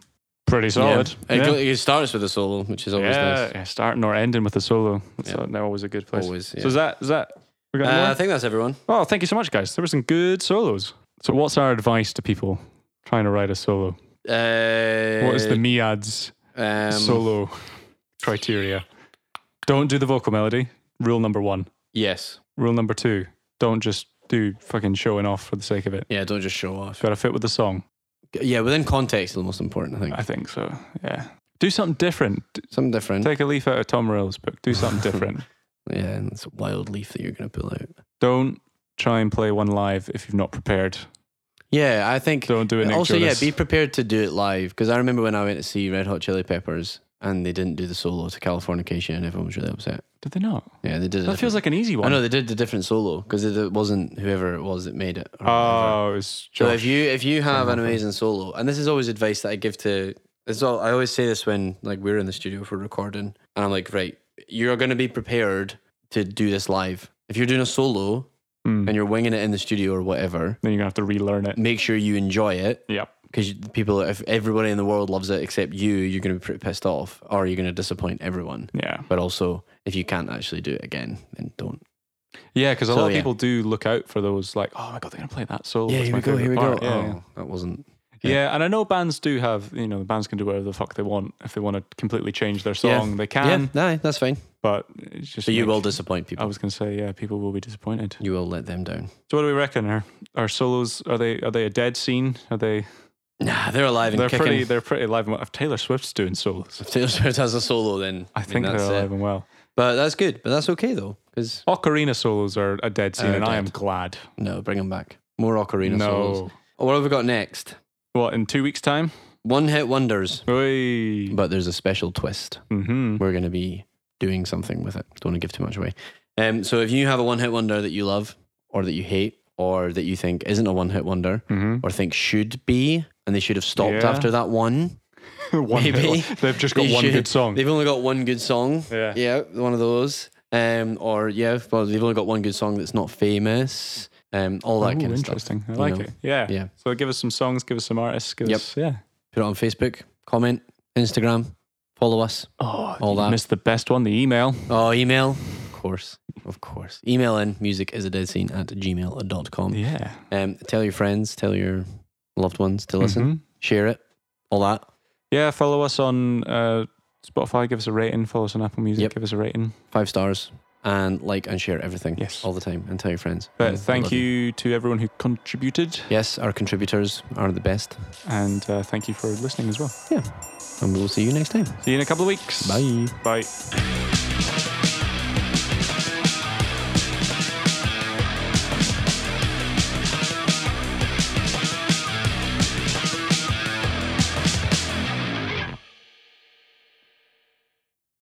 [SPEAKER 2] Pretty solid.
[SPEAKER 1] Yeah. It,
[SPEAKER 2] Yeah.
[SPEAKER 1] go- it starts with a solo, which is always
[SPEAKER 2] Yeah,
[SPEAKER 1] nice.
[SPEAKER 2] yeah, starting or ending with a solo. That's
[SPEAKER 1] Yeah.
[SPEAKER 2] yeah. always a good place.
[SPEAKER 1] Always, yeah.
[SPEAKER 2] So is that is that we got
[SPEAKER 1] Uh,
[SPEAKER 2] more?
[SPEAKER 1] I think that's everyone.
[SPEAKER 2] Oh, thank you so much, guys. There were some good solos. So, what's our advice to people trying to write a solo?
[SPEAKER 1] Uh,
[SPEAKER 2] what is the Miads
[SPEAKER 1] um,
[SPEAKER 2] solo criteria? Don't do the vocal melody. Rule number one.
[SPEAKER 1] Yes.
[SPEAKER 2] Rule number two. Don't just do fucking showing off for the sake of it.
[SPEAKER 1] Yeah, don't just show off.
[SPEAKER 2] Got to fit with the song.
[SPEAKER 1] Yeah, within context is the most important, I think.
[SPEAKER 2] I think so. Yeah. Do something different. D-
[SPEAKER 1] Something different.
[SPEAKER 2] Take a leaf out of Tom Morello's book. Do something different.
[SPEAKER 1] Yeah, and it's a wild leaf that you're going to pull out.
[SPEAKER 2] Don't try and play one live if you've not prepared.
[SPEAKER 1] Yeah, I think.
[SPEAKER 2] Don't do it. Nick
[SPEAKER 1] also, yeah,
[SPEAKER 2] Jonas.
[SPEAKER 1] be prepared to do it live because I remember when I went to see Red Hot Chili Peppers and they didn't do the solo to Californication and everyone was really upset.
[SPEAKER 2] Did they not?
[SPEAKER 1] Yeah, they did. a
[SPEAKER 2] That feels
[SPEAKER 1] different-
[SPEAKER 2] like an easy
[SPEAKER 1] I
[SPEAKER 2] one.
[SPEAKER 1] know they did the different solo because it wasn't whoever it was that made it. or whatever.
[SPEAKER 2] Oh, it's
[SPEAKER 1] So
[SPEAKER 2] Josh.
[SPEAKER 1] if you if you have an amazing solo, and this is always advice that I give to, it's all I always say this when like we're in the studio for recording, and I'm like, right, you're going to be prepared to do this live. If you're doing a solo
[SPEAKER 2] Mm.
[SPEAKER 1] and you're winging it in the studio or whatever,
[SPEAKER 2] then you're gonna have to relearn it.
[SPEAKER 1] make sure you enjoy it
[SPEAKER 2] Yep.
[SPEAKER 1] because people, if everybody in the world loves it except you, you're going to be pretty pissed off, or you're going to disappoint everyone.
[SPEAKER 2] Yeah.
[SPEAKER 1] But also, if you can't actually do it again, then don't.
[SPEAKER 2] Yeah, because a
[SPEAKER 1] So,
[SPEAKER 2] lot of
[SPEAKER 1] yeah.
[SPEAKER 2] people do look out for those. Like, oh my god, they're gonna play that solo.
[SPEAKER 1] yeah,
[SPEAKER 2] That's
[SPEAKER 1] here
[SPEAKER 2] my
[SPEAKER 1] we go. Here we
[SPEAKER 2] favourite
[SPEAKER 1] go.
[SPEAKER 2] part." Yeah.
[SPEAKER 1] Oh, that wasn't.
[SPEAKER 2] yeah. and I know bands do have. You know, the bands can do whatever the fuck they want. If they want to completely change their
[SPEAKER 1] Yeah.
[SPEAKER 2] song, they can.
[SPEAKER 1] Yeah, no, that's fine.
[SPEAKER 2] But it's just.
[SPEAKER 1] But you
[SPEAKER 2] like-
[SPEAKER 1] will disappoint
[SPEAKER 2] I
[SPEAKER 1] people.
[SPEAKER 2] was gonna say, yeah, people will be disappointed.
[SPEAKER 1] You will let them down.
[SPEAKER 2] So what do we reckon? Are are solos? Are they are they a dead scene? Are they?
[SPEAKER 1] Nah, they're alive and
[SPEAKER 2] They're
[SPEAKER 1] kicking.
[SPEAKER 2] pretty. They're pretty alive. and well. If Taylor Swift's doing solos,
[SPEAKER 1] If Taylor Swift has a solo, then
[SPEAKER 2] I think
[SPEAKER 1] that's
[SPEAKER 2] they're
[SPEAKER 1] it.
[SPEAKER 2] alive and well.
[SPEAKER 1] But that's good. But that's okay though, because
[SPEAKER 2] Ocarina solos are a dead scene,
[SPEAKER 1] They're
[SPEAKER 2] and I am
[SPEAKER 1] dead.
[SPEAKER 2] glad.
[SPEAKER 1] no, bring them back. More ocarina
[SPEAKER 2] no.
[SPEAKER 1] solos. Oh, what have we got next?
[SPEAKER 2] What in two weeks' time?
[SPEAKER 1] One hit wonders,
[SPEAKER 2] Oi.
[SPEAKER 1] but there's a special twist.
[SPEAKER 2] Mm-hmm.
[SPEAKER 1] We're going to be doing something with it. Don't want to give too much away. Um, so if you have a one hit wonder that you love, or that you hate, or that you think isn't a one hit wonder,
[SPEAKER 2] Mm-hmm.
[SPEAKER 1] or think should be, and they should have stopped
[SPEAKER 2] Yeah.
[SPEAKER 1] after that one,
[SPEAKER 2] one hit
[SPEAKER 1] Maybe.
[SPEAKER 2] wonder. They've just got
[SPEAKER 1] They
[SPEAKER 2] one
[SPEAKER 1] should-
[SPEAKER 2] good song.
[SPEAKER 1] They've only got one good song.
[SPEAKER 2] Yeah.
[SPEAKER 1] Yeah, one of those. Um, or yeah, well, they've only got one good song that's not famous. Um, all that
[SPEAKER 2] Ooh,
[SPEAKER 1] kind of stuff.
[SPEAKER 2] interesting. I
[SPEAKER 1] you
[SPEAKER 2] like
[SPEAKER 1] know.
[SPEAKER 2] it. Yeah.
[SPEAKER 1] Yeah.
[SPEAKER 2] So give us some songs, give us some artists, give
[SPEAKER 1] Yep.
[SPEAKER 2] us yeah.
[SPEAKER 1] Put it on Facebook, comment, Instagram, follow us.
[SPEAKER 2] Oh,
[SPEAKER 1] All that.
[SPEAKER 2] missed the best one, the email.
[SPEAKER 1] Oh, email. Of course. Of course. Email in music is a dead scene at gmail.com.
[SPEAKER 2] Yeah.
[SPEAKER 1] Um, tell your friends, tell your
[SPEAKER 2] Mm-hmm.
[SPEAKER 1] loved ones to listen, share it, all that.
[SPEAKER 2] Yeah, follow us on uh, Spotify, give us a rating. Follow us on Apple Music,
[SPEAKER 1] Yep.
[SPEAKER 2] give us a rating.
[SPEAKER 1] Five stars and like and share everything.
[SPEAKER 2] Yes.
[SPEAKER 1] All the time and tell your friends.
[SPEAKER 2] But
[SPEAKER 1] And we
[SPEAKER 2] thank
[SPEAKER 1] love
[SPEAKER 2] you, to everyone who contributed,
[SPEAKER 1] Yes, our contributors are the best.
[SPEAKER 2] and uh, thank you for listening as well.
[SPEAKER 1] And we'll see you next time.
[SPEAKER 2] See you in a couple of weeks.
[SPEAKER 1] Bye.
[SPEAKER 2] Bye.
[SPEAKER 3] Bye.